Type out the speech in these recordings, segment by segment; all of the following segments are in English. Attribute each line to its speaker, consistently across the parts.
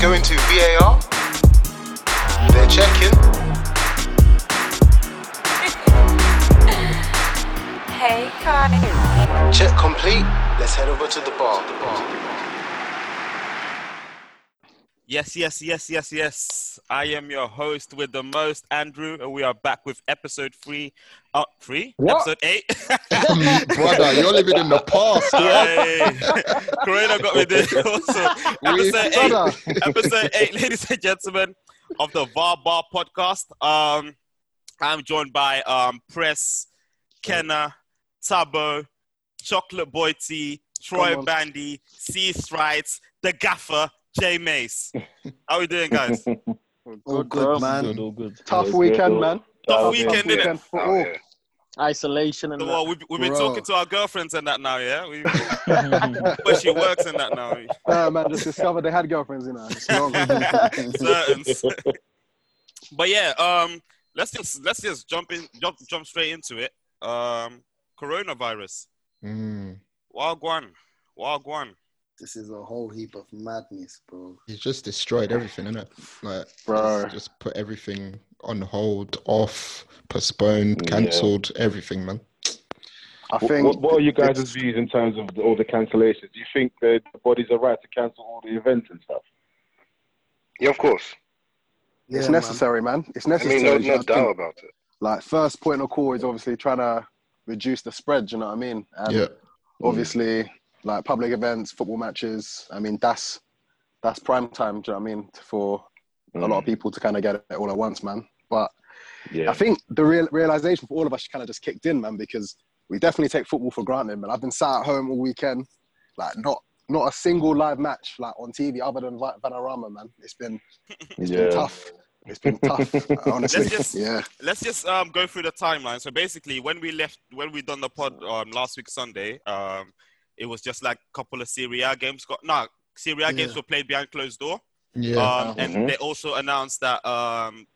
Speaker 1: going to VAR. They're checking.
Speaker 2: Hey guys.
Speaker 1: Check complete. Let's head over to the bar. The bar.
Speaker 3: Yes, yes, yes, yes, yes. I am your host with the most, Andrew, and we are back with episode three. Uh, three?
Speaker 4: What?
Speaker 3: Episode eight.
Speaker 4: Brother, you're living in the past.
Speaker 3: Hey. Corona got me there also.
Speaker 4: We-
Speaker 3: Episode eight.
Speaker 4: brother.
Speaker 3: episode eight, ladies and gentlemen, of the VAR Bar podcast. Um, I'm joined by um, Press, Kenna, Tabo, Chocolate Boy T, Troy
Speaker 4: Come on.
Speaker 3: Bandy, C Strides, The Gaffer, Jay Mace. How we doing, guys?
Speaker 5: All
Speaker 4: All
Speaker 5: good,
Speaker 4: good,
Speaker 5: man.
Speaker 4: man.
Speaker 6: all good.
Speaker 5: Tough weekend, man.
Speaker 3: Tough
Speaker 6: Tough
Speaker 3: weekend, innit?
Speaker 5: Weekend
Speaker 7: Oh,
Speaker 5: for all. Isolation and
Speaker 3: Well, we've, we've been
Speaker 4: Bruh.
Speaker 3: talking to our girlfriends and that now, yeah? We,
Speaker 6: yeah,
Speaker 3: where she works and that now.
Speaker 5: that. Uh, man, just discovered they had girlfriends, you know. It's long.
Speaker 3: Certain. but yeah, um, let's just let's just jump in, jump jump straight into it. Um, coronavirus.
Speaker 4: Mm,
Speaker 3: Wagwan. Wagwan.
Speaker 7: This is a whole heap of madness, bro.
Speaker 4: He's just destroyed everything, innit? Like,
Speaker 5: Bro.
Speaker 4: just put everything on hold, off, postponed,
Speaker 6: Yeah.
Speaker 4: cancelled, everything, man.
Speaker 5: I
Speaker 6: What,
Speaker 5: think
Speaker 6: what, what are you guys' views in terms of the, all the cancellations? Do you think the the bodies are right to cancel all the events and stuff?
Speaker 8: Yeah, of course.
Speaker 5: it's
Speaker 7: Yeah,
Speaker 5: necessary, man. It's
Speaker 8: I
Speaker 5: necessary.
Speaker 8: mean, no,
Speaker 5: you know,
Speaker 8: no
Speaker 5: I
Speaker 8: doubt
Speaker 5: think,
Speaker 8: about it.
Speaker 5: Like, first point of call is obviously trying to reduce the spread, you know what I mean? And
Speaker 4: yeah.
Speaker 5: obviously, like, public events, football matches, I mean, that's that's prime time, do you know what I mean? For a
Speaker 8: Mm.
Speaker 5: lot of people to kind of get it all at once, man. But
Speaker 6: Yeah.
Speaker 5: I think the real realization for all of us kind of just kicked in, man, because we definitely take football for granted, man. I've been sat at home all weekend, like not not a single live match like on TV other than Va- Vanarama, man. It's been it's
Speaker 6: Yeah.
Speaker 5: been tough. It's been tough, honestly.
Speaker 3: Let's just-
Speaker 5: yeah,
Speaker 3: Let's just um, go through the timeline. So basically, when we left, when we done the pod um, last week Sunday, um, it was just like a couple of Serie A games. Got no Serie A games
Speaker 4: Yeah.
Speaker 3: were played behind closed door.
Speaker 4: Yeah.
Speaker 3: Um, and
Speaker 6: Mhm.
Speaker 3: they also announced that um,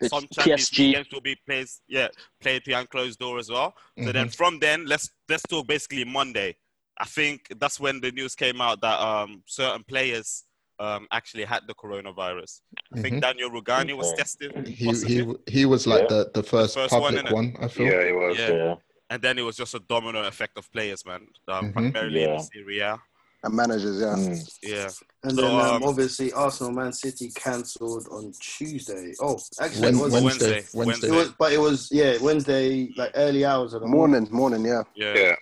Speaker 5: It's
Speaker 3: some Champions
Speaker 5: PSG.
Speaker 3: League games will be played, yeah, played behind closed door as well.
Speaker 4: Mm-hmm.
Speaker 3: So then from then, let's let's talk basically Monday. I think that's when the news came out that um, certain players um, actually had the coronavirus. I think Daniel Rugani was
Speaker 6: Okay.
Speaker 3: tested,
Speaker 4: Mm-hmm. he,
Speaker 3: possibly.
Speaker 4: he, he was like
Speaker 6: Yeah.
Speaker 4: the, the first,
Speaker 3: first one,
Speaker 4: public
Speaker 3: innit?
Speaker 4: one, I feel.
Speaker 8: Yeah, it was.
Speaker 3: Yeah.
Speaker 6: yeah.
Speaker 3: and then it was just a domino effect of players, man. Um,
Speaker 4: Mhm.
Speaker 3: Primarily in
Speaker 6: Yeah.
Speaker 3: the Serie A.
Speaker 5: and managers, yeah.
Speaker 6: Mm.
Speaker 3: Yeah,
Speaker 7: And
Speaker 3: So,
Speaker 7: then um,
Speaker 3: um,
Speaker 7: obviously Arsenal, Man City cancelled on Tuesday. Oh, actually,
Speaker 4: Wed-
Speaker 7: it was,
Speaker 3: Wednesday,
Speaker 4: Wednesday.
Speaker 3: Wednesday.
Speaker 4: Wednesday.
Speaker 7: it was, but it was yeah Wednesday, like early hours of the morning.
Speaker 5: Morning, morning, yeah.
Speaker 3: yeah.
Speaker 8: Yeah.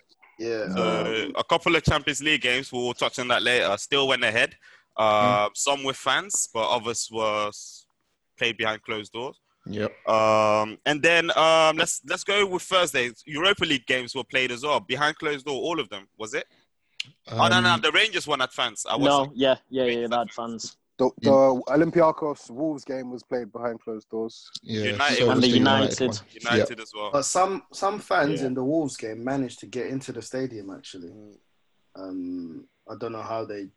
Speaker 7: Yeah, um,
Speaker 3: So a couple of Champions League games, we'll touch on that later, still went ahead. Uh, Some with fans, but others were s- played behind closed doors.
Speaker 4: Yep.
Speaker 3: Um, and then um, let's let's go with Thursday. Europa League games were played as well behind closed door. All of them was it? oh no, no,
Speaker 4: Um,
Speaker 3: the Rangers one at fans. I was
Speaker 5: No, yeah, yeah,
Speaker 3: yeah, bad
Speaker 5: fans. The, the Olympiakos Wolves game was played behind closed doors.
Speaker 4: yeah,
Speaker 3: United.
Speaker 4: so
Speaker 3: And
Speaker 4: was
Speaker 3: the
Speaker 5: United.
Speaker 4: one.
Speaker 3: United as well.
Speaker 7: but some some fans
Speaker 6: Yeah.
Speaker 7: in the Wolves game managed to get into the stadium. Actually, um, I don't know how they.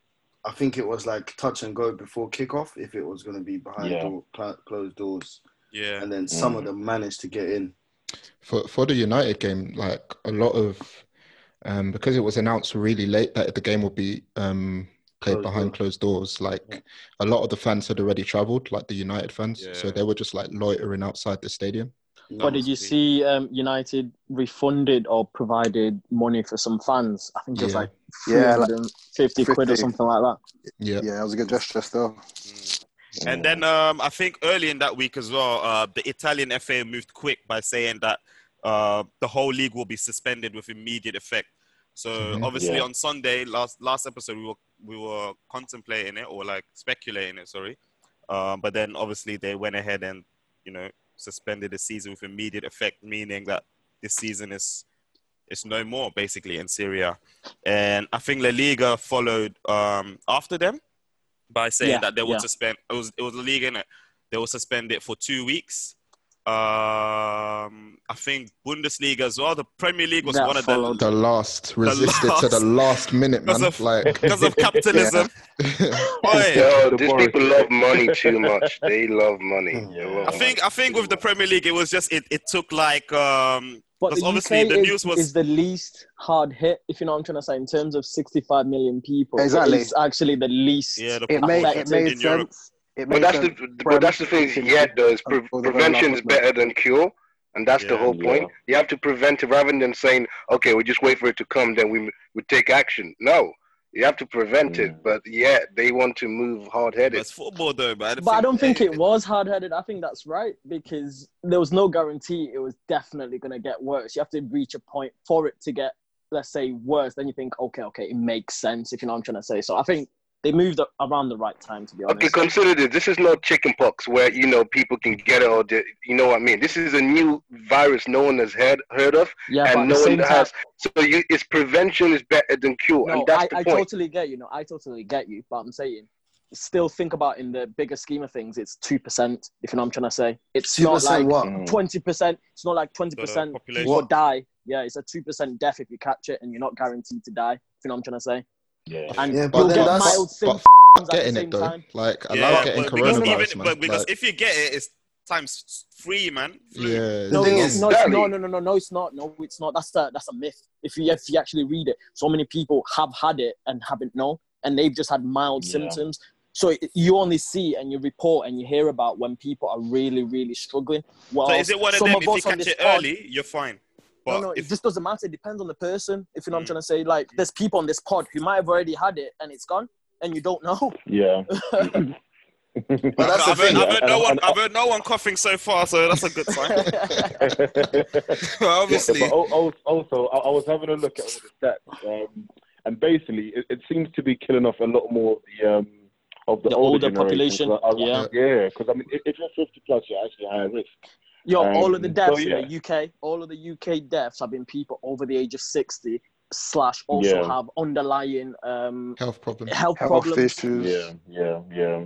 Speaker 7: I think it was like touch and go before kickoff if it was going to be behind
Speaker 6: Yeah.
Speaker 7: door, cl- closed doors,
Speaker 3: Yeah,
Speaker 7: and then some of
Speaker 6: Mm.
Speaker 7: them managed to get in.
Speaker 4: for for the United game, like a lot of um because it was announced really late that the game would be um played
Speaker 7: Closed
Speaker 4: behind
Speaker 7: doors.
Speaker 4: closed doors, like a lot of the fans had already travelled, like the United fans. So
Speaker 3: Yeah.
Speaker 4: they were just like loitering outside the stadium.
Speaker 7: No.
Speaker 9: But did you
Speaker 3: Obviously.
Speaker 9: see um, United refunded or provided money for some fans? I think it was
Speaker 4: Yeah.
Speaker 9: like
Speaker 5: Yeah,
Speaker 9: yeah,
Speaker 5: like
Speaker 9: 50 quid
Speaker 5: 50.
Speaker 9: or something like that.
Speaker 4: Yeah.
Speaker 5: Yeah, it was a good gesture still.
Speaker 3: Mm. and then um, I think early in that week as well, uh, the Italian FA moved quick by saying that uh, the whole league will be suspended with immediate effect. So
Speaker 4: Mhm.
Speaker 3: obviously
Speaker 6: Yeah.
Speaker 3: on Sunday last last episode we were we were contemplating it or like speculating it. Sorry, um, but then obviously they went ahead and you know suspended the season with immediate effect, meaning that this season is it's no more basically in Syria. And I think La Liga followed um, after them by saying
Speaker 9: Yeah,
Speaker 3: that they would
Speaker 9: yeah.
Speaker 3: suspend. It was it was La Liga, innit? They will suspend it for two weeks. Um, I think Bundesliga as well. The Premier League was
Speaker 9: That
Speaker 3: one of
Speaker 9: followed.
Speaker 3: the
Speaker 4: The last resisted to the
Speaker 3: last-
Speaker 4: last minute, man.
Speaker 3: Because of-
Speaker 4: like
Speaker 3: because of capitalism. Oi.
Speaker 8: Yo,
Speaker 6: The
Speaker 8: these
Speaker 6: Boris.
Speaker 8: people love money too much. They love money. They
Speaker 7: Yeah.
Speaker 8: love
Speaker 3: I think
Speaker 8: money
Speaker 3: I think with the
Speaker 8: too much.
Speaker 3: Premier League, it was just it, it took like um,
Speaker 9: But
Speaker 3: 'Cause
Speaker 9: the
Speaker 3: obviously
Speaker 9: UK
Speaker 3: the
Speaker 9: is,
Speaker 3: news was-
Speaker 9: is the least hard hit, if you know what I'm trying to say, in terms of 65 million people.
Speaker 5: Exactly.
Speaker 9: It's actually the least.
Speaker 3: Yeah, the
Speaker 5: It made
Speaker 9: Affected
Speaker 5: it made
Speaker 3: in Europe.
Speaker 5: sense. It
Speaker 8: But
Speaker 5: made
Speaker 8: that's
Speaker 5: sense.
Speaker 8: the but that's the thing. Yeah, though, is pre-
Speaker 5: Oh, the very
Speaker 8: prevention is
Speaker 5: last one.
Speaker 8: better than cure, and that's the
Speaker 3: Yeah.
Speaker 8: whole point. You have to prevent it rather than saying, "Okay, we just wait for it to come, then we we take action." No, you have to prevent it. But yeah, they want to move hard
Speaker 3: But
Speaker 8: headed.
Speaker 3: it's football though, but I don't
Speaker 9: But I don't think it
Speaker 3: anything-
Speaker 9: was hard headed. I think that's right because there was no guarantee it was definitely going to get worse. You have to reach a point for it to get, let's say, worse. Then you think, okay, okay, it makes sense, if you know what I'm trying to say. So I think they moved a- around the right time, to be honest.
Speaker 8: Okay, consider this. This is not chickenpox where you know people can get it or they, you know what I mean. This is a new virus no one has heard heard of,
Speaker 9: yeah, but at
Speaker 8: and
Speaker 9: the
Speaker 8: no one
Speaker 9: same time-
Speaker 8: has. So you, it's prevention is better than cure,
Speaker 9: No,
Speaker 8: and that's
Speaker 9: I,
Speaker 8: the
Speaker 9: I
Speaker 8: point.
Speaker 9: totally get you. No, I totally get you. But I'm saying, still think about in the bigger scheme of things, it's two percent. If you know what I'm trying to say, it's
Speaker 7: Two
Speaker 9: not
Speaker 7: percent
Speaker 9: like
Speaker 7: what?
Speaker 10: Mm.
Speaker 9: twenty percent. It's not like twenty percent
Speaker 3: population.
Speaker 9: people die. Yeah, it's a two percent death if you catch it, and you're not guaranteed to die. If you know what I'm trying to say,
Speaker 10: Yeah.
Speaker 9: and
Speaker 7: Yeah, but
Speaker 9: you'll
Speaker 7: then
Speaker 9: get
Speaker 7: that's-
Speaker 9: mild
Speaker 4: but
Speaker 9: symptoms
Speaker 4: f-
Speaker 9: at the
Speaker 4: getting
Speaker 9: same
Speaker 4: it though.
Speaker 9: time.
Speaker 4: Like allow
Speaker 3: Yeah,
Speaker 4: getting
Speaker 3: but because,
Speaker 4: coronavirus,
Speaker 3: even,
Speaker 4: man.
Speaker 3: but because
Speaker 4: Like,
Speaker 3: if you get it, it's times three, man. Flu.
Speaker 4: yeah,
Speaker 9: No,
Speaker 7: The thing
Speaker 9: no,
Speaker 7: is,
Speaker 9: no, it's-
Speaker 8: Danny-
Speaker 9: no, no, no, no, no, it's not. No, it's not. That's a that's a myth. If you if you actually read it, so many people have had it and haven't known, and they've just had mild
Speaker 10: Yeah.
Speaker 9: symptoms. So it- you only see and you report and you hear about when people are really, really struggling. Well,
Speaker 3: So is it one of
Speaker 9: some
Speaker 3: them?
Speaker 9: of
Speaker 3: If you
Speaker 9: us on
Speaker 3: catch
Speaker 9: this
Speaker 3: it
Speaker 9: pod-
Speaker 3: early, you're fine.
Speaker 9: no,
Speaker 3: But
Speaker 9: no, it
Speaker 3: if
Speaker 9: just doesn't matter. It depends on the person. If you know what I'm
Speaker 3: Mm.
Speaker 9: trying to say, like there's people on this pod who might have already had it and it's gone, and you don't know.
Speaker 10: Yeah.
Speaker 7: But that's
Speaker 3: I've,
Speaker 7: the
Speaker 3: heard,
Speaker 7: thing.
Speaker 3: I've heard no
Speaker 10: And-
Speaker 3: one,
Speaker 10: and-
Speaker 3: I've heard no one coughing so far, so that's a good sign.
Speaker 10: Yeah,
Speaker 3: Obviously,
Speaker 10: but al- al- also, I I was having a look at all the stats, um, and basically, it, it seems to be killing off a lot more of the um, of the,
Speaker 9: The older population,
Speaker 10: Because I,
Speaker 9: yeah.
Speaker 10: yeah, because I mean, if if you're 50 plus, you're actually higher risk.
Speaker 9: Yo, all of the
Speaker 10: Um,
Speaker 9: deaths
Speaker 10: so, yeah.
Speaker 9: in the UK, all of the UK deaths have been people over the age of sixty slash also
Speaker 10: Yeah.
Speaker 9: have underlying um,
Speaker 4: health problem.
Speaker 9: health,
Speaker 5: Health
Speaker 9: problems.
Speaker 5: issues.
Speaker 10: Yeah, yeah, yeah.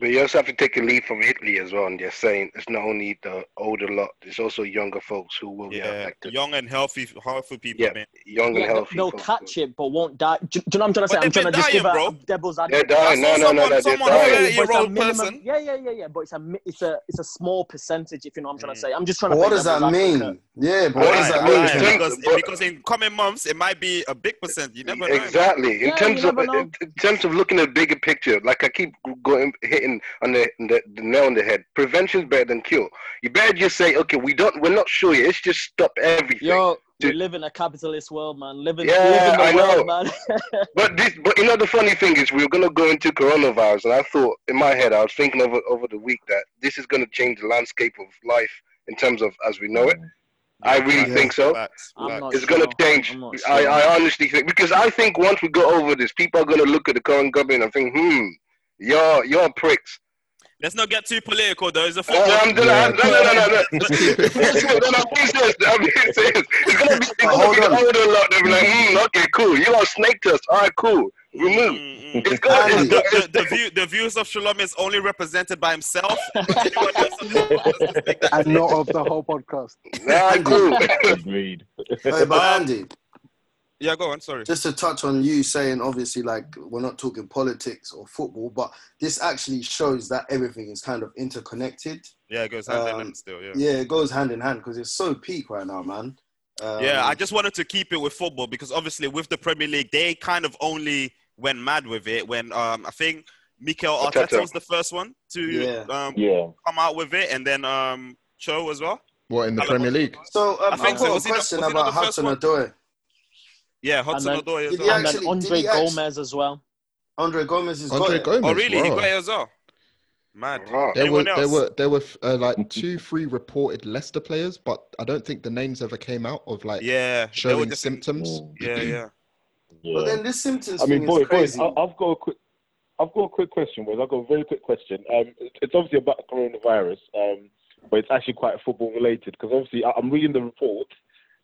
Speaker 8: But you also have to take a lead from Italy as well. And they're saying it's not only the older lot, it's also younger folks who will be
Speaker 3: yeah,
Speaker 8: affected.
Speaker 3: young and healthy, healthy people,
Speaker 8: oh, Yeah.
Speaker 3: man.
Speaker 8: Young
Speaker 9: Yeah,
Speaker 8: and healthy.
Speaker 9: they'll
Speaker 8: folks.
Speaker 9: catch it but won't die. Do, do you know what I'm trying to
Speaker 3: But
Speaker 9: say? I'm
Speaker 3: they've been
Speaker 9: trying to just give
Speaker 3: dying,
Speaker 9: a
Speaker 3: bro.
Speaker 9: devil's
Speaker 8: They're
Speaker 9: advocate.
Speaker 8: dying.
Speaker 3: I
Speaker 8: No,
Speaker 3: saw
Speaker 8: no, no, no. They're
Speaker 3: someone- someone
Speaker 9: Yeah,
Speaker 3: Yeah,
Speaker 9: but
Speaker 8: dying.
Speaker 9: it's a
Speaker 3: 30-year-old
Speaker 9: minimum-
Speaker 3: person.
Speaker 9: Yeah, yeah, yeah, yeah. But it's a mi- it's a it's a small percentage. If you know what I'm trying to
Speaker 3: Mm.
Speaker 9: say, I'm just trying
Speaker 7: But
Speaker 9: to.
Speaker 7: what
Speaker 9: play
Speaker 7: does that
Speaker 9: devil's
Speaker 7: mean?
Speaker 9: advocate.
Speaker 7: Yeah, but
Speaker 8: Why-
Speaker 7: what does that
Speaker 8: why-
Speaker 7: mean?
Speaker 8: why-
Speaker 7: Ken?
Speaker 3: Because,
Speaker 8: But-
Speaker 3: because in coming months it might be a big percent. You never know. man.
Speaker 8: Exactly. In
Speaker 9: Yeah,
Speaker 8: terms
Speaker 9: you
Speaker 8: of
Speaker 9: never know.
Speaker 8: in, in terms of looking at bigger picture, like I keep going hitting on the, the, the nail on the head. Prevention is better than cure. You better just say, okay, we don't, we're not sure yet. Let's just stop everything.
Speaker 9: Yo, we
Speaker 8: Dude.
Speaker 9: live in a capitalist world, man. Living,
Speaker 8: Yeah,
Speaker 9: live
Speaker 8: I
Speaker 9: in the
Speaker 8: know.
Speaker 9: world, man.
Speaker 8: But this, but you know, the funny thing is, we were gonna go into coronavirus, and I thought in my head, I was thinking over over the week that this is gonna change the landscape of life in terms of as we know it. I
Speaker 3: Yeah,
Speaker 8: really
Speaker 3: facts,
Speaker 8: think so.
Speaker 3: facts,
Speaker 9: I'm
Speaker 3: facts.
Speaker 9: not
Speaker 8: It's gonna
Speaker 9: sure.
Speaker 8: change.
Speaker 9: I'm not
Speaker 8: I,
Speaker 9: sure.
Speaker 8: I honestly think because I think once we go over this, people are gonna look at the current government and think, hmm, you're you're pricks.
Speaker 3: Let's not get too political, though. It's a
Speaker 8: Oh,
Speaker 3: football.
Speaker 8: I'm gonna, I'm, no, no, no, no, no.
Speaker 4: Just keep
Speaker 8: That's
Speaker 4: it.
Speaker 8: what- no, no, I'm being serious. I'm being serious. It's gonna be, it's gonna
Speaker 7: Hold
Speaker 8: be the
Speaker 7: on.
Speaker 8: older lot. They'll be like, hmm, okay, cool. You are snake to us. All right, cool. Remove.
Speaker 3: Mm, mm.
Speaker 8: It's
Speaker 7: Andy.
Speaker 8: gonna. It's
Speaker 3: the,
Speaker 8: gonna
Speaker 3: the, the, view, the views of Shalom is only represented by himself. Anyone else in this world is just like that.
Speaker 5: And not of the whole podcast.
Speaker 8: nah, cool.
Speaker 10: Agreed.
Speaker 7: Hey, but Andy,
Speaker 3: yeah, go on. Sorry.
Speaker 7: just to touch on you saying, obviously, like we're not talking politics or football, but this actually shows that everything is kind of interconnected.
Speaker 3: Yeah, it goes hand in
Speaker 7: Um,
Speaker 3: hand still. Yeah.
Speaker 7: Yeah, it goes hand in hand because it's so peak right now, man. Um,
Speaker 3: Yeah, I just wanted to keep it with football because obviously with the Premier League, they kind of only went mad with it when um I think Mikel
Speaker 8: Arteta.
Speaker 3: Arteta was the first one to
Speaker 7: Yeah.
Speaker 3: um
Speaker 10: Yeah.
Speaker 3: come out with it, and then um Cho as well.
Speaker 4: What in the Premier League?
Speaker 7: So um,
Speaker 3: I
Speaker 7: I
Speaker 3: think
Speaker 7: have
Speaker 3: so.
Speaker 7: got
Speaker 3: Was
Speaker 7: a
Speaker 3: he not-
Speaker 7: question
Speaker 3: was he not
Speaker 7: about
Speaker 3: the first
Speaker 7: Hudson
Speaker 3: one?
Speaker 7: Odoi.
Speaker 3: Yeah, Hudson
Speaker 9: then-
Speaker 3: Odoi as
Speaker 7: Did he
Speaker 3: well.
Speaker 9: and
Speaker 7: actually-
Speaker 9: then
Speaker 7: did
Speaker 9: Andre
Speaker 7: he actually-
Speaker 9: Gomez as well.
Speaker 7: Andre Gomez has got
Speaker 4: Andre
Speaker 7: it.
Speaker 4: Gomez.
Speaker 3: Oh really? He
Speaker 4: wow.
Speaker 3: got it as well. Mad.
Speaker 8: Wow.
Speaker 4: There were,
Speaker 3: Anyone
Speaker 4: there
Speaker 3: else?
Speaker 4: were there were uh, like two, three reported Leicester players, but I don't think the names ever came out of like
Speaker 3: Yeah. they were
Speaker 4: showing
Speaker 3: just-
Speaker 4: symptoms.
Speaker 10: Oh.
Speaker 3: Yeah, yeah.
Speaker 10: yeah.
Speaker 7: But then this Simpsons
Speaker 10: I mean,
Speaker 7: thing
Speaker 10: boy, uh,
Speaker 7: is crazy.
Speaker 10: boy, I, I've got a quick, I've got a quick question, boys. I've got a very quick question. Um, it- it's obviously about coronavirus, um, but it's actually quite football related because obviously I, I'm reading the report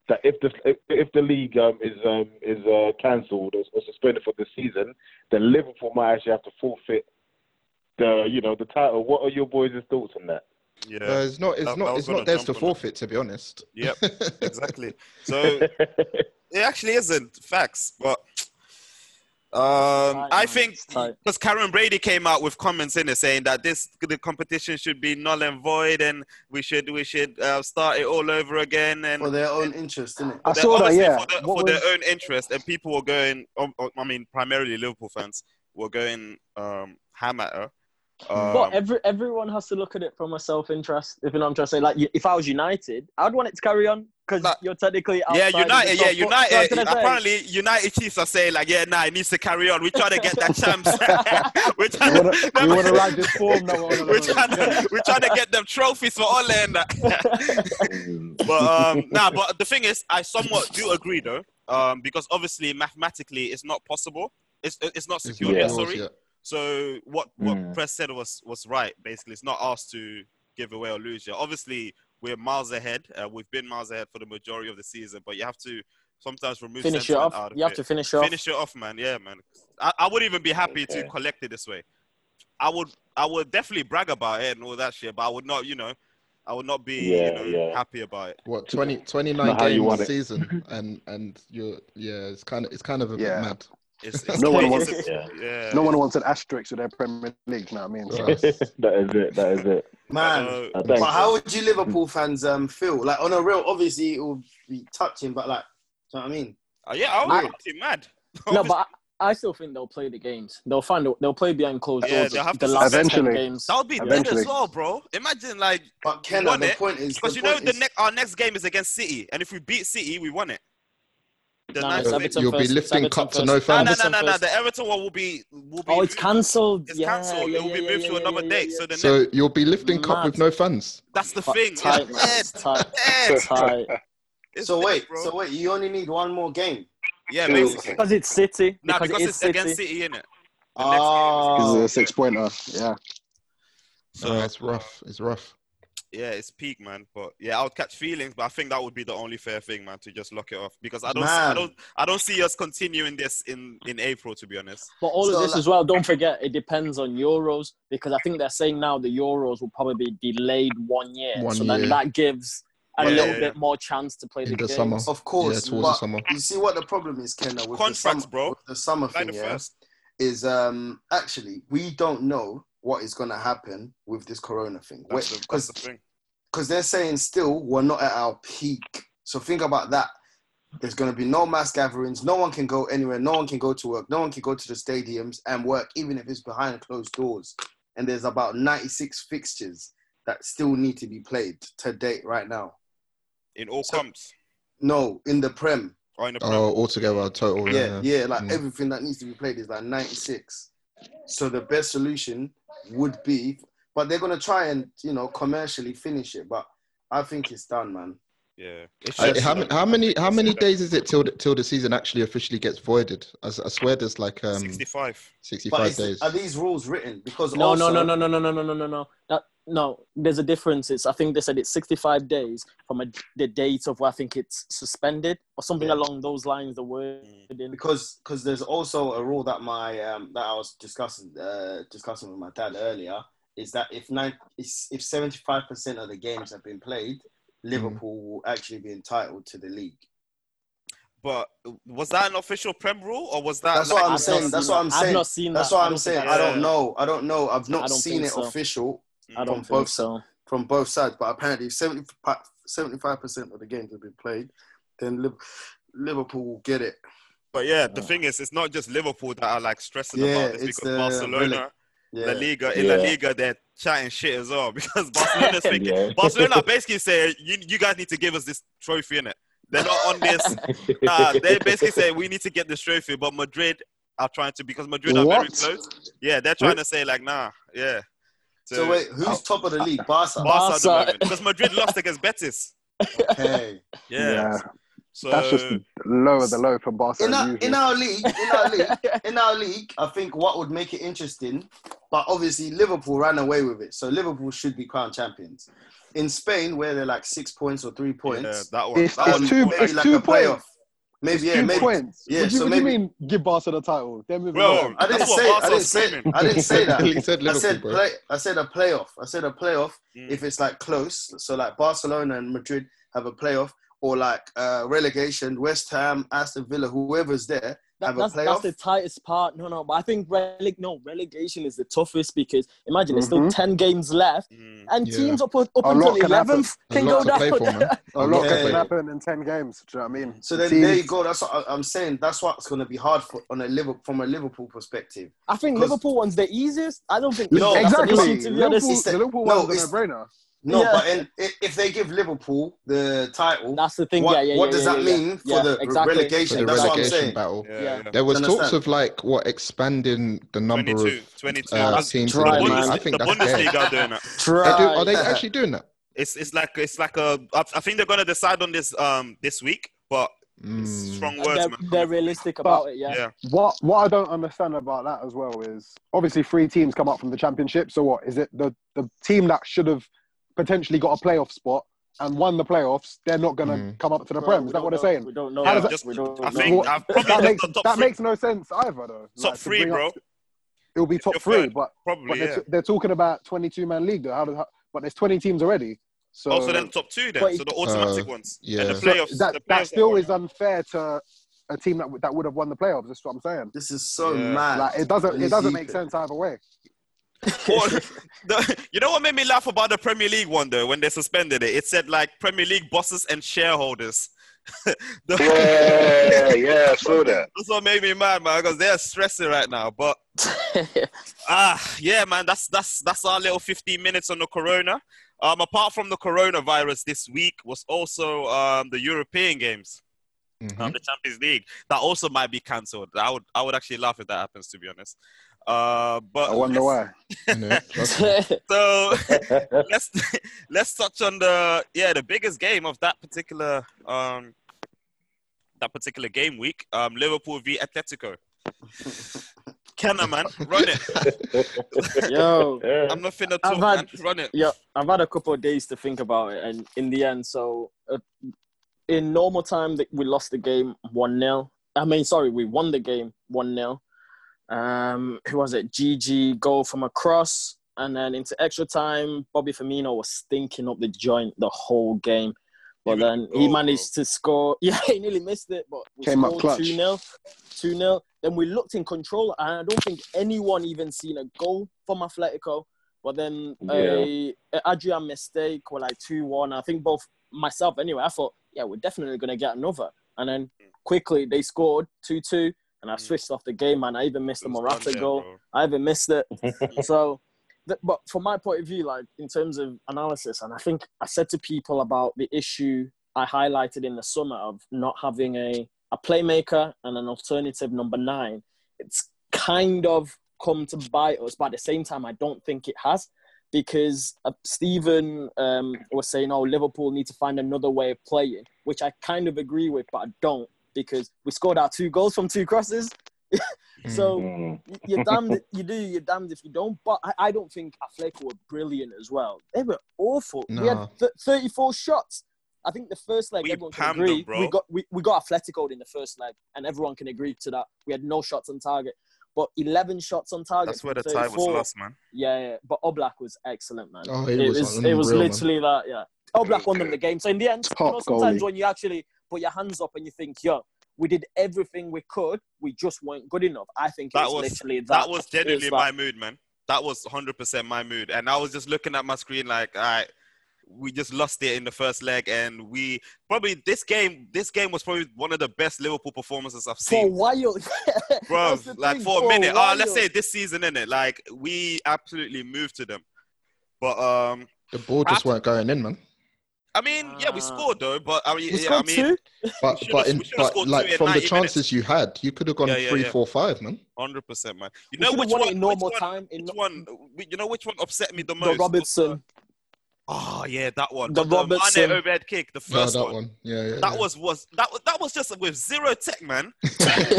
Speaker 10: that if the if, if the league um, is um, is uh, cancelled or, or suspended for the season, then Liverpool might actually have to forfeit the you know the title. What are your boys' thoughts on that?
Speaker 3: Yeah.
Speaker 4: Uh, it's not it's
Speaker 3: I- I
Speaker 4: not
Speaker 3: was
Speaker 4: it's
Speaker 3: gonna
Speaker 4: not theirs to
Speaker 3: jump on that.
Speaker 4: forfeit, to be honest.
Speaker 3: Yep. Exactly. So it actually isn't facts, but Um,
Speaker 9: Tight,
Speaker 3: I
Speaker 9: man.
Speaker 3: think
Speaker 9: It's tight.
Speaker 3: because Karen Brady came out with comments in it saying that this the competition should be null and void, and we should we should uh, start it all over again. And
Speaker 7: for their own interest, innit?
Speaker 5: I
Speaker 3: They're
Speaker 5: saw that.
Speaker 3: obviously
Speaker 5: Yeah.
Speaker 3: for, their,
Speaker 5: What
Speaker 3: for
Speaker 5: was-
Speaker 3: their own interest, and people were going. Um, um, I mean, primarily Liverpool fans were going um, ham at her. Um,
Speaker 9: but every, everyone has to look at it from a self-interest. If you know what I'm trying to say, like you- if I was United, I'd want it to carry on because
Speaker 3: Nah.
Speaker 9: you're technically
Speaker 3: yeah,
Speaker 9: outside of the
Speaker 3: United.
Speaker 9: top
Speaker 3: Yeah,
Speaker 9: four. You know what I'm
Speaker 3: United.
Speaker 9: trying to say?
Speaker 3: Apparently, United Chiefs are saying like, yeah, nah, it needs to carry on. We're trying to get that champs. we're
Speaker 5: We
Speaker 3: trying
Speaker 5: wanna- we
Speaker 3: no,
Speaker 5: want to ride this form that we're on. at the
Speaker 3: we're
Speaker 5: moment.
Speaker 3: trying to we're trying to get them trophies for Ole and that. but um, nah, but the thing is, I somewhat do agree though, um, because obviously mathematically it's not possible. It's it's not
Speaker 4: It's
Speaker 3: secure.
Speaker 4: not
Speaker 3: yeah,
Speaker 4: yours
Speaker 3: Sorry.
Speaker 4: yet.
Speaker 3: So what what
Speaker 9: Hmm.
Speaker 10: Mm.
Speaker 3: press said was was right. Basically, it's not us to give away or lose you. Obviously, we're miles ahead. Uh, we've been miles ahead for the majority of the season, but you have to sometimes remove
Speaker 9: finish it
Speaker 3: sentiment
Speaker 9: off.
Speaker 3: out of
Speaker 9: You have
Speaker 3: it.
Speaker 9: to finish it off.
Speaker 3: Finish it off, man. Yeah, man. I, I would even be happy to
Speaker 10: Okay.
Speaker 3: collect it this way. I would I would definitely brag about it and all that shit, but I would not, you know, I would not be
Speaker 10: Yeah,
Speaker 3: you know,
Speaker 10: yeah.
Speaker 3: happy about it.
Speaker 4: What 20, 29
Speaker 10: Not how you
Speaker 4: games
Speaker 10: want
Speaker 4: a
Speaker 10: it.
Speaker 4: season, and and you're yeah, it's kind of it's kind of a
Speaker 5: Yeah.
Speaker 4: bit mad.
Speaker 3: It's, it's
Speaker 5: No one
Speaker 3: it's
Speaker 5: wants
Speaker 3: a-
Speaker 9: it.
Speaker 10: Yeah.
Speaker 3: Yeah.
Speaker 5: No one wants an asterisk with their Premier League. You know what I mean? So,
Speaker 4: Right.
Speaker 10: that is it. That is it.
Speaker 3: I
Speaker 7: Man,
Speaker 3: know.
Speaker 10: I think.
Speaker 7: but how would you Liverpool fans um feel? Like on a real, obviously it will be touching, but like, do you know what I mean?
Speaker 3: Uh, yeah, I
Speaker 7: I-
Speaker 3: would be mad.
Speaker 9: No, but I, I still think they'll play the games. They'll find. a- Theyll play behind closed
Speaker 3: Yeah,
Speaker 9: doors.
Speaker 3: they'll have
Speaker 9: the
Speaker 3: to
Speaker 9: last
Speaker 5: Eventually.
Speaker 9: ten games.
Speaker 3: that would be dead
Speaker 5: Eventually.
Speaker 3: as well, bro. Imagine like
Speaker 7: But
Speaker 3: We
Speaker 7: Ken,
Speaker 3: won
Speaker 7: the
Speaker 3: it,
Speaker 7: point is,
Speaker 3: because
Speaker 7: the
Speaker 3: you know
Speaker 7: point
Speaker 3: the
Speaker 7: is-
Speaker 3: next our next game is against City, and if we beat City, we won it. The
Speaker 9: No, no,
Speaker 3: ninth
Speaker 9: it's
Speaker 4: You'll-
Speaker 3: game-
Speaker 9: Everton
Speaker 4: you'll be
Speaker 9: first. it's
Speaker 4: lifting
Speaker 9: Everton
Speaker 4: cups to
Speaker 9: first.
Speaker 4: no
Speaker 3: no,
Speaker 4: fans.
Speaker 3: no, no,
Speaker 9: Everton
Speaker 3: no, no.
Speaker 9: first.
Speaker 3: The Everton one will be will be
Speaker 9: Oh, it's cancelled.
Speaker 3: It's
Speaker 9: yeah,
Speaker 3: cancelled.
Speaker 9: Yeah,
Speaker 3: it will be
Speaker 9: yeah,
Speaker 3: moved
Speaker 9: yeah,
Speaker 3: to
Speaker 9: yeah,
Speaker 3: another
Speaker 9: yeah,
Speaker 3: date.
Speaker 9: yeah. uh,
Speaker 3: So the next
Speaker 4: So you'll be lifting cup
Speaker 9: Mad.
Speaker 4: with no fans.
Speaker 3: that's the
Speaker 9: Fuck,
Speaker 3: thing. It's
Speaker 9: tight, man. It's
Speaker 3: dead.
Speaker 9: tight.
Speaker 3: It's dead.
Speaker 9: Tight.
Speaker 3: It's
Speaker 7: so
Speaker 3: dead,
Speaker 7: wait,
Speaker 3: bro.
Speaker 7: so wait, you only need one more game.
Speaker 3: yeah,
Speaker 8: Two.
Speaker 3: basically.
Speaker 9: Because it's City.
Speaker 3: Nah,
Speaker 9: because,
Speaker 3: because
Speaker 9: it
Speaker 3: it's
Speaker 9: is City.
Speaker 3: against City, innit? The next game
Speaker 5: this is
Speaker 7: Oh,
Speaker 5: a six pointer. Yeah.
Speaker 3: So
Speaker 4: Nah, it's rough. It's rough.
Speaker 3: yeah, it's peak, man. But yeah, I would catch feelings, but I think that would be the only fair thing, man, to just lock it off because I don't, see, I
Speaker 7: Man.
Speaker 3: don't, I don't see us continuing this in in April, to be honest.
Speaker 9: But all
Speaker 7: So,
Speaker 9: of this
Speaker 7: like-
Speaker 9: as well, don't forget, it depends on euros because I think they're saying now the euros will probably be delayed one year.
Speaker 4: One
Speaker 9: so
Speaker 4: year.
Speaker 9: then that gives a
Speaker 3: Yeah,
Speaker 9: little
Speaker 3: yeah,
Speaker 9: bit more chance to play
Speaker 4: In
Speaker 9: the,
Speaker 4: the
Speaker 9: games.
Speaker 4: summer.
Speaker 7: of course.
Speaker 4: Yeah, towards
Speaker 7: but
Speaker 4: the summer.
Speaker 7: You see what the problem is, Ken, though, with
Speaker 3: Contracts,
Speaker 7: the summer,
Speaker 3: bro.
Speaker 7: With the summer
Speaker 3: Like
Speaker 7: thing,
Speaker 3: the
Speaker 7: yeah,
Speaker 3: first.
Speaker 7: is um actually we don't know what is going to happen with this corona thing.
Speaker 3: That's the, that's
Speaker 7: Because
Speaker 3: the thing.
Speaker 7: because they're saying still we're not at our peak. So think about that. There's going to be no mass gatherings. No one can go anywhere. No one can go to work. No one can go to the stadiums and work, even if it's behind closed doors. And there's about 96 fixtures that still need to be played to date right now.
Speaker 3: In all
Speaker 7: So-
Speaker 3: comps.
Speaker 7: No, in the Prem.
Speaker 3: Or in the
Speaker 4: Oh, altogether, total. Yeah,
Speaker 7: Yeah, yeah, like
Speaker 4: Mm.
Speaker 7: everything that needs to be played is like 96. So the best solution would be, but they're going to try and, you know, commercially finish it. But I think it's done, man.
Speaker 3: Yeah. It's
Speaker 4: I-
Speaker 3: just-
Speaker 4: how, ma- how many how many
Speaker 3: It's-
Speaker 4: days is it till the, till the season actually officially gets voided? I, s- I swear there's like um
Speaker 3: 65.
Speaker 7: But
Speaker 4: 65
Speaker 7: it's,
Speaker 4: days.
Speaker 7: are these rules written? Because
Speaker 9: No,
Speaker 7: also,
Speaker 9: no, no, no, no, no, no, no, no, no, no. That, no, there's a difference. It's I think they said it's 65 days from a, the date of where I think it's suspended or something
Speaker 3: Yeah. Mm.
Speaker 9: along those lines. The word in
Speaker 7: because because there's also a rule that my um, that I was discussing uh, discussing with my dad earlier is that if nine is- if 75 percent of the games have been played, Liverpool will actually be entitled to the league.
Speaker 3: But was that an official Prem rule or was that
Speaker 7: That's
Speaker 3: like
Speaker 7: what I'm
Speaker 9: I've
Speaker 7: saying.
Speaker 9: not
Speaker 7: That's
Speaker 9: seen
Speaker 7: what
Speaker 9: that.
Speaker 7: I'm
Speaker 9: I've
Speaker 7: saying.
Speaker 9: not seen
Speaker 7: That's
Speaker 9: that.
Speaker 7: what
Speaker 9: I
Speaker 7: I'm
Speaker 9: don't think
Speaker 7: saying.
Speaker 9: I've
Speaker 7: I
Speaker 3: that's-
Speaker 9: seen
Speaker 7: don't
Speaker 9: that.
Speaker 7: know. I don't know. I've
Speaker 9: I
Speaker 7: not
Speaker 9: don't
Speaker 7: seen
Speaker 9: think
Speaker 7: it
Speaker 9: so.
Speaker 7: official
Speaker 9: I
Speaker 7: from
Speaker 9: don't think
Speaker 7: both
Speaker 9: so.
Speaker 7: from both sides, but apparently 75 percent of the games have been played. Then Liv- Liverpool will get it.
Speaker 3: But yeah, the thing is, it's not just Liverpool that are like stressing
Speaker 7: Yeah,
Speaker 3: about this
Speaker 7: it's
Speaker 3: because
Speaker 7: the
Speaker 3: Barcelona, La
Speaker 7: Yeah.
Speaker 3: Liga, in La
Speaker 10: Yeah.
Speaker 3: Liga, they're chatting shit as well because Barcelona's thinking,
Speaker 10: Yeah.
Speaker 3: Barcelona basically said, you, you guys need to give us this trophy, innit? They're not on this. Nah, they basically say we need to get this trophy, but Madrid are trying to because Madrid are very
Speaker 5: What?
Speaker 3: close. Yeah, they're trying to say like, nah, yeah.
Speaker 7: So, wait, who's top of the league? Barca.
Speaker 3: Barca at the
Speaker 9: Barca.
Speaker 3: moment because Madrid lost against Betis.
Speaker 7: okay.
Speaker 3: Yeah.
Speaker 5: Yeah.
Speaker 3: So
Speaker 5: That's just lower the low for Barcelona.
Speaker 7: In our,
Speaker 5: usually.
Speaker 7: in our league, in our league, in our league, I think what would make it interesting, but obviously Liverpool ran away with it, so Liverpool should be crowned champions. In Spain, where they're like six points or three
Speaker 3: yeah,
Speaker 7: points,
Speaker 3: that one.
Speaker 5: It's,
Speaker 3: that
Speaker 5: it's
Speaker 3: one
Speaker 5: two,
Speaker 3: more
Speaker 7: maybe
Speaker 5: it's
Speaker 3: like,
Speaker 7: like
Speaker 5: two
Speaker 7: a playoff.
Speaker 5: points.
Speaker 7: Maybe yeah,
Speaker 5: two
Speaker 7: maybe
Speaker 5: points.
Speaker 7: yeah,
Speaker 5: What do you,
Speaker 7: so
Speaker 5: what do you
Speaker 7: maybe-
Speaker 5: mean give Barca the title? They're moving
Speaker 3: bro.
Speaker 5: on.
Speaker 7: I
Speaker 3: that's
Speaker 7: didn't
Speaker 3: what
Speaker 7: say. I
Speaker 3: Barca
Speaker 7: didn't
Speaker 3: was
Speaker 7: say.
Speaker 3: screaming.
Speaker 7: I didn't say that.
Speaker 4: he said
Speaker 7: I
Speaker 4: Liverpool,
Speaker 7: said
Speaker 4: bro.
Speaker 7: play. I said a playoff. I said a playoff.
Speaker 3: Mm.
Speaker 7: If it's like close, so like Barcelona and Madrid have a playoff, or like uh, relegation, West Ham, Aston Villa, whoever's there
Speaker 9: That,
Speaker 7: Have a
Speaker 9: that's, that's
Speaker 7: playoff?
Speaker 9: the tightest part. No, no, but I think releg- no relegation is the toughest because imagine there's still
Speaker 5: Mhm.
Speaker 9: ten games left, and
Speaker 4: Yeah.
Speaker 9: teams up up
Speaker 5: A
Speaker 9: until
Speaker 5: lot can happen.
Speaker 9: eleventh
Speaker 4: A
Speaker 9: can
Speaker 4: lot
Speaker 9: go
Speaker 4: to play for,
Speaker 9: down.
Speaker 4: man.
Speaker 5: A lot
Speaker 7: Yeah.
Speaker 5: can happen in ten games. Do you know what I mean?
Speaker 7: So
Speaker 5: The
Speaker 7: then there you
Speaker 5: teams-
Speaker 7: go. That's what I, I'm saying. That's what's going to be hard for on a Liverpool from a Liverpool perspective.
Speaker 9: I think
Speaker 7: 'Cause-
Speaker 9: Liverpool one's the easiest. I don't think
Speaker 7: No,
Speaker 9: that's an
Speaker 5: exactly.
Speaker 9: issue, to be honest.
Speaker 5: Liverpool,
Speaker 7: It's the-
Speaker 5: the Liverpool
Speaker 7: no,
Speaker 5: one's a
Speaker 7: it's-
Speaker 5: no-brainer.
Speaker 7: No,
Speaker 9: Yeah.
Speaker 7: but in, i- if they give Liverpool the title,
Speaker 9: That's the thing.
Speaker 7: what,
Speaker 9: yeah, yeah,
Speaker 7: what
Speaker 9: yeah,
Speaker 7: does
Speaker 9: yeah,
Speaker 7: that
Speaker 9: yeah,
Speaker 7: mean
Speaker 9: yeah.
Speaker 7: for
Speaker 9: Yeah,
Speaker 7: the re-
Speaker 9: exactly.
Speaker 4: For
Speaker 7: relegation?
Speaker 4: the
Speaker 7: That's what I'm
Speaker 4: relegation
Speaker 7: saying.
Speaker 4: battle.
Speaker 9: Yeah.
Speaker 4: There was talks
Speaker 7: Understand?
Speaker 4: of like what expanding the number
Speaker 3: 22,
Speaker 4: of
Speaker 3: 22.
Speaker 4: uh,
Speaker 3: Because
Speaker 4: teams.
Speaker 9: try,
Speaker 4: in the league.
Speaker 9: man.
Speaker 4: I think
Speaker 3: the
Speaker 4: that's dead.
Speaker 3: Bundesliga are doing that.
Speaker 4: They do, are
Speaker 9: Try.
Speaker 4: they actually doing that?
Speaker 3: It's it's like it's like a. I I think they're gonna decide on this um this week, but it's
Speaker 4: Mm.
Speaker 3: strong
Speaker 9: And
Speaker 3: words,
Speaker 9: they're,
Speaker 3: man.
Speaker 9: they're realistic about it.
Speaker 3: yeah.
Speaker 9: Yeah.
Speaker 5: What what I don't understand about that as well is obviously three teams come up from the championship. So what is it? The the team that should have potentially got a playoff spot and won the playoffs, they're not going to
Speaker 4: Mm.
Speaker 5: come up to the
Speaker 9: Bro,
Speaker 5: prem.
Speaker 9: we
Speaker 5: Is that what
Speaker 9: don't
Speaker 5: they're
Speaker 9: know-
Speaker 5: saying?
Speaker 9: We don't know.
Speaker 3: Yeah,
Speaker 5: How does
Speaker 9: that.
Speaker 5: that-
Speaker 3: just
Speaker 9: we don't
Speaker 3: I
Speaker 9: know.
Speaker 3: think I've probably
Speaker 5: That
Speaker 3: just
Speaker 5: makes
Speaker 3: done top
Speaker 5: that
Speaker 3: three,
Speaker 5: makes no sense either, though.
Speaker 3: top
Speaker 5: Like, to
Speaker 3: three,
Speaker 5: bring up-
Speaker 3: bro.
Speaker 5: It'll be
Speaker 3: If
Speaker 5: top
Speaker 3: you're
Speaker 5: three,
Speaker 3: third,
Speaker 5: but but
Speaker 3: Probably,
Speaker 5: they're,
Speaker 3: yeah.
Speaker 5: t- they're talking about twenty-two man league though. How does how, but there's twenty teams already, so
Speaker 3: Also, Oh, then top two, then
Speaker 9: But
Speaker 3: so the automatic
Speaker 4: Uh,
Speaker 3: ones.
Speaker 4: yeah.
Speaker 3: And the
Speaker 4: So
Speaker 5: so
Speaker 3: playoffs.
Speaker 5: that
Speaker 3: the playoffs
Speaker 5: that still
Speaker 3: are-
Speaker 5: is unfair to a team that w- that would have won the playoffs. That's what I'm saying.
Speaker 7: This is so
Speaker 3: Yeah.
Speaker 7: mad.
Speaker 5: Like it doesn't
Speaker 7: When
Speaker 5: it
Speaker 7: you
Speaker 5: doesn't
Speaker 7: see-
Speaker 5: make sense either way.
Speaker 3: Or the, you know what made me laugh about the Premier League one though when they suspended it? It said like Premier League bosses and shareholders. The-
Speaker 8: Yeah, yeah, I
Speaker 10: Mm.
Speaker 8: saw that.
Speaker 3: That's what made me mad, man, because they're stressing right now. But ah, yeah, man, that's that's that's our little 15 minutes on the corona. Um, apart from the coronavirus, this week was also um the European games,
Speaker 4: mhm.
Speaker 3: um, the Champions League. That also might be cancelled. I would I would actually laugh if that happens, to be honest. Uh, but
Speaker 5: I wonder
Speaker 3: let's-
Speaker 5: why.
Speaker 4: You know, trust me.
Speaker 9: yeah.
Speaker 3: so let's let's touch on the yeah the biggest game of that particular um that particular game week um Liverpool v Atletico. Can I man run it?
Speaker 9: Yo.
Speaker 3: I'm not finna
Speaker 9: I've
Speaker 3: talk man.
Speaker 9: had-
Speaker 3: Run it.
Speaker 9: Yeah, I've had a couple of days to think about it, and in the end, so uh, in normal time, that we lost the game one 0 I mean, sorry, we won the game one 0 Um, who was it? GG goal from a cross, and then into extra time, Bobby Firmino was stinking up the joint the whole game. But
Speaker 3: Even
Speaker 9: then
Speaker 3: the
Speaker 9: he
Speaker 3: goal,
Speaker 9: managed to score. Yeah, he nearly missed it, but we
Speaker 5: Came up
Speaker 9: scored
Speaker 5: clutch.
Speaker 9: two 0 two 0 Then we looked in control, and I don't think anyone even seen a goal from Atletico. But then a, a Adrian mistake were like two one. I think both myself anyway. I thought, yeah, we're definitely gonna get another. And then quickly they scored two two, and I
Speaker 3: Mm.
Speaker 9: switched off the game. And I even missed the
Speaker 3: It was done
Speaker 9: Morata
Speaker 3: there,
Speaker 9: goal.
Speaker 3: bro.
Speaker 9: I even missed it. so, th- but from my point of view, like in terms of analysis, and I think I said to people about the issue I highlighted in the summer of not having a, a playmaker and an alternative number nine. It's kind of come to bite us, but at the same time, I don't think it has because uh, Stephen um, was saying, oh, Liverpool need to find another way of playing, which I kind of agree with, but I don't because we scored our two goals from two crosses.
Speaker 4: mm. Mm-hmm.
Speaker 9: so,
Speaker 10: Mm.
Speaker 9: y- you're damned if you do, you're damned if you don't. But I, I don't think Atletico were brilliant as well. They were awful. We had
Speaker 4: No.
Speaker 9: th- 34 shots. I think the first leg,
Speaker 3: We
Speaker 9: everyone can
Speaker 3: pammed 'em,
Speaker 9: agree.
Speaker 3: bro.
Speaker 9: we got we, we got Atletico in the first leg, and everyone can agree to that. We had no shots on target, but 11 shots on target.
Speaker 3: That's
Speaker 9: from
Speaker 3: where the tie was
Speaker 9: 34.
Speaker 3: lost, man.
Speaker 9: Yeah, yeah, but Oblak was excellent, man.
Speaker 4: Oh, he
Speaker 9: it
Speaker 4: was
Speaker 9: was it
Speaker 4: unreal,
Speaker 9: was
Speaker 4: man.
Speaker 9: literally that. Yeah, Oblak won them the game. So in the end, you
Speaker 5: Top
Speaker 9: know, sometimes
Speaker 5: goalie.
Speaker 9: when you actually put your hands up and you think, yo, we did everything we could, we just weren't good enough. I think it
Speaker 3: That
Speaker 9: was,
Speaker 3: was-
Speaker 9: literally that.
Speaker 3: That was genuinely
Speaker 9: that.
Speaker 3: my mood, man. That was 100% my mood. And I was just looking at my screen like, all right, we just lost it in the first leg. And we probably, this game, this game was probably one of the best Liverpool performances I've
Speaker 9: for a
Speaker 3: seen.
Speaker 9: while.
Speaker 3: Bro,
Speaker 9: That's the
Speaker 3: like
Speaker 9: thing,
Speaker 3: for a
Speaker 9: for a
Speaker 3: minute. Ah, let's
Speaker 9: while.
Speaker 3: say this season, innit? Like, we absolutely moved to them. But, um,
Speaker 4: The ball just weren't going in, man.
Speaker 3: I mean, yeah, we
Speaker 9: Nah.
Speaker 3: scored though, but I mean, yeah,
Speaker 9: we
Speaker 3: I
Speaker 9: scored
Speaker 3: mean,
Speaker 9: two.
Speaker 4: But
Speaker 3: should've-
Speaker 4: but
Speaker 3: we
Speaker 4: in,
Speaker 3: should've
Speaker 4: but
Speaker 3: scored two
Speaker 4: like
Speaker 3: in
Speaker 4: from the
Speaker 3: 90 minutes.
Speaker 4: chances you had, you could have gone
Speaker 3: Yeah, yeah,
Speaker 4: three,
Speaker 3: yeah.
Speaker 4: four, five, man.
Speaker 3: hundred percent, man. You
Speaker 9: We
Speaker 3: know
Speaker 9: should have
Speaker 3: which
Speaker 9: won
Speaker 3: one?
Speaker 9: it in
Speaker 3: Which
Speaker 9: normal
Speaker 3: one?
Speaker 9: time. In
Speaker 3: Which one? You know which one upset me the most?
Speaker 9: the
Speaker 3: was, uh,
Speaker 9: Robertson,
Speaker 3: Oh yeah, that one.
Speaker 9: The
Speaker 3: Got the
Speaker 9: Robertson.
Speaker 3: Mane overhead kick, the
Speaker 4: No,
Speaker 3: first
Speaker 4: that
Speaker 3: one.
Speaker 4: one. Yeah, yeah.
Speaker 3: That
Speaker 4: yeah.
Speaker 3: was was that was, that was just with zero tech, man.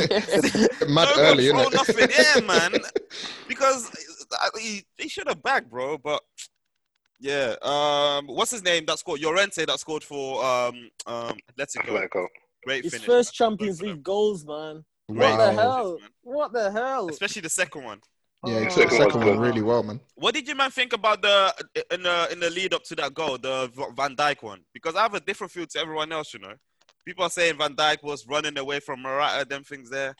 Speaker 4: mad
Speaker 3: no
Speaker 4: early,
Speaker 3: control,
Speaker 4: innit?
Speaker 3: nothing. Yeah, man. Because uh, he, he should have bagged, bro. But yeah, um, what's his name? That scored Llorente. That scored for um um Atletico.
Speaker 8: Atletico.
Speaker 3: Great
Speaker 9: his
Speaker 3: finish.
Speaker 9: first
Speaker 3: man.
Speaker 9: Champions
Speaker 3: Good for them.
Speaker 9: League goals, man.
Speaker 3: Great
Speaker 9: What the
Speaker 3: finishes,
Speaker 4: Wow.
Speaker 9: hell?
Speaker 3: man.
Speaker 9: What the hell?
Speaker 3: Especially the second one.
Speaker 4: Yeah, he took
Speaker 8: The
Speaker 4: the
Speaker 8: second one's
Speaker 4: second
Speaker 8: good.
Speaker 4: one really well, man.
Speaker 3: What did you man think about the in the in the lead up to that goal, the V- Van Dijk one? Because I have a different feel to everyone else, you know. People are saying Van Dijk was running away from Morata, them things there.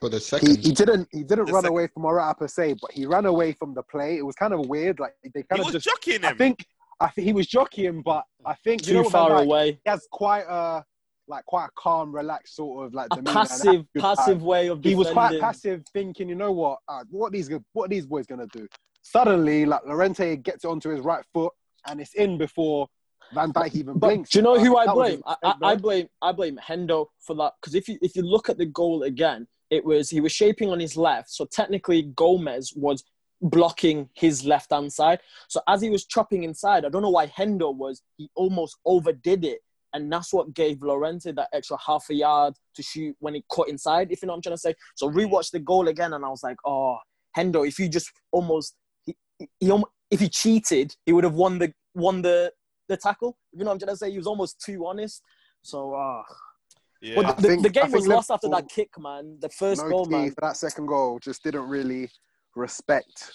Speaker 4: But the
Speaker 5: He,
Speaker 4: second,
Speaker 5: he didn't he didn't
Speaker 3: The
Speaker 5: run
Speaker 3: sec-
Speaker 5: away from Morata per se, but he ran away from the play. It was kind of weird. Like they
Speaker 3: He
Speaker 5: kind of
Speaker 3: was
Speaker 5: just.
Speaker 3: jockeying
Speaker 5: I
Speaker 3: him.
Speaker 5: think I think he was jockeying, but I think you know
Speaker 9: Too
Speaker 5: what
Speaker 9: far
Speaker 5: Van Dijk-
Speaker 9: away.
Speaker 5: He has quite a like quite a calm, relaxed sort of like
Speaker 9: A
Speaker 5: demeanor and
Speaker 9: passive,
Speaker 5: attitude.
Speaker 9: passive way of
Speaker 5: he
Speaker 9: defending.
Speaker 5: was quite passive, thinking, you know what, uh, what these what these boys gonna do? Suddenly, like Lorente gets it onto his right foot and it's in before Van Dijk even
Speaker 9: But
Speaker 5: blinks.
Speaker 9: do you know who
Speaker 5: Uh,
Speaker 9: I
Speaker 5: that was
Speaker 9: blame? I,
Speaker 5: his
Speaker 9: I,
Speaker 5: mistake,
Speaker 9: I
Speaker 5: bro.
Speaker 9: blame I blame Hendo for that because if you if you look at the goal again, it was he was shaping on his left, so technically Gomez was blocking his left hand side. So as he was chopping inside, I don't know why Hendo was he almost overdid it, and that's what gave Lorente that extra half a yard to shoot when he cut inside. If you know what I'm trying to say. So rewatch the goal again, and I was like, oh, Hendo, if you just almost he, he, he almo- if he cheated, he would have won the won the the tackle. You know what I'm trying to say? He was almost too honest. So, uh,
Speaker 3: Yeah.
Speaker 9: but
Speaker 5: I
Speaker 9: the,
Speaker 5: think-
Speaker 9: the
Speaker 5: I
Speaker 9: game
Speaker 5: think
Speaker 9: was lost after
Speaker 5: Liverpool-
Speaker 9: that kick, man. The first
Speaker 5: No
Speaker 9: goal,
Speaker 5: key
Speaker 9: man.
Speaker 5: for that second goal just didn't really respect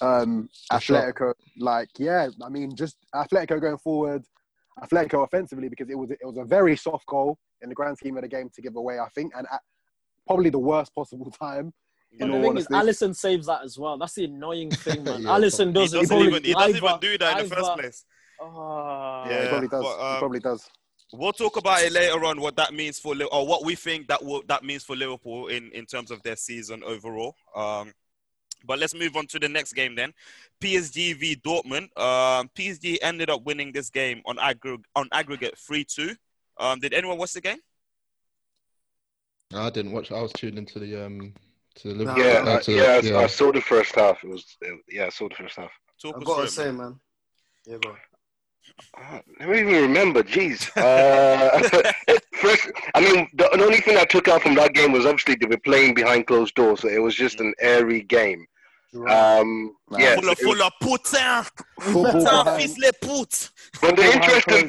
Speaker 5: um,
Speaker 4: The shot.
Speaker 5: Atletico. Like, yeah, I mean, just Atletico going forward, Atletico offensively because it was it was a very soft goal in the grand scheme of the game to give away, I think, and at probably the worst possible time.
Speaker 9: But
Speaker 5: In
Speaker 9: the
Speaker 5: all
Speaker 9: thing is,
Speaker 5: honesty,
Speaker 9: Allison saves that as well. That's the annoying thing, man.
Speaker 4: Yeah,
Speaker 9: Allison
Speaker 3: he
Speaker 9: doesn't,
Speaker 3: doesn't,
Speaker 9: probably-
Speaker 3: even, he doesn't even
Speaker 9: either-
Speaker 3: do that in the first
Speaker 9: either-
Speaker 3: place.
Speaker 9: Ah.
Speaker 5: yeah, he
Speaker 3: Yeah,
Speaker 5: probably does.
Speaker 3: but,
Speaker 5: he
Speaker 3: um,
Speaker 5: probably does.
Speaker 3: We'll talk about it later on. What that means for Li- or what we think that will that means for Liverpool in in terms of their season overall. Um, but let's move on to the next game then. PSG v Dortmund. Um, PSG ended up winning this game on aggregate on aggregate three two. Um, did anyone watch the game?
Speaker 4: I didn't watch. I was tuned into the um to the
Speaker 7: Nah,
Speaker 4: Liverpool.
Speaker 8: Yeah,
Speaker 4: uh,
Speaker 8: I,
Speaker 4: to the-
Speaker 8: yeah, I, I
Speaker 4: yeah.
Speaker 8: saw the first half. It was it, yeah, I saw the first half.
Speaker 3: Talk
Speaker 7: I've
Speaker 3: us
Speaker 7: got to
Speaker 3: through it,
Speaker 7: say,
Speaker 3: man.
Speaker 7: man. Yeah, go on.
Speaker 8: Ah, I don't even remember. Jeez. Uh, first, I mean, the, the only thing I took out from that game was obviously they were playing behind closed doors, so it was just an airy game.
Speaker 5: Right.
Speaker 8: Um,
Speaker 5: Nah.
Speaker 8: yeah,
Speaker 3: Full of
Speaker 8: so it-
Speaker 3: full of putain,
Speaker 5: Football
Speaker 3: putain,
Speaker 5: behind
Speaker 3: fils les putes.
Speaker 8: but the
Speaker 5: behind
Speaker 8: interesting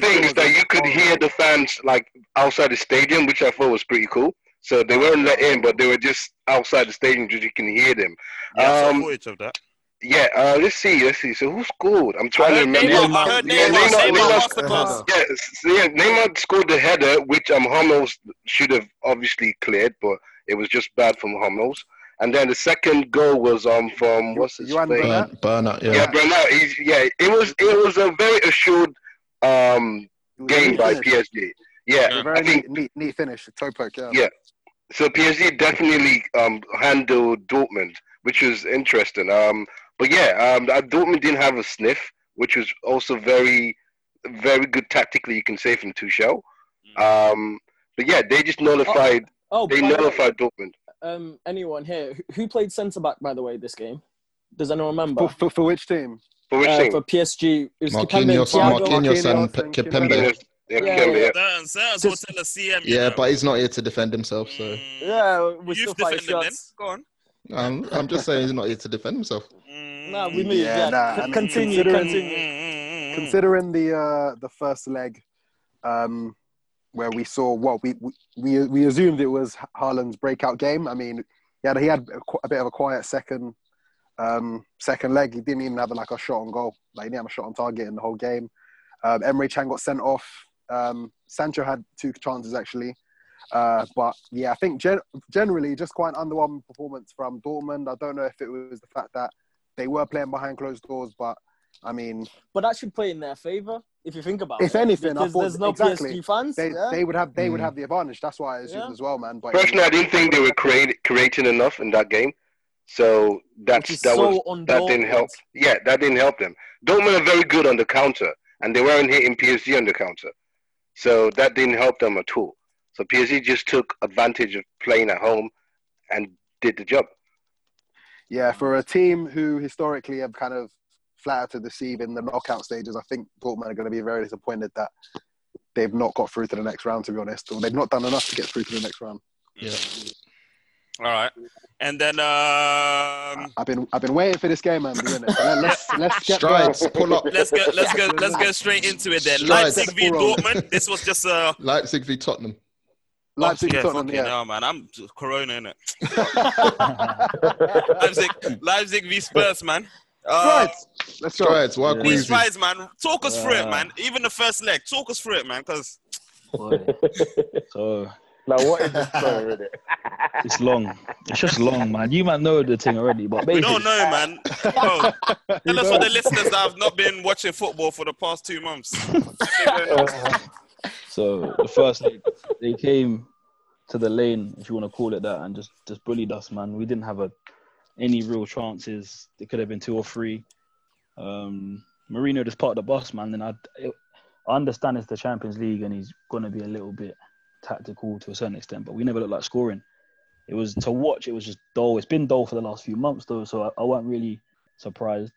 Speaker 5: closed
Speaker 8: thing is
Speaker 5: doors
Speaker 8: that
Speaker 5: is
Speaker 8: you could hear
Speaker 5: horrible.
Speaker 8: the fans like outside the stadium, which I thought was pretty cool. So they weren't let in, but they were just outside the stadium, just you can hear them.
Speaker 3: Yeah, I saw
Speaker 8: Um,
Speaker 3: footage of that.
Speaker 8: Yeah, uh, let's see, let's see. So who scored? I'm
Speaker 3: I
Speaker 8: trying to
Speaker 3: heard
Speaker 8: remember.
Speaker 3: Neymar. I heard Neymar.
Speaker 8: Yeah, Neymar,
Speaker 3: Neymar,
Speaker 8: Neymar,
Speaker 3: lost the pass.
Speaker 7: Header.
Speaker 8: yeah, so yeah, Neymar scored the header, which um, Hummels should have obviously cleared, but it was just bad from Hummels. And then the second goal was um from
Speaker 5: You,
Speaker 8: what's his
Speaker 5: Juan
Speaker 8: face?
Speaker 5: Bernat,
Speaker 4: Burn, burnout. uh, Yeah.
Speaker 8: Yeah,
Speaker 5: Bernat.
Speaker 8: Bernard. He's, yeah, it was it was a very assured um
Speaker 5: It was a
Speaker 8: game
Speaker 5: neat
Speaker 8: by
Speaker 5: finish. It
Speaker 8: PSG. Yeah,
Speaker 5: was a
Speaker 8: I
Speaker 5: very
Speaker 8: think
Speaker 5: neat, neat, neat finish. Toe poke, yeah.
Speaker 8: yeah. So PSG definitely um, handled Dortmund, which was interesting. Um, but yeah, um, uh, Dortmund didn't have a sniff, which was also very, very good tactically. You can say from Tuchel. Um, but yeah, they just nullified.
Speaker 9: Mm. Oh, by
Speaker 8: they
Speaker 9: the way,
Speaker 8: nullified Dortmund.
Speaker 9: um, anyone here who- who played centre back by the way this game? Does anyone remember?
Speaker 5: For, for, for which team?
Speaker 8: For which
Speaker 9: Uh,
Speaker 8: thing?
Speaker 9: for PSG, it was Kipembe and
Speaker 4: Marquinhos,
Speaker 9: Thiago.
Speaker 5: Marquinhos
Speaker 4: Marquinhos, and
Speaker 5: and
Speaker 4: P-
Speaker 5: Kimpembe.
Speaker 4: Kipembe.
Speaker 8: Martinez, yeah,
Speaker 9: Yeah,
Speaker 8: Kemba,
Speaker 9: yeah.
Speaker 8: yeah.
Speaker 3: Damn, Sans
Speaker 9: Just-
Speaker 3: hotel CM. you
Speaker 4: Yeah,
Speaker 3: know.
Speaker 4: but he's not here to defend himself. So
Speaker 3: Mm.
Speaker 9: Yeah, we
Speaker 3: You've
Speaker 9: still fighting
Speaker 3: defended them then.
Speaker 9: shots.
Speaker 3: Go on.
Speaker 4: um, I'm just saying he's not here to defend himself.
Speaker 9: Nah, we
Speaker 3: Mm.
Speaker 9: move.
Speaker 5: Yeah,
Speaker 9: Yeah,
Speaker 5: nah,
Speaker 9: C-
Speaker 5: I mean,
Speaker 9: continue,
Speaker 5: considering-
Speaker 9: continue. mm,
Speaker 3: Mm-hmm.
Speaker 5: Considering the uh, the first leg, um, where we saw what we we, we we assumed it was Haaland's breakout game. I mean, he had he had a qu- a bit of a quiet second um, second leg. He didn't even have like a shot on goal. Like he didn't have a shot on target in the whole game. Um, Emery Chan got sent off. Um, Sancho had two chances actually. Uh, but yeah, I think gen- generally just quite an underwhelming performance from Dortmund. I don't know if it was the fact that they were playing behind closed doors, but I mean,
Speaker 9: But that should play in their favor if you think about it.
Speaker 5: If anything, I
Speaker 9: because
Speaker 5: thought-
Speaker 9: there's no
Speaker 5: exactly.
Speaker 9: PSG fans.
Speaker 5: they,
Speaker 9: yeah?
Speaker 5: they would have they would
Speaker 4: Mm.
Speaker 5: have the advantage. That's why I assumed
Speaker 9: Yeah.
Speaker 5: as well, man. But it
Speaker 8: Personally,
Speaker 5: was-
Speaker 8: I didn't think they were create, creating enough in that game. So
Speaker 9: which
Speaker 8: that's
Speaker 9: is
Speaker 8: that was
Speaker 9: so on
Speaker 8: that didn't help.
Speaker 9: Dortmund.
Speaker 8: Yeah, that didn't help them. Dortmund are very good on the counter, and they weren't hitting PSG on the counter, so that didn't help them at all. So PSG just took advantage of playing at home and did the job.
Speaker 5: yeah, for a team who historically have kind of flattered to deceive in the knockout stages, I think Dortmund are going to be very disappointed that they've not got through to the next round. To be honest, or they've not done enough to get through to the next round.
Speaker 4: Yeah.
Speaker 3: All right. And then um,
Speaker 5: I've been I've been waiting for this game, man. to be honest. Let, let's let's get
Speaker 4: Strides,
Speaker 5: the,
Speaker 4: pull up.
Speaker 3: let's go let's go let's go straight into it then.
Speaker 4: Strides.
Speaker 3: Leipzig v
Speaker 5: Four-all.
Speaker 3: Dortmund. This was just a
Speaker 4: Leipzig v Tottenham.
Speaker 5: Leipzig
Speaker 3: yeah,
Speaker 5: Tottenham.
Speaker 3: fucking
Speaker 5: Yeah,
Speaker 3: hell, man. I'm corona in it. Leipzig Leipzig v Spurs, man. Uh,
Speaker 5: strides. Let's go.
Speaker 4: Strides. Why
Speaker 3: these
Speaker 4: Gueezy?
Speaker 3: strides, man. Talk us through it,
Speaker 11: Yeah.
Speaker 3: man. Even the first leg, talk us through it, man. Because
Speaker 11: Boy. so
Speaker 8: Like, what is this story, really?
Speaker 7: It's long. It's just long, man. You might know the thing already, but
Speaker 3: We
Speaker 7: basically,
Speaker 3: don't know, man. Bro, tell us for the listeners that have not been watching football for the past two months.
Speaker 7: So the first they, they came to the lane, if you want to call it that, and just just bullied us, man. We didn't have a any real chances. It could have been two or three. Um, Marino just part of the bus, man. And I, it, I understand it's the Champions League, and he's going to be a little bit tactical to a certain extent, but we never looked like scoring. It was to watch. It was just dull. It's been dull for the last few months, though, so I, I wasn't really surprised.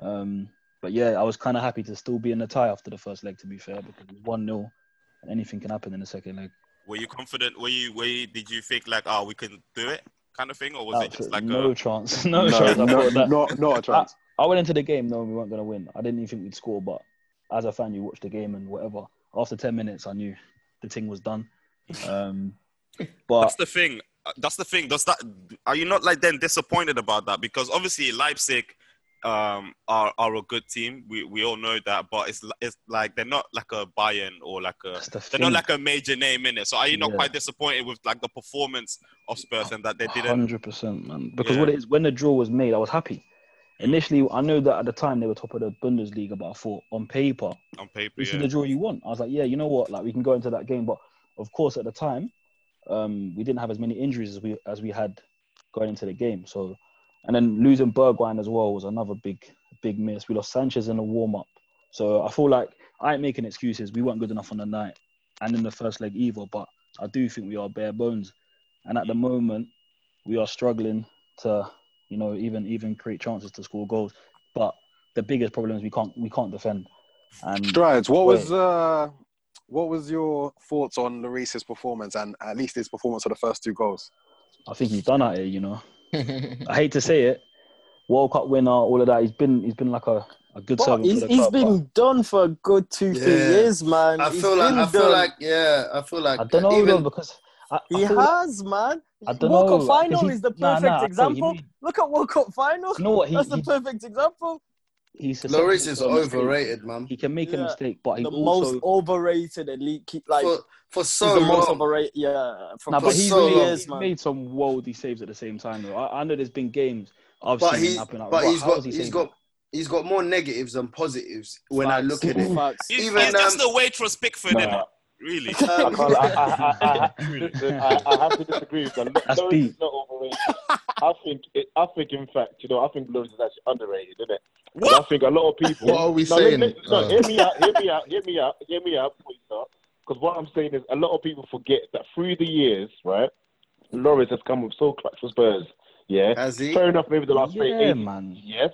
Speaker 7: Um, but yeah, I was kind of happy to still be in the tie after the first leg, to be fair, because it was 1 0 and anything can happen in the second leg.
Speaker 3: Were you confident? Were you? Were you? Did you think like, oh, we can do it, kind of thing, or was it just
Speaker 7: Absolute-
Speaker 3: like
Speaker 7: no
Speaker 3: a?
Speaker 7: chance. No,
Speaker 3: No,
Speaker 7: chance. I
Speaker 3: no,
Speaker 7: thought that.
Speaker 5: Not, not a chance.
Speaker 7: I went into the game knowing we weren't going to win. I didn't even think we'd score, but as a fan, you watch the game and whatever. After 10 minutes, I knew the thing was done. Um, but
Speaker 3: That's the thing. Uh, That's the thing. Does that? Are you not like then disappointed about that? Because obviously Leipzig um, are are a good team. We we all know that, but it's li- it's like they're not like a Bayern or like a
Speaker 7: that's the
Speaker 3: they're
Speaker 7: thing.
Speaker 3: not like a major name in it. So are you not
Speaker 7: Yeah.
Speaker 3: quite disappointed with like the performance of Spurs and that they didn't?
Speaker 7: Hundred percent, man. Because
Speaker 3: Yeah.
Speaker 7: what it is, when the draw was made, I was happy. Initially, I know that at the time they were top of the Bundesliga, but I thought on paper
Speaker 3: on paper.
Speaker 7: this
Speaker 3: Yeah.
Speaker 7: is the draw you want. I was like, yeah, you know what? Like we can go into that game, but of course at the time, um, we didn't have as many injuries as we as we had going into the game. So, and then losing Bergwijn as well was another big big miss. We lost Sanchez in the warm up, so I feel like I ain't making excuses. We weren't good enough on the night and in the first leg either. But I do think we are bare bones, and at the moment we are struggling to you know even even create chances to score goals. But the biggest problem is we can't we can't defend. And
Speaker 5: Strides. What was
Speaker 7: Wait.
Speaker 5: uh, what was your thoughts on Lloris's performance and at least his performance for the first two goals?
Speaker 7: I think he's done at it. You know, I hate to say it, World Cup winner, all of that. He's been he's been like a, a good
Speaker 9: But
Speaker 7: servant
Speaker 9: he's,
Speaker 7: for the
Speaker 9: he's
Speaker 7: club.
Speaker 9: been done for a good two, three
Speaker 1: Yeah.
Speaker 9: years, man.
Speaker 1: I
Speaker 9: He's
Speaker 1: feel like
Speaker 9: been
Speaker 1: I feel
Speaker 9: done.
Speaker 1: like yeah, I feel
Speaker 7: but
Speaker 1: like
Speaker 7: I don't know
Speaker 1: even
Speaker 7: though because I, I
Speaker 9: He
Speaker 7: feel like-
Speaker 9: has, man.
Speaker 7: I don't
Speaker 9: World
Speaker 7: know,
Speaker 9: Cup final
Speaker 7: 'cause he-
Speaker 9: is the
Speaker 7: nah,
Speaker 9: perfect
Speaker 7: nah, I feel you
Speaker 9: example.
Speaker 7: mean-
Speaker 9: Look at World Cup final.
Speaker 7: you know what he
Speaker 9: That's the
Speaker 7: he,
Speaker 9: perfect example.
Speaker 7: he's susceptible
Speaker 1: Lloris is
Speaker 7: to a mistake.
Speaker 1: overrated, man.
Speaker 7: He can make a
Speaker 9: Yeah.
Speaker 7: mistake, but he's
Speaker 9: The
Speaker 7: also
Speaker 9: most overrated elite, keep, like
Speaker 1: for for
Speaker 9: he's
Speaker 1: so
Speaker 9: the most
Speaker 1: long.
Speaker 9: overrated. Yeah, for
Speaker 7: nah,
Speaker 1: for
Speaker 7: but
Speaker 9: two,
Speaker 7: he's,
Speaker 1: so
Speaker 9: three
Speaker 7: made,
Speaker 1: long.
Speaker 9: years,
Speaker 7: he's
Speaker 9: man.
Speaker 7: made some worldy saves at the same time though. I, I know there's been games I've
Speaker 1: But
Speaker 7: seen
Speaker 1: he
Speaker 7: happen like,
Speaker 1: but
Speaker 7: "Bruh,
Speaker 1: he's
Speaker 7: how
Speaker 1: got
Speaker 7: is he
Speaker 1: he's
Speaker 7: saving
Speaker 1: got he's got more negatives than positives when I look at
Speaker 9: Facts,
Speaker 1: it.
Speaker 9: facts.
Speaker 3: He's,
Speaker 1: Even,
Speaker 3: he's just
Speaker 1: um,
Speaker 3: a waitress Pickford,
Speaker 8: Nah.
Speaker 3: isn't it? Really?
Speaker 8: I
Speaker 1: Um,
Speaker 8: can't. I, I, I, I,
Speaker 7: that?"
Speaker 8: I, listen, I, I have to disagree with that.
Speaker 7: That's
Speaker 8: Lloris
Speaker 7: deep.
Speaker 8: is not overrated. I think. It, I think, in fact, you know, I think Lloris is actually underrated, isn't it? 'Cause I think a lot of people.
Speaker 4: What are we
Speaker 8: No, let-
Speaker 4: saying?
Speaker 8: let- no,
Speaker 4: Uh,
Speaker 8: hear me out. Hear me out. Hear me out. Hear me out, please, Because what I'm saying is, a lot of people forget that through the years, right? Lloris has come with so clutch for Spurs. Yeah.
Speaker 1: Has he?
Speaker 8: Fair enough. Maybe the last three,
Speaker 7: Yeah,
Speaker 8: eight-
Speaker 7: man.
Speaker 8: Yes.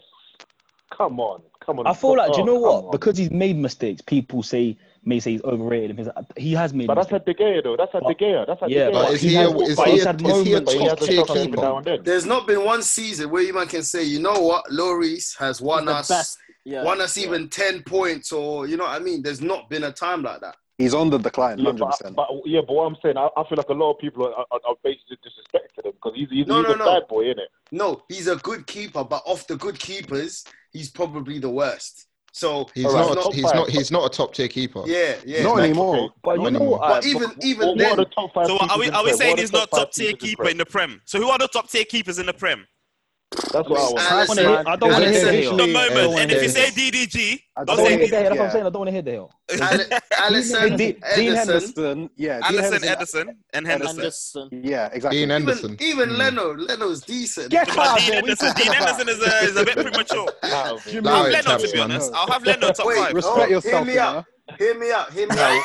Speaker 8: Come on. Come on.
Speaker 7: I feel like, do you
Speaker 8: Oh,
Speaker 7: know
Speaker 8: come
Speaker 7: what?
Speaker 8: on.
Speaker 7: Because he's made mistakes, people say may say he's overrated. and things like that. He has made
Speaker 8: But that's
Speaker 7: mistakes.
Speaker 8: at De Gea, though. That's at
Speaker 7: But-
Speaker 8: De Gea. That's at
Speaker 7: yeah,
Speaker 8: De Gea.
Speaker 4: but
Speaker 7: but
Speaker 4: is
Speaker 7: he
Speaker 4: he,
Speaker 7: has-
Speaker 4: a, is,
Speaker 7: but
Speaker 4: he
Speaker 7: he's
Speaker 4: a, is
Speaker 7: had
Speaker 4: he a
Speaker 7: moments
Speaker 8: But he
Speaker 7: where
Speaker 4: top
Speaker 8: has a
Speaker 7: he's
Speaker 4: tier
Speaker 8: stuff every now
Speaker 4: keeper?
Speaker 8: and then.
Speaker 1: There's not been one season where you man can say, you know what, Loris has
Speaker 9: He's
Speaker 1: won
Speaker 9: the
Speaker 1: us,
Speaker 9: best. Yeah,
Speaker 1: won us
Speaker 9: yeah.
Speaker 1: even ten points, or you know what I mean. There's not been a time like that.
Speaker 5: He's on the decline,
Speaker 8: Yeah,
Speaker 5: hundred
Speaker 8: but,
Speaker 5: percent.
Speaker 8: but yeah, but what I'm saying, I, I feel like a lot of people are, are, are basically disrespecting him because he's he's,
Speaker 1: No,
Speaker 8: he's a
Speaker 1: no, no.
Speaker 8: bad boy, isn't it?
Speaker 1: No, he's a good keeper, but off the good keepers, he's probably the worst. So
Speaker 4: He's not.
Speaker 8: Alright, top
Speaker 4: A, he's
Speaker 8: five.
Speaker 4: not. He's not a top tier keeper.
Speaker 1: yeah, yeah.
Speaker 5: Not
Speaker 1: like-
Speaker 5: anymore.
Speaker 8: Okay.
Speaker 7: But
Speaker 4: Not
Speaker 7: you know
Speaker 4: anymore.
Speaker 7: what?
Speaker 8: uh,
Speaker 7: I,
Speaker 1: But even even
Speaker 8: What, what
Speaker 1: then,
Speaker 8: are the top five?
Speaker 3: So are
Speaker 8: keepers
Speaker 3: we
Speaker 8: in
Speaker 3: are we
Speaker 8: Prem?
Speaker 3: saying
Speaker 8: What are
Speaker 3: he's
Speaker 8: the
Speaker 3: not
Speaker 8: five
Speaker 3: top tier
Speaker 8: keepers in
Speaker 3: keeper
Speaker 8: Prem?
Speaker 3: in the Prem? So who are the top tier keepers in the Prem?
Speaker 8: That's what I want.
Speaker 7: I don't want to hear.
Speaker 1: Alisson,
Speaker 7: I
Speaker 1: Alisson,
Speaker 3: At the
Speaker 7: don't want to hear the hill. I
Speaker 5: Alisson- Actually,
Speaker 7: don't
Speaker 3: moment,
Speaker 7: want
Speaker 3: and
Speaker 7: to
Speaker 3: if
Speaker 7: hear
Speaker 3: you
Speaker 7: the
Speaker 3: say
Speaker 7: hill.
Speaker 3: DDG,
Speaker 5: I
Speaker 7: I
Speaker 3: don't
Speaker 7: don't want
Speaker 3: say
Speaker 7: to hear the
Speaker 3: DDG.
Speaker 7: hill. That's what I'm
Speaker 5: Yeah.
Speaker 7: saying. I don't want to hear the hill.
Speaker 1: Ale- Alisson,
Speaker 7: Dean- Dean
Speaker 1: Ederson,
Speaker 5: Henderson, yeah, Dean
Speaker 3: Allison,
Speaker 5: Henderson,
Speaker 3: Edison, and Henderson.
Speaker 9: Anderson.
Speaker 5: yeah, exactly.
Speaker 4: Dean
Speaker 1: even
Speaker 4: Anderson.
Speaker 1: even
Speaker 4: Mm.
Speaker 1: Leno. Leno's decent.
Speaker 9: Get
Speaker 3: But
Speaker 9: out of
Speaker 3: Dean
Speaker 9: here. What are you
Speaker 3: Henderson,
Speaker 9: talking
Speaker 3: Dean
Speaker 9: about?
Speaker 3: Henderson is a, is a bit premature.
Speaker 8: Nah, man.
Speaker 4: Allow
Speaker 3: I'll have
Speaker 4: it,
Speaker 3: Leno, to
Speaker 4: chaps,
Speaker 3: be
Speaker 4: man.
Speaker 3: honest. I'll have Leno top
Speaker 1: Wait,
Speaker 3: five.
Speaker 5: Respect
Speaker 1: oh,
Speaker 5: yourself,
Speaker 1: hear
Speaker 5: you
Speaker 1: me
Speaker 5: know.
Speaker 1: out. Hear me out. Hear me out.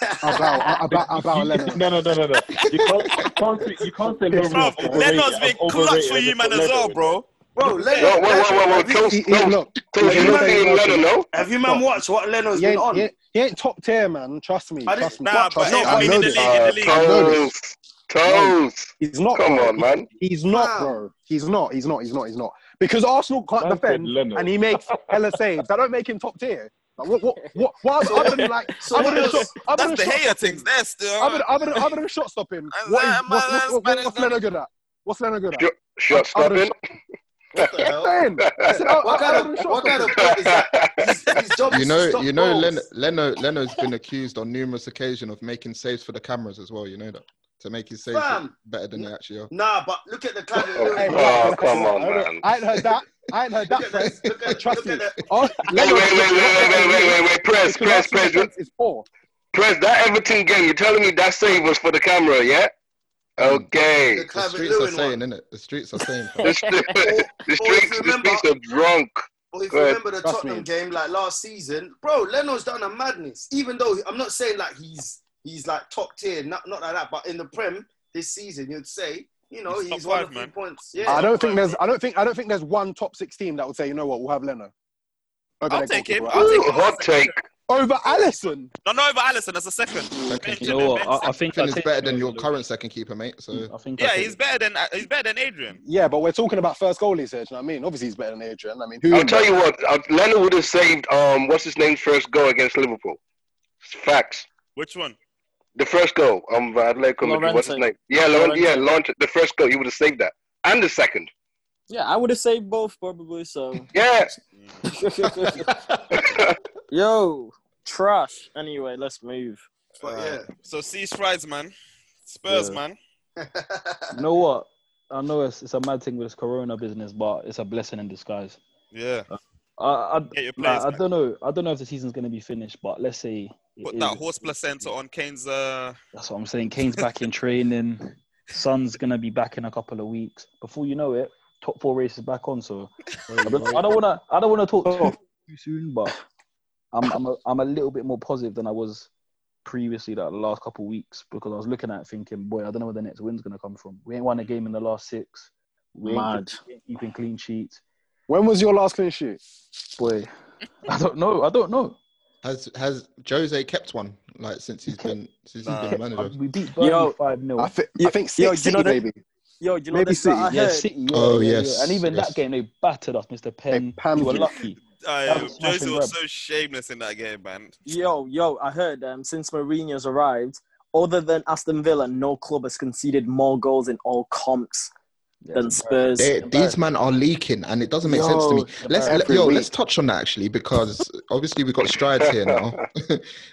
Speaker 5: About about
Speaker 8: You-
Speaker 5: about Lennon.
Speaker 8: no, no, no, no, no. You can't, you can't say, you can't say
Speaker 3: Bro,
Speaker 8: Leno's overrated.
Speaker 3: Leno's been
Speaker 8: I'm
Speaker 3: clutch
Speaker 8: overrated
Speaker 3: for
Speaker 8: and
Speaker 3: you,
Speaker 8: it's
Speaker 3: man,
Speaker 8: not
Speaker 3: as
Speaker 8: Leno,
Speaker 3: well,
Speaker 8: innit?
Speaker 3: bro.
Speaker 1: Bro,
Speaker 12: Whoa,
Speaker 1: Leno,
Speaker 12: whoa, whoa, whoa, whoa.
Speaker 1: Leno.
Speaker 12: Close,
Speaker 5: He, he,
Speaker 12: close,
Speaker 5: look,
Speaker 12: close.
Speaker 5: let
Speaker 12: You're
Speaker 5: me
Speaker 12: not
Speaker 5: tell you
Speaker 12: saying
Speaker 5: one
Speaker 12: Leno,
Speaker 5: thing.
Speaker 12: no?
Speaker 1: Have you man
Speaker 5: What?
Speaker 1: watched what Leno's
Speaker 5: He
Speaker 1: been
Speaker 5: ain't,
Speaker 1: on?
Speaker 5: he, ain't, he ain't top tier, man. Trust me,
Speaker 1: I didn't-
Speaker 5: trust me,
Speaker 3: Nah,
Speaker 5: trust
Speaker 3: but
Speaker 5: me.
Speaker 1: No,
Speaker 3: I
Speaker 5: I
Speaker 3: mean, in
Speaker 5: know
Speaker 3: the
Speaker 5: this.
Speaker 3: league, in
Speaker 12: Uh,
Speaker 3: the league.
Speaker 5: I know this.
Speaker 12: toes,
Speaker 5: No,
Speaker 12: toes.
Speaker 5: He's not,
Speaker 12: Come
Speaker 5: bro.
Speaker 12: on,
Speaker 5: He-
Speaker 12: man.
Speaker 5: he's not,
Speaker 1: Wow.
Speaker 5: bro. He's not. He's not. He's not. He's not. Because Arsenal can't
Speaker 8: Man said
Speaker 5: defend,
Speaker 8: Leno.
Speaker 5: and he makes hella saves. I don't make him top tier. Like what? What? What? Why?
Speaker 1: So-
Speaker 5: other than like,
Speaker 1: so
Speaker 5: other
Speaker 1: what
Speaker 5: than
Speaker 1: does-
Speaker 5: shot, other than
Speaker 3: That's the
Speaker 5: shot
Speaker 3: hater
Speaker 5: stopping,
Speaker 3: things. That's still.
Speaker 5: other, than- other, than- other than shot stopping.
Speaker 3: That's
Speaker 5: What is?
Speaker 3: that, man,
Speaker 5: What's,
Speaker 3: that's
Speaker 5: what, what, what's
Speaker 3: management.
Speaker 5: Leno good at? What's Leno good at?
Speaker 12: Shot
Speaker 5: Other than
Speaker 12: stopping.
Speaker 5: What the hell?
Speaker 7: What kind of what kind of bloke is that? His, his job
Speaker 4: You
Speaker 7: is
Speaker 4: know,
Speaker 7: to stop
Speaker 4: you know,
Speaker 7: goals.
Speaker 4: Leno, Leno, Leno's been accused on numerous occasions of making saves for the cameras as well. You know that to make his saves
Speaker 7: Fam.
Speaker 4: look better than they actually are.
Speaker 7: Nah, but look at the kind of
Speaker 8: Oh,
Speaker 5: Hey,
Speaker 8: come on,
Speaker 5: I
Speaker 8: man.
Speaker 5: ain't- I ain't heard that. I ain't heard that. Press.
Speaker 7: look at-
Speaker 5: Trust
Speaker 7: look
Speaker 5: me.
Speaker 7: at the-
Speaker 5: Oh,
Speaker 8: Hey, wait, wait, wait, wait, wait, wait, wait, wait. Press, press, press,
Speaker 5: It's poor.
Speaker 8: press. That Everton game, you're telling me that save was for the camera, yeah?
Speaker 4: Um,
Speaker 8: Okay.
Speaker 7: the
Speaker 4: The
Speaker 7: Clive
Speaker 4: streets are
Speaker 7: Lewin
Speaker 4: saying,
Speaker 7: one.
Speaker 4: innit? The streets are saying. fam.
Speaker 8: The, st- the
Speaker 7: or if you
Speaker 8: streets, the
Speaker 7: remember-
Speaker 8: streets are drunk.
Speaker 7: Or if
Speaker 8: Go
Speaker 7: you
Speaker 8: ahead.
Speaker 7: remember the
Speaker 5: Trust
Speaker 7: Tottenham
Speaker 5: me.
Speaker 7: game like last season, bro, Leno's done a madness. Even though I'm not saying like he's he's like top tier, not not like that, but in the Prem this season, you'd say you know
Speaker 3: He's
Speaker 7: he's,
Speaker 3: top
Speaker 7: one
Speaker 3: five,
Speaker 7: of the
Speaker 3: man.
Speaker 7: points. Yeah,
Speaker 5: I don't think there's. I don't think. I don't think there's one top six team that would say, you know what, we'll have Leno. Over
Speaker 3: I'll
Speaker 5: their
Speaker 3: take him.
Speaker 5: goalkeeper.
Speaker 3: I'll take
Speaker 8: Ooh,
Speaker 3: him.
Speaker 8: hot take.
Speaker 5: Over Allison.
Speaker 3: No, no, over Allison as a second.
Speaker 4: Second
Speaker 11: You know what? I, I think I
Speaker 4: Finn is
Speaker 11: take
Speaker 4: better
Speaker 11: him
Speaker 4: than your
Speaker 11: over Lewis.
Speaker 4: current second keeper, mate. So
Speaker 7: Mm.
Speaker 11: I think. I
Speaker 3: Yeah,
Speaker 11: take
Speaker 3: he's better than uh, he's better than Adrian.
Speaker 5: Yeah, but we're talking about first goalies here. Do you know what I mean? Obviously, he's better than Adrian. I mean, who?
Speaker 8: I'll tell you what, uh, Leonard would have saved, um, what's his name's first goal against Liverpool? Facts.
Speaker 3: Which one?
Speaker 8: The first goal, um, Atletico Madrid, what's his
Speaker 9: Llorente.
Speaker 8: name? Yeah, Lauren,
Speaker 9: Llorente.
Speaker 8: yeah, Lauren, the first goal, he would have saved that. And the second.
Speaker 9: Yeah, I would have saved both probably. So,
Speaker 8: Yeah.
Speaker 9: yo, trash. Anyway, let's move.
Speaker 7: but yeah.
Speaker 3: So see strides, man. Spurs,
Speaker 11: Yeah.
Speaker 3: man.
Speaker 11: You know what? I know it's, it's a mad thing with this corona business, but it's a blessing in disguise.
Speaker 3: Yeah.
Speaker 11: I I,
Speaker 3: Get your
Speaker 11: like,
Speaker 3: players.
Speaker 11: I
Speaker 3: back.
Speaker 11: don't know. I don't know if the season's going to be finished, but let's say it
Speaker 3: Put
Speaker 11: is.
Speaker 3: that horse placenta on Kane's. Uh...
Speaker 11: That's what I'm saying. Kane's back in training. Son's going to be back in a couple of weeks. Before you know it, top four race is back on. So Oh. I don't want to. I don't want to talk too, too soon, but I'm I'm a, I'm a little bit more positive than I was previously that the last couple of weeks because I was looking at it thinking, boy, I don't know where the next win's going to come from. We ain't won a game in the last six. We ain't
Speaker 9: Mad.
Speaker 11: we ain't keeping clean sheets.
Speaker 5: When was your last clean sheet?
Speaker 11: Boy, I don't know. I don't know.
Speaker 4: has has Jose kept one like since he's been since
Speaker 3: Nah.
Speaker 4: he's been manager?
Speaker 11: We beat Burnley
Speaker 9: Yo.
Speaker 11: five 0
Speaker 5: I, thi- I
Speaker 9: Yo,
Speaker 5: think six,
Speaker 9: yo, you know
Speaker 5: City,
Speaker 9: that-
Speaker 5: maybe.
Speaker 9: Yo, do you know
Speaker 5: Maybe
Speaker 9: this that I
Speaker 5: City.
Speaker 11: Yeah,
Speaker 9: heard?
Speaker 11: City. Yeah,
Speaker 4: Oh,
Speaker 11: yeah,
Speaker 4: yes,
Speaker 11: Yeah. And even
Speaker 4: yes.
Speaker 11: that game, they battered us, Mister Penn.
Speaker 5: panned
Speaker 11: you were
Speaker 5: you.
Speaker 11: lucky. That
Speaker 3: Uh,
Speaker 11: was smashing
Speaker 3: Jose was
Speaker 11: grab.
Speaker 3: so shameless in that game, man.
Speaker 9: Yo, yo, I heard um, since Mourinho's arrived, other than Aston Villa, no club has conceded more goals in all comps
Speaker 11: Yeah,
Speaker 9: than Spurs.
Speaker 4: They, these men are leaking, and it doesn't make sense to me.
Speaker 9: Yo,
Speaker 4: Let's
Speaker 9: uh,
Speaker 4: let,
Speaker 5: every
Speaker 4: yo,
Speaker 5: week.
Speaker 4: let's touch on that actually because obviously we got strides here now.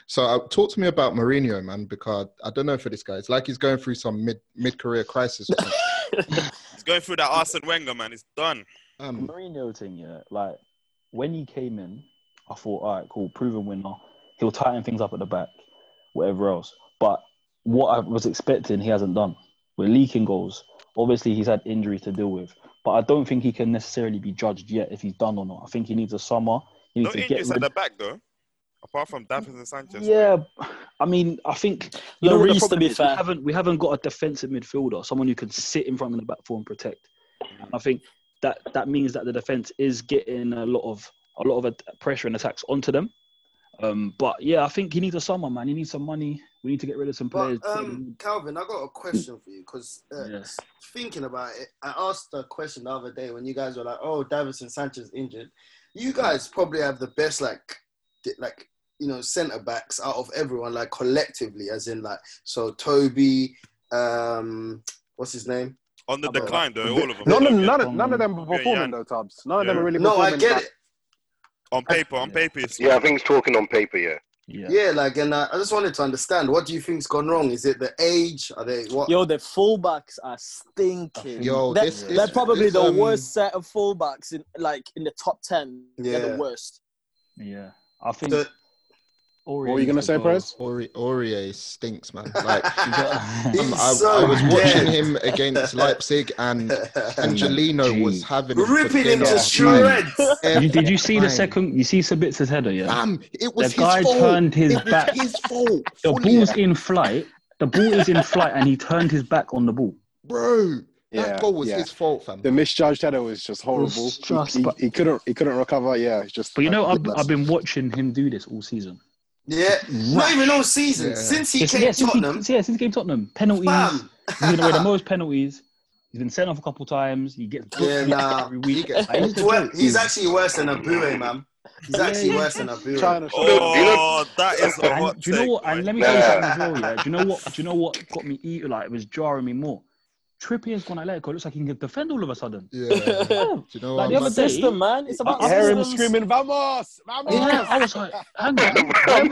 Speaker 4: so uh, talk to me about Mourinho, man, because I don't know for this guy. It's like he's going through some mid mid career crisis. or something.
Speaker 3: He's going through that Arsene Wenger, man. It's done.
Speaker 11: The
Speaker 4: um,
Speaker 11: Mourinho thing, yeah. Like when he came in, I thought, all right, cool, proven winner. He'll tighten things up at the back, whatever else. But what I was expecting, he hasn't done. We're leaking goals. Obviously, he's had injuries to deal with, but I don't think he can necessarily be judged yet if he's done or not. I think he needs a summer. He
Speaker 3: No
Speaker 11: needs to get
Speaker 3: injuries
Speaker 11: rid
Speaker 3: at the back though, apart from Davies and Sanchez.
Speaker 11: Yeah, I mean, I think you know what the
Speaker 9: Lloris, to
Speaker 11: problem
Speaker 9: be
Speaker 11: is? We
Speaker 9: fair.
Speaker 11: haven't we haven't got a defensive midfielder, someone who can sit in front of the back four and protect. And I think that that means that the defense is getting a lot of a lot of at- pressure and attacks onto them. Um, but yeah, I think he needs a summer, man. He needs some money. We need to get rid of some players.
Speaker 7: But um, Calvin, I got a question for you because uh,
Speaker 11: Yes.
Speaker 7: thinking about it, I asked a question the other day when you guys were like, "Oh, Davison Sanchez injured." You guys probably have the best like, di- like you know, centre backs out of everyone, like collectively, as in like so Toby, um, what's his name?
Speaker 3: On the
Speaker 11: How about
Speaker 3: decline though, all of them.
Speaker 5: None, of,
Speaker 3: Yeah.
Speaker 5: none, of, none of them were
Speaker 3: Yeah,
Speaker 5: performing
Speaker 3: yeah.
Speaker 5: though, Tubbs. None of them
Speaker 3: Yeah.
Speaker 5: are really
Speaker 7: No,
Speaker 5: performing.
Speaker 7: I get it.
Speaker 3: On paper, on paper, it's
Speaker 8: yeah, I think he's talking on paper, yeah.
Speaker 11: Yeah.
Speaker 7: Yeah, like, and I, I just wanted to understand what do you think's gone wrong? Is it the age? Are they what?
Speaker 9: Yo, the fullbacks are stinking.
Speaker 4: yo,
Speaker 9: they're,
Speaker 4: this,
Speaker 9: they're
Speaker 4: this-
Speaker 9: probably
Speaker 4: this,
Speaker 9: the
Speaker 4: um,
Speaker 9: worst set of fullbacks in like in the top ten. They're
Speaker 7: Yeah.
Speaker 9: the worst.
Speaker 11: Yeah. I think.
Speaker 7: The-
Speaker 5: What were you gonna say, Perez?
Speaker 4: Ori- Aurier stinks, man. Like
Speaker 7: He's
Speaker 4: um, I,
Speaker 7: so
Speaker 4: I was watching
Speaker 7: dead.
Speaker 4: him against Leipzig, and Angelino
Speaker 11: Gee.
Speaker 4: was having him for
Speaker 7: ripping him
Speaker 4: dinner.
Speaker 7: to shreds.
Speaker 11: Did, did you see the
Speaker 4: Fine.
Speaker 11: second? You see Sabitzer's header, yeah.
Speaker 4: Bam! It
Speaker 11: the
Speaker 4: was his
Speaker 11: guy
Speaker 4: fault.
Speaker 11: turned his
Speaker 4: it was
Speaker 11: back.
Speaker 4: his fault.
Speaker 11: The
Speaker 4: fully.
Speaker 11: ball's in flight. The ball is in flight, and he turned his back on the ball.
Speaker 4: bro. That
Speaker 5: Yeah,
Speaker 4: goal was
Speaker 5: yeah.
Speaker 4: his fault, fam.
Speaker 5: The misjudged header was just horrible.
Speaker 11: was just-
Speaker 5: he, he, he couldn't he couldn't recover. Yeah, it's just.
Speaker 11: But you know, I've,
Speaker 5: ridiculous.
Speaker 11: I've been watching him do this all season.
Speaker 7: yeah, not even all season
Speaker 4: Yeah.
Speaker 7: since he
Speaker 11: Since,
Speaker 7: came
Speaker 11: yeah, since he,
Speaker 7: Tottenham.
Speaker 11: yeah, since he came Tottenham, penalties.
Speaker 7: Bam.
Speaker 11: He's given away the most penalties. He's been sent off a couple times. He gets booked
Speaker 7: Yeah, nah.
Speaker 11: every
Speaker 4: uh, He
Speaker 11: week.
Speaker 4: gets
Speaker 11: Like, he's
Speaker 7: He's,
Speaker 11: the
Speaker 7: wor-
Speaker 11: goat.
Speaker 7: he's actually worse than Abure, man. He's actually worse than Abure.
Speaker 5: trying to show.
Speaker 3: Oh, that is a
Speaker 11: And
Speaker 3: hot
Speaker 11: do you know
Speaker 3: take,
Speaker 11: what?
Speaker 3: man.
Speaker 11: And let me
Speaker 8: Nah.
Speaker 11: tell you something as well. Yeah, do you know what? Do you know what got me eaten? Like it was jarring me more. Trippier's gone Atletico. Looks like he can defend all of a sudden.
Speaker 4: Yeah.
Speaker 11: Do
Speaker 4: you know
Speaker 11: like
Speaker 4: what
Speaker 11: the
Speaker 4: I'm
Speaker 11: other
Speaker 4: saying?
Speaker 11: day,
Speaker 4: System, man. It's about
Speaker 11: I hear him
Speaker 13: systems.
Speaker 11: screaming,
Speaker 13: "Vamos, vamos!"
Speaker 11: Yeah, I was like, hang on,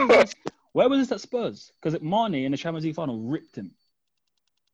Speaker 11: where was this, where was this at Spurs? Because Marnie in the Champions League final ripped him.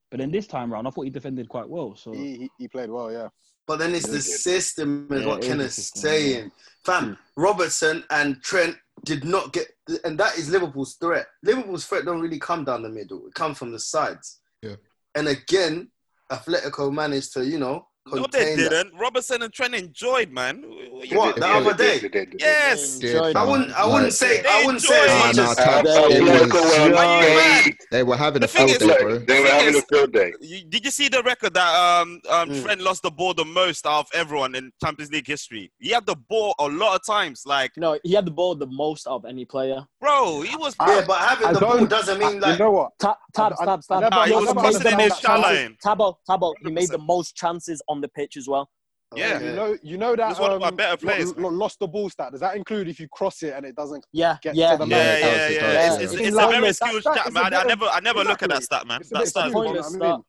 Speaker 11: But then this time round, I thought he defended quite well. So
Speaker 5: he, he, he played well, yeah.
Speaker 7: But then it's the system, is
Speaker 11: Yeah,
Speaker 7: what
Speaker 11: it is
Speaker 7: Ken
Speaker 11: the
Speaker 7: is
Speaker 11: system,
Speaker 7: saying. Fam, Robertson and Trent did not get, and that is Liverpool's threat. Liverpool's threat don't really come down the middle; it comes from the sides.
Speaker 4: Yeah.
Speaker 7: And again, Atletico managed to, you know,
Speaker 3: No, they
Speaker 7: contain that.
Speaker 3: didn't. Robertson and Trent enjoyed, man. What, you
Speaker 7: What
Speaker 3: did-
Speaker 7: the other
Speaker 3: they
Speaker 7: day?
Speaker 3: did, they did. Yes.
Speaker 7: They enjoyed, I wouldn't. I wouldn't say. I wouldn't say
Speaker 3: They
Speaker 7: as much
Speaker 4: Nah,
Speaker 7: as.
Speaker 4: nah,
Speaker 7: They
Speaker 4: Tubbs, it
Speaker 7: enjoyed.
Speaker 4: was-
Speaker 3: Are you
Speaker 4: They were having
Speaker 3: The
Speaker 4: a
Speaker 3: thing
Speaker 4: field
Speaker 3: is,
Speaker 4: day, bro.
Speaker 3: the
Speaker 8: They were
Speaker 3: thing
Speaker 8: having
Speaker 3: is,
Speaker 8: a field day.
Speaker 3: you- did you see the record that um, um,
Speaker 8: Mm.
Speaker 3: Trent lost the ball the most out of everyone in Champions League history? He had the ball a lot of times. Like,
Speaker 9: no, he had the ball the most of any player.
Speaker 3: bro, he
Speaker 8: Ah,
Speaker 3: was.
Speaker 9: Yeah, but having the ball
Speaker 5: doesn't mean, like- know what?
Speaker 9: Tab, tab,
Speaker 5: I- I-
Speaker 9: tab,
Speaker 5: I
Speaker 9: tab.
Speaker 5: never- Nah, he I was never missing in his understand that
Speaker 9: Tabo,
Speaker 5: challenge.
Speaker 9: Tabo, Tabo. He made the most chances on the pitch as well.
Speaker 3: Yeah.
Speaker 5: You know, you know that
Speaker 9: He's one of our
Speaker 5: um,
Speaker 9: better
Speaker 5: lo-
Speaker 9: players,
Speaker 5: lo- lost the ball stat. Does that include if you cross it and it doesn't
Speaker 9: yeah,
Speaker 5: get
Speaker 9: yeah,
Speaker 5: to the
Speaker 3: yeah,
Speaker 5: man?
Speaker 3: yeah, yeah, It's, it's, it's, a very skilled
Speaker 9: That- that
Speaker 3: stat,
Speaker 9: is a
Speaker 3: man.
Speaker 9: bit
Speaker 3: I
Speaker 9: of-
Speaker 3: never, I never look at that stat, man. That
Speaker 9: That's
Speaker 3: stat.
Speaker 9: pointless. that.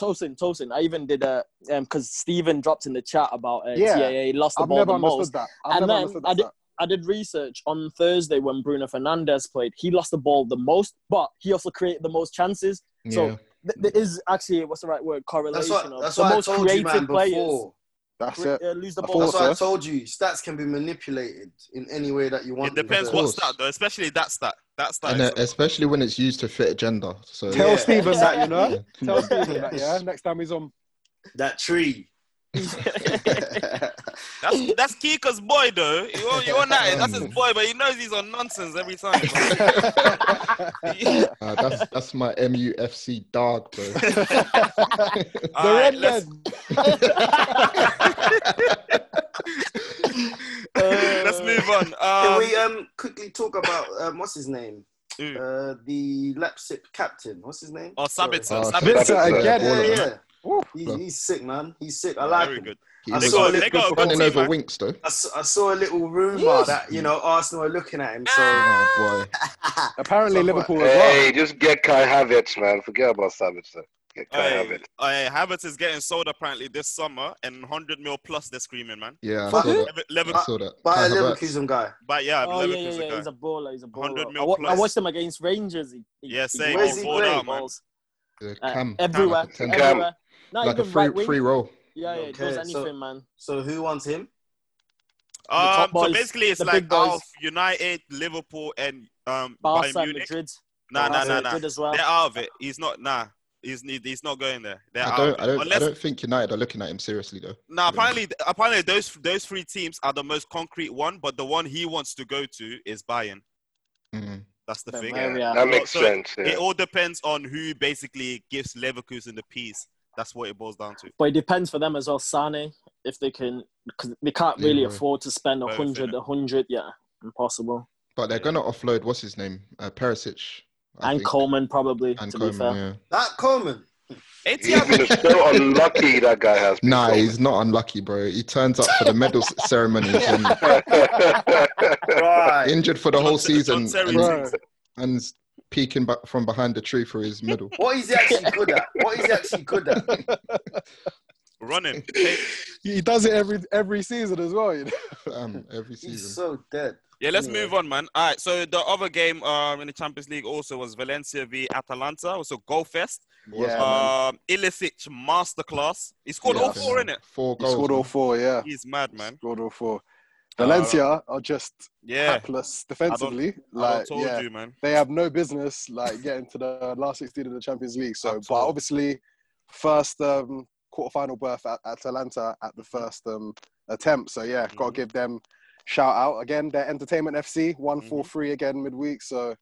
Speaker 9: Tosin, Tosin. I even did a um because Stephen dropped in the chat about uh,
Speaker 5: Yeah.
Speaker 9: TAA lost the
Speaker 5: I've
Speaker 9: ball
Speaker 5: never
Speaker 9: the
Speaker 5: understood
Speaker 9: most,
Speaker 5: that. I've
Speaker 9: and
Speaker 5: never
Speaker 9: then
Speaker 5: understood
Speaker 9: I
Speaker 5: that
Speaker 9: did.
Speaker 5: stat.
Speaker 9: I did research on Thursday when Bruno Fernandez played. He lost the ball the most, but he also created the most chances. So
Speaker 4: Yeah.
Speaker 9: th- there is actually what's the right word correlation of
Speaker 7: that's
Speaker 9: the
Speaker 7: what I
Speaker 9: most
Speaker 7: told you,
Speaker 9: creative
Speaker 7: man,
Speaker 9: players.
Speaker 7: before.
Speaker 5: That's
Speaker 9: Cre- it. uh, lose the ball.
Speaker 7: That's what I
Speaker 9: Of course,
Speaker 7: told you. Stats can be manipulated in any way that you want.
Speaker 3: It depends
Speaker 7: them
Speaker 3: what
Speaker 7: to.
Speaker 3: stat, though. Especially that stat. That stat.
Speaker 4: And uh, especially when it's used to fit agenda. So
Speaker 5: Tell Stephen that, you know.
Speaker 4: Yeah.
Speaker 5: Tell Stephen that, yeah. Next time he's on.
Speaker 7: That tree.
Speaker 3: That's that's Kika's boy, though. You want, you want that? That's his boy, but he knows he's on nonsense every time.
Speaker 4: Uh, that's that's my MUFC dog, bro.
Speaker 3: All right, let's- Let's move on.
Speaker 7: Can
Speaker 3: Um,
Speaker 7: we um quickly talk about um, what's his name? Uh, the Lapsip captain. What's his name?
Speaker 3: Oh,
Speaker 7: Sorry.
Speaker 3: Sabitzer. Oh, Sabitzer.
Speaker 4: Uh,
Speaker 3: Sabitzer again.
Speaker 7: Yeah,
Speaker 3: Yeah,
Speaker 7: yeah.
Speaker 5: Woo.
Speaker 7: He's, he's sick, man. He's sick. I like him.
Speaker 4: He
Speaker 7: I
Speaker 4: was
Speaker 7: saw a little-
Speaker 4: running over winks, though.
Speaker 7: I s- I saw a little rumor
Speaker 4: Yes.
Speaker 7: that you know Arsenal are looking at him. So
Speaker 4: Oh, boy.
Speaker 5: Ah. apparently
Speaker 7: Liverpool
Speaker 5: as well.
Speaker 8: Hey, just get Kai Havertz, man. Forget about Sabitzer. Get Kai
Speaker 3: Hey,
Speaker 8: Havertz.
Speaker 3: hey, Havertz is getting sold apparently this summer, and 100 mil plus they're screaming, man.
Speaker 4: Yeah, I
Speaker 3: Fuck
Speaker 4: saw
Speaker 3: it.
Speaker 4: that.
Speaker 3: Lever-
Speaker 7: Uh,
Speaker 4: I saw that.
Speaker 7: By
Speaker 4: Kai
Speaker 7: a
Speaker 4: Havertz.
Speaker 7: Leverkusen guy.
Speaker 3: But yeah,
Speaker 9: oh yeah, yeah,
Speaker 3: Leverkusen
Speaker 9: yeah.
Speaker 3: guy.
Speaker 9: He's a baller. He's a baller.
Speaker 3: 100
Speaker 9: I,
Speaker 3: mil
Speaker 9: wa- I
Speaker 3: plus.
Speaker 9: watched him against Rangers. He, he,
Speaker 3: Yeah, same.
Speaker 9: balled
Speaker 3: Where's he playing?
Speaker 9: out, balls.
Speaker 4: The
Speaker 9: Uh,
Speaker 4: cam.
Speaker 9: everywhere,
Speaker 4: Like a ten.
Speaker 9: everywhere. Not
Speaker 4: Like a
Speaker 9: even
Speaker 4: free,
Speaker 9: right wing.
Speaker 4: free roll.
Speaker 9: Yeah, yeah, it does
Speaker 7: Okay, so-
Speaker 9: anything, man.
Speaker 7: So who wants him?
Speaker 3: Um, so
Speaker 7: boys,
Speaker 3: basically, it's
Speaker 7: the
Speaker 3: like
Speaker 7: big boys.
Speaker 3: Alf, United, Liverpool, and um,
Speaker 9: Barca,
Speaker 3: Bayern Munich.
Speaker 9: Madrid.
Speaker 3: Nah, nah,
Speaker 9: Barca,
Speaker 3: nah, nah.
Speaker 9: Madrid as well.
Speaker 3: They're out of it. He's not. Nah, he's he's not going there. They're
Speaker 4: I
Speaker 3: out.
Speaker 4: don't,
Speaker 3: of
Speaker 4: I
Speaker 3: it.
Speaker 4: don't,
Speaker 3: uh, Unless
Speaker 4: I don't think United are looking at him seriously though.
Speaker 3: No, apparently, apparently those those three teams are the most concrete one, but the one he wants to go to is Bayern.
Speaker 4: Mm.
Speaker 3: That's the
Speaker 9: Then
Speaker 3: thing.
Speaker 9: there we are. That makes sense, yeah.
Speaker 3: It all depends on who basically gives Leverkusen the peace. That's what it boils down to.
Speaker 9: But it depends for them as well. Sane, if they can, because they can't really
Speaker 4: Leroy.
Speaker 9: afford to spend a
Speaker 4: Both,
Speaker 9: hundred, a hundred. Yeah, impossible.
Speaker 4: But they're gonna offload what's his name, uh, Perisic. I
Speaker 9: and
Speaker 4: think.
Speaker 9: Coleman probably.
Speaker 4: And
Speaker 9: to be
Speaker 4: Coleman,
Speaker 9: fair,
Speaker 4: yeah.
Speaker 7: That Coleman.
Speaker 8: He's been so unlucky that guy has been.
Speaker 4: Nah, he's not unlucky, bro. He turns up for the medal c- ceremonies and injured for the whole season
Speaker 7: Terry
Speaker 4: and,
Speaker 7: takes it.
Speaker 4: and is peeking back from behind the tree for his medal.
Speaker 7: What is he actually good at? What is he actually good at?
Speaker 3: Running.
Speaker 5: He does it every every season as well. You know?
Speaker 4: um, every
Speaker 7: He's so dead.
Speaker 3: Yeah, let's move on, man. All right. So the other game um, in the Champions League also was Valencia v Atalanta. Also, goal fest.
Speaker 5: Yeah,
Speaker 3: um, Ilicic masterclass. He scored all
Speaker 5: Yes.
Speaker 3: four in it.
Speaker 5: He scored all four. Yeah.
Speaker 3: He's mad, man. Uh,
Speaker 5: Scored all four. Valencia are just
Speaker 3: Yeah.
Speaker 5: hapless defensively.
Speaker 3: I
Speaker 5: like,
Speaker 3: told
Speaker 5: yeah,
Speaker 3: you, man.
Speaker 5: they have no business like getting to the last 16 of the Champions League. So, but obviously, first um, quarterfinal berth at at Atalanta at the first um, attempt. So yeah, got to give them shout out again. They're Entertainment FC one four three again midweek. So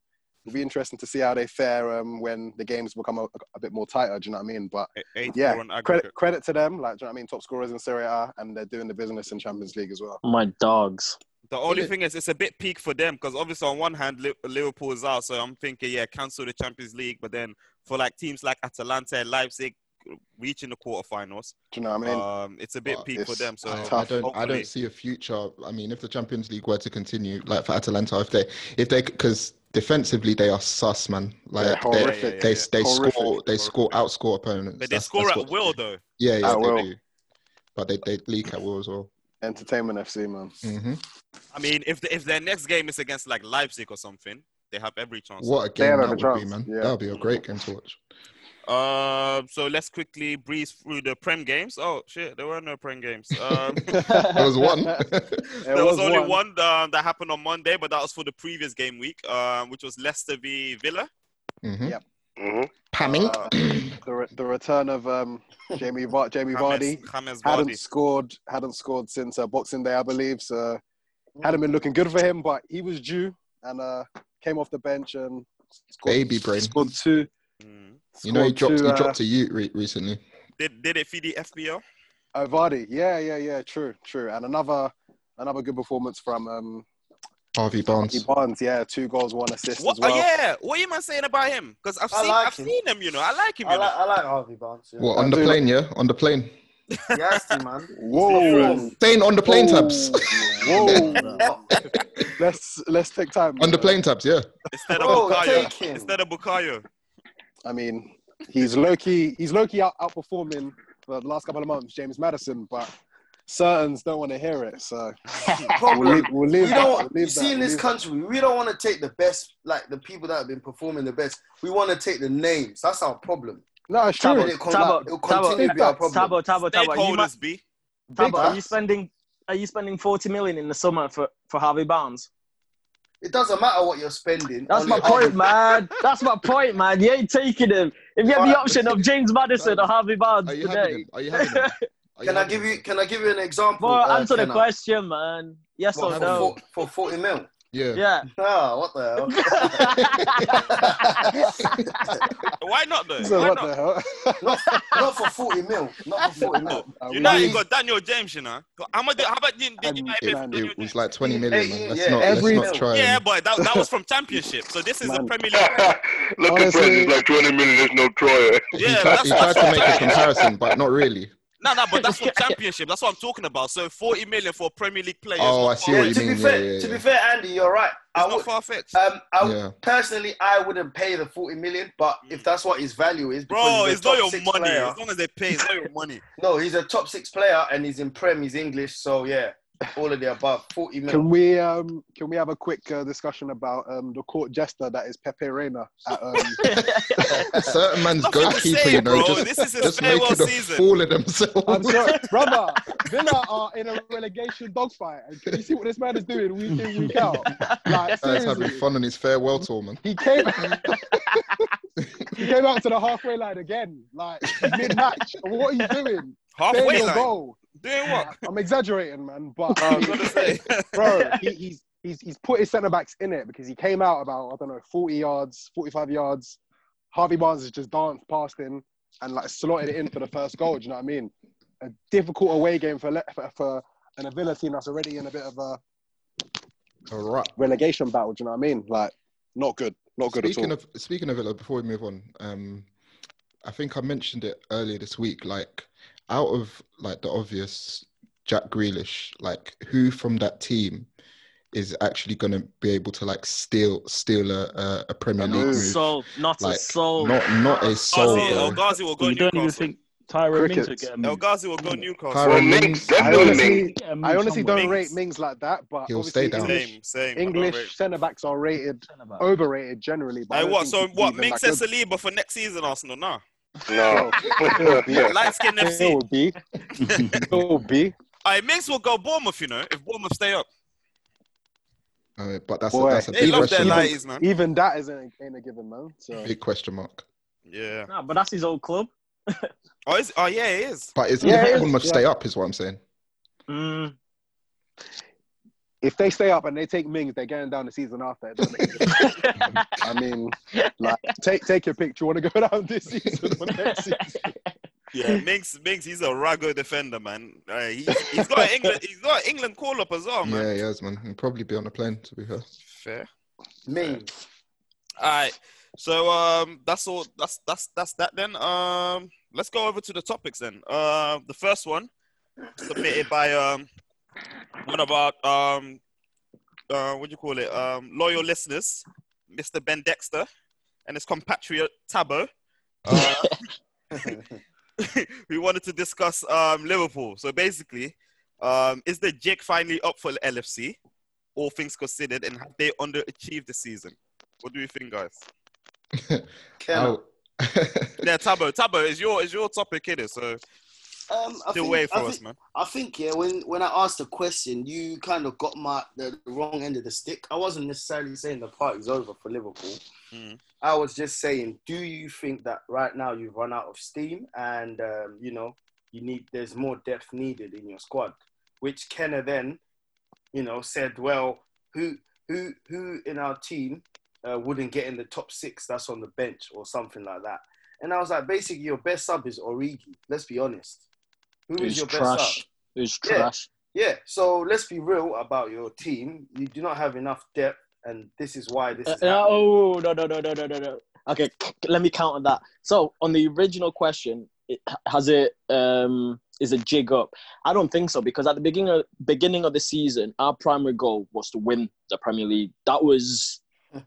Speaker 5: it'll be interesting to see how they fare um, when the games become a, a bit more tighter. Do you know what I mean? But
Speaker 3: Eight
Speaker 5: yeah,
Speaker 3: four on aggregate.
Speaker 5: credit credit to them. Like, do you know what I mean? Top scorers in Serie A, and they're doing the business in Champions League as well.
Speaker 9: my dogs.
Speaker 3: The only thing is, it's a bit peak for them because obviously on one hand Li- Liverpool is out, so I'm thinking, yeah, cancel the Champions League. But then for like teams like Atalanta and Leipzig reaching the quarterfinals,
Speaker 5: Do you know what I mean? uh,
Speaker 3: um, it's a bit
Speaker 4: But
Speaker 3: peak for
Speaker 4: it's
Speaker 3: them. So
Speaker 4: I don't, I
Speaker 3: hopefully-
Speaker 4: don't see a future. I mean, if the Champions League were to continue, like for Atalanta, if they, if they, because defensively they are sus, man. Like
Speaker 5: They're
Speaker 4: they
Speaker 5: horrific. Yeah, yeah,
Speaker 4: they,
Speaker 5: yeah.
Speaker 4: they score
Speaker 5: Horrific.
Speaker 4: they score outscore opponents.
Speaker 3: But they
Speaker 4: That's-
Speaker 3: score
Speaker 4: that's
Speaker 3: at
Speaker 4: what-
Speaker 3: will, though.
Speaker 4: Yeah, yeah,
Speaker 5: At
Speaker 4: they
Speaker 5: will.
Speaker 4: do. But they, they leak at will as well.
Speaker 5: Entertainment FC, man.
Speaker 4: Mm-hmm.
Speaker 3: I mean, if the, if their next game is against like Leipzig or something, they have every chance.
Speaker 4: What a
Speaker 5: They have
Speaker 4: game that
Speaker 5: every
Speaker 4: would be,
Speaker 5: chance,
Speaker 4: man.
Speaker 5: yeah.
Speaker 4: That would be a great game to watch.
Speaker 3: Uh, so let's quickly breeze through the Prem games. Oh shit, there were no Prem games. Um,
Speaker 4: There was one.
Speaker 3: there was, only one, uh, that happened on Monday, but that was for the previous game week, um, which was Leicester v Villa.
Speaker 4: mm-hmm.
Speaker 5: Yep.
Speaker 8: hmm
Speaker 4: Pamming.
Speaker 3: Uh,
Speaker 5: The, re- the return of um, Jamie Va- Jamie
Speaker 3: James,
Speaker 5: Vardy
Speaker 3: James
Speaker 5: hadn't
Speaker 3: Vardy.
Speaker 5: scored hadn't scored since uh, Boxing Day, I believe. So
Speaker 3: Mm.
Speaker 5: hadn't been looking good for him, but he was due and uh, came off the bench and scored,
Speaker 4: Baby brain.
Speaker 5: scored two.
Speaker 3: Mm.
Speaker 4: You know he
Speaker 5: scored
Speaker 4: dropped
Speaker 5: two,
Speaker 4: he
Speaker 5: uh,
Speaker 4: dropped a Ute re- recently.
Speaker 3: Did did it feed the FPL?
Speaker 5: Oh, Vardy. Yeah, yeah, yeah. True, true. And another another good performance from um,
Speaker 4: Harvey Barnes.
Speaker 5: Barnes. Yeah, two goals, one assist
Speaker 3: What?
Speaker 5: as well.
Speaker 3: oh, yeah. What are you man saying about him? Because I've
Speaker 7: I
Speaker 3: seen
Speaker 7: like
Speaker 3: I've
Speaker 7: him.
Speaker 3: seen him. You know, I like him.
Speaker 7: I
Speaker 3: You
Speaker 7: like
Speaker 3: know.
Speaker 7: I like Harvey Barnes. Yeah.
Speaker 4: What
Speaker 5: I
Speaker 4: on the
Speaker 5: do
Speaker 4: plane, yeah? On the plane.
Speaker 7: He has to, man.
Speaker 5: Whoa,
Speaker 4: Saying on the plane tabs.
Speaker 5: whoa.
Speaker 7: Not.
Speaker 5: let's let's take time.
Speaker 4: on the
Speaker 5: uh,
Speaker 4: plane tabs, yeah.
Speaker 3: Instead of
Speaker 7: Bro,
Speaker 3: Bukayo.
Speaker 7: Oh, take him.
Speaker 3: Instead of Bukayo.
Speaker 5: I mean, he's low key, he's low key out, outperforming the last couple of months, James Madison, but certains don't want to hear it. So we'll
Speaker 7: Problem.
Speaker 5: leave, we'll
Speaker 7: We
Speaker 5: leave that.
Speaker 7: don't.
Speaker 5: we'll
Speaker 7: you
Speaker 5: leave
Speaker 7: see,
Speaker 5: that,
Speaker 7: in
Speaker 5: we'll
Speaker 7: this
Speaker 5: leave
Speaker 7: country, we don't want to take the best, like the people that have been performing the best. We want to take the names. That's our problem.
Speaker 5: that. no, it's true.
Speaker 7: And
Speaker 9: Tabo,
Speaker 7: it con-
Speaker 9: Tabo,
Speaker 7: like, it'll
Speaker 9: Tabo,
Speaker 7: continue to be our problem.
Speaker 9: Tabo, Tabo, Tabo. Are you, ma-
Speaker 3: Stakeholders B.
Speaker 9: Tabo, are you
Speaker 7: facts.
Speaker 9: spending? Are you spending forty million in the summer for, for Harvey Barnes?
Speaker 7: It doesn't matter what you're spending.
Speaker 9: That's
Speaker 7: on
Speaker 9: my
Speaker 7: it.
Speaker 9: point, man. That's my point, man. You ain't taking him. If you had the
Speaker 7: Alright.
Speaker 9: option of James Madison or Harvey Barnes
Speaker 4: Are you having
Speaker 9: today,
Speaker 4: him? Are you having him? Are
Speaker 7: Can I
Speaker 4: having
Speaker 7: give
Speaker 4: him?
Speaker 7: you? Can I give you an example?
Speaker 9: bro,
Speaker 7: uh,
Speaker 9: answer the
Speaker 7: Kenna?
Speaker 9: question, man. Yes
Speaker 7: What,
Speaker 9: or
Speaker 7: for,
Speaker 9: no?
Speaker 7: for, for forty mil?
Speaker 4: Yeah.
Speaker 9: Yeah.
Speaker 7: Ah, what the hell?
Speaker 3: Why not though?
Speaker 5: So
Speaker 3: Why
Speaker 5: what
Speaker 3: not?
Speaker 5: the hell?
Speaker 7: not, not for forty mil. Not for forty mil.
Speaker 5: Uh,
Speaker 3: You
Speaker 5: we
Speaker 3: know
Speaker 5: need-
Speaker 3: you got Daniel James, you know. How much? How about you? Did you
Speaker 5: And
Speaker 3: like pay
Speaker 4: It,
Speaker 3: for
Speaker 5: Man,
Speaker 3: Daniel
Speaker 4: it
Speaker 3: James?
Speaker 4: was like 20 million, man. Let's
Speaker 7: Yeah,
Speaker 4: not let's
Speaker 5: every-
Speaker 4: not try
Speaker 3: Yeah,
Speaker 4: and
Speaker 3: but that, that was from Championship. So this is the
Speaker 5: Man.
Speaker 3: Premier League.
Speaker 8: Look
Speaker 5: Honestly-
Speaker 8: at prices like 20 million, there's no Troy.
Speaker 4: he
Speaker 3: Yeah, but
Speaker 4: tried
Speaker 3: that's that's
Speaker 4: he tried
Speaker 3: from
Speaker 4: to make a
Speaker 3: Championship.
Speaker 4: comparison, but not really.
Speaker 3: No, no, but that's from Championship. That's what I'm talking about. So 40 million for a Premier League player.
Speaker 4: Oh, I
Speaker 3: is
Speaker 4: see
Speaker 3: not
Speaker 4: what
Speaker 7: yeah,
Speaker 4: you
Speaker 7: to
Speaker 4: mean,
Speaker 7: be
Speaker 4: yeah,
Speaker 7: fair,
Speaker 4: yeah,
Speaker 7: to be
Speaker 4: yeah.
Speaker 7: fair, Andy, you're right. I would,
Speaker 3: far fetched.
Speaker 7: um, I would-
Speaker 4: Yeah.
Speaker 7: personally, I wouldn't pay the forty million, but if that's what his value is, because
Speaker 3: Bro,
Speaker 7: he's a
Speaker 3: it's
Speaker 7: top
Speaker 3: not your
Speaker 7: six
Speaker 3: money.
Speaker 7: player.
Speaker 3: As long as they pay, it's not your money.
Speaker 7: No, he's a top six player, and he's in Prem. He's English, so yeah, all of the above. Forty
Speaker 5: Can
Speaker 7: mil.
Speaker 5: we um can we have a quick uh, discussion about um the court jester that is Pepe Reina at um,
Speaker 4: Certain
Speaker 3: Nothing
Speaker 4: man's
Speaker 3: to
Speaker 4: goalkeeper,
Speaker 3: say,
Speaker 4: you know,
Speaker 3: bro.
Speaker 4: just
Speaker 3: this is his
Speaker 4: just making
Speaker 3: farewell
Speaker 4: a
Speaker 3: season.
Speaker 4: fool of
Speaker 5: I'm
Speaker 4: themselves.
Speaker 5: sorry, brother. Villa are in a relegation dogfight. And Can you see what this man is doing week in, week out? Like,
Speaker 4: Guy's having
Speaker 5: seriously.
Speaker 4: fun on his farewell tour, man.
Speaker 5: He came, he came out to the halfway line again, like mid match. What are you doing? Stay
Speaker 3: Halfway
Speaker 5: your
Speaker 3: line.
Speaker 5: goal.
Speaker 3: Doing what?
Speaker 5: I'm exaggerating, man, but
Speaker 3: I was gonna say.
Speaker 5: bro, he, he's, he's, he's put his centre backs in it because he came out about, I don't know, 40 yards, 45 yards. Harvey Barnes has just danced past him and like slotted it in for the first goal. Do you know what I mean? A difficult away game for, Le- for, for an Avila team that's already in a bit of a
Speaker 4: All right.
Speaker 5: relegation battle. Do you know what I mean? Like, not good. Not good
Speaker 4: Speaking
Speaker 5: at all.
Speaker 4: of speaking of Villa, before we move on, um, I think I mentioned it earlier this week. Like, out of like the obvious, Jack Grealish. Like, who from that team is actually going to be able to like steal steal a a, a Premier
Speaker 9: not
Speaker 4: League
Speaker 9: a
Speaker 4: move?
Speaker 9: soul. Not a
Speaker 4: Like,
Speaker 9: soul.
Speaker 4: not not a soul,
Speaker 3: Ghazi, El
Speaker 4: bro.
Speaker 3: Ghazi will go
Speaker 11: You don't even
Speaker 3: Newcastle.
Speaker 11: think Tyra Mings would
Speaker 5: Crickets.
Speaker 11: get a
Speaker 3: El
Speaker 11: move.
Speaker 3: Ghazi will go Newcastle.
Speaker 4: Tyra
Speaker 8: Well,
Speaker 4: Mings,
Speaker 8: Mings,
Speaker 5: I
Speaker 8: definitely Mings.
Speaker 11: He'd
Speaker 5: honestly,
Speaker 11: get a move
Speaker 5: I honestly
Speaker 11: somewhere.
Speaker 5: don't rate
Speaker 3: Mings.
Speaker 5: Mings like that, but
Speaker 4: He'll stay
Speaker 5: obviously
Speaker 4: down.
Speaker 5: English
Speaker 3: Same, same. I don't rate-
Speaker 5: English centre backs are rated
Speaker 11: Centre-back.
Speaker 5: overrated generally. But I
Speaker 3: Hey,
Speaker 5: don't
Speaker 3: uh, what?
Speaker 5: think
Speaker 3: So
Speaker 5: he's
Speaker 3: what?
Speaker 5: even
Speaker 3: Mings
Speaker 5: that
Speaker 3: and
Speaker 5: good.
Speaker 3: Saliba for next season, Arsenal? Nah.
Speaker 8: No.
Speaker 5: He'll be,
Speaker 3: Light skin FC.
Speaker 5: he'll be, he'll be.
Speaker 3: Alright, Mings will go Bournemouth, you know, if Bournemouth stay up.
Speaker 4: Uh, but that's a,
Speaker 5: Boy,
Speaker 4: that's a
Speaker 3: They
Speaker 4: big
Speaker 3: love their
Speaker 4: question mark.
Speaker 3: lighties, man.
Speaker 5: Even that isn't ain't a given, man. So
Speaker 4: Big question mark.
Speaker 3: Yeah.
Speaker 9: Nah, but that's his old club.
Speaker 3: Oh, is, oh yeah, it is.
Speaker 4: But it's
Speaker 5: Yeah, it
Speaker 4: if
Speaker 5: is,
Speaker 4: Bournemouth
Speaker 5: yeah.
Speaker 4: stay up, is what I'm saying.
Speaker 9: Mm.
Speaker 5: if they stay up and they take Mings, they're going down the season after. It doesn't make a difference. I mean, like, take take your pick. Do you want to go down this season or next season?
Speaker 3: Yeah, Mings, Mings, he's a rago defender, man. Uh, he's, he's got an England, he's got an England call up as well, man.
Speaker 4: Yeah, yes, man. He'll probably be on the plane to be fair.
Speaker 3: Fair.
Speaker 7: Mings.
Speaker 3: All right. So um, that's all. That's that's that's that then. Um, let's go over to the topics then. Uh, the first one submitted by um one of our um uh what do you call it um loyal listeners Mr. Ben Dexter and his compatriot Tabo. Uh, we wanted to discuss um, Liverpool. So basically, um, is the Jake finally up for LFC? All things considered, and have they underachieved the season? What do you think, guys?
Speaker 4: I'll-
Speaker 3: yeah, Tabo, Tabo is your is your topic here, so
Speaker 7: Um, I
Speaker 3: still
Speaker 7: think-
Speaker 3: wait for
Speaker 7: I
Speaker 3: us,
Speaker 7: think-
Speaker 3: man.
Speaker 7: I think yeah. When when I asked the question, you kind of got my the, the wrong end of the stick. I wasn't necessarily saying the party's over for Liverpool. I was just saying, do you think that right now you've run out of steam and um, you know you need there's more depth needed in your squad? Which Kenner then, you know, said, well, who who who in our team uh, wouldn't get in the top six? That's on the bench or something like that. And I was like, basically, your best sub is Origi. Let's be honest. Who is
Speaker 9: Who's
Speaker 7: your best sub?
Speaker 9: trash? Who's
Speaker 7: Yeah.
Speaker 9: trash?
Speaker 7: Yeah, so let's be real about your team. You do not have enough depth, and this is why this
Speaker 9: Uh,
Speaker 7: is.
Speaker 9: uh, oh no no no no no no no. Okay, c- c- let me count on that. So on the original question, it, has it um is it jig up? I don't think so because at the beginning of, beginning of the season, our primary goal was to win the Premier League. That was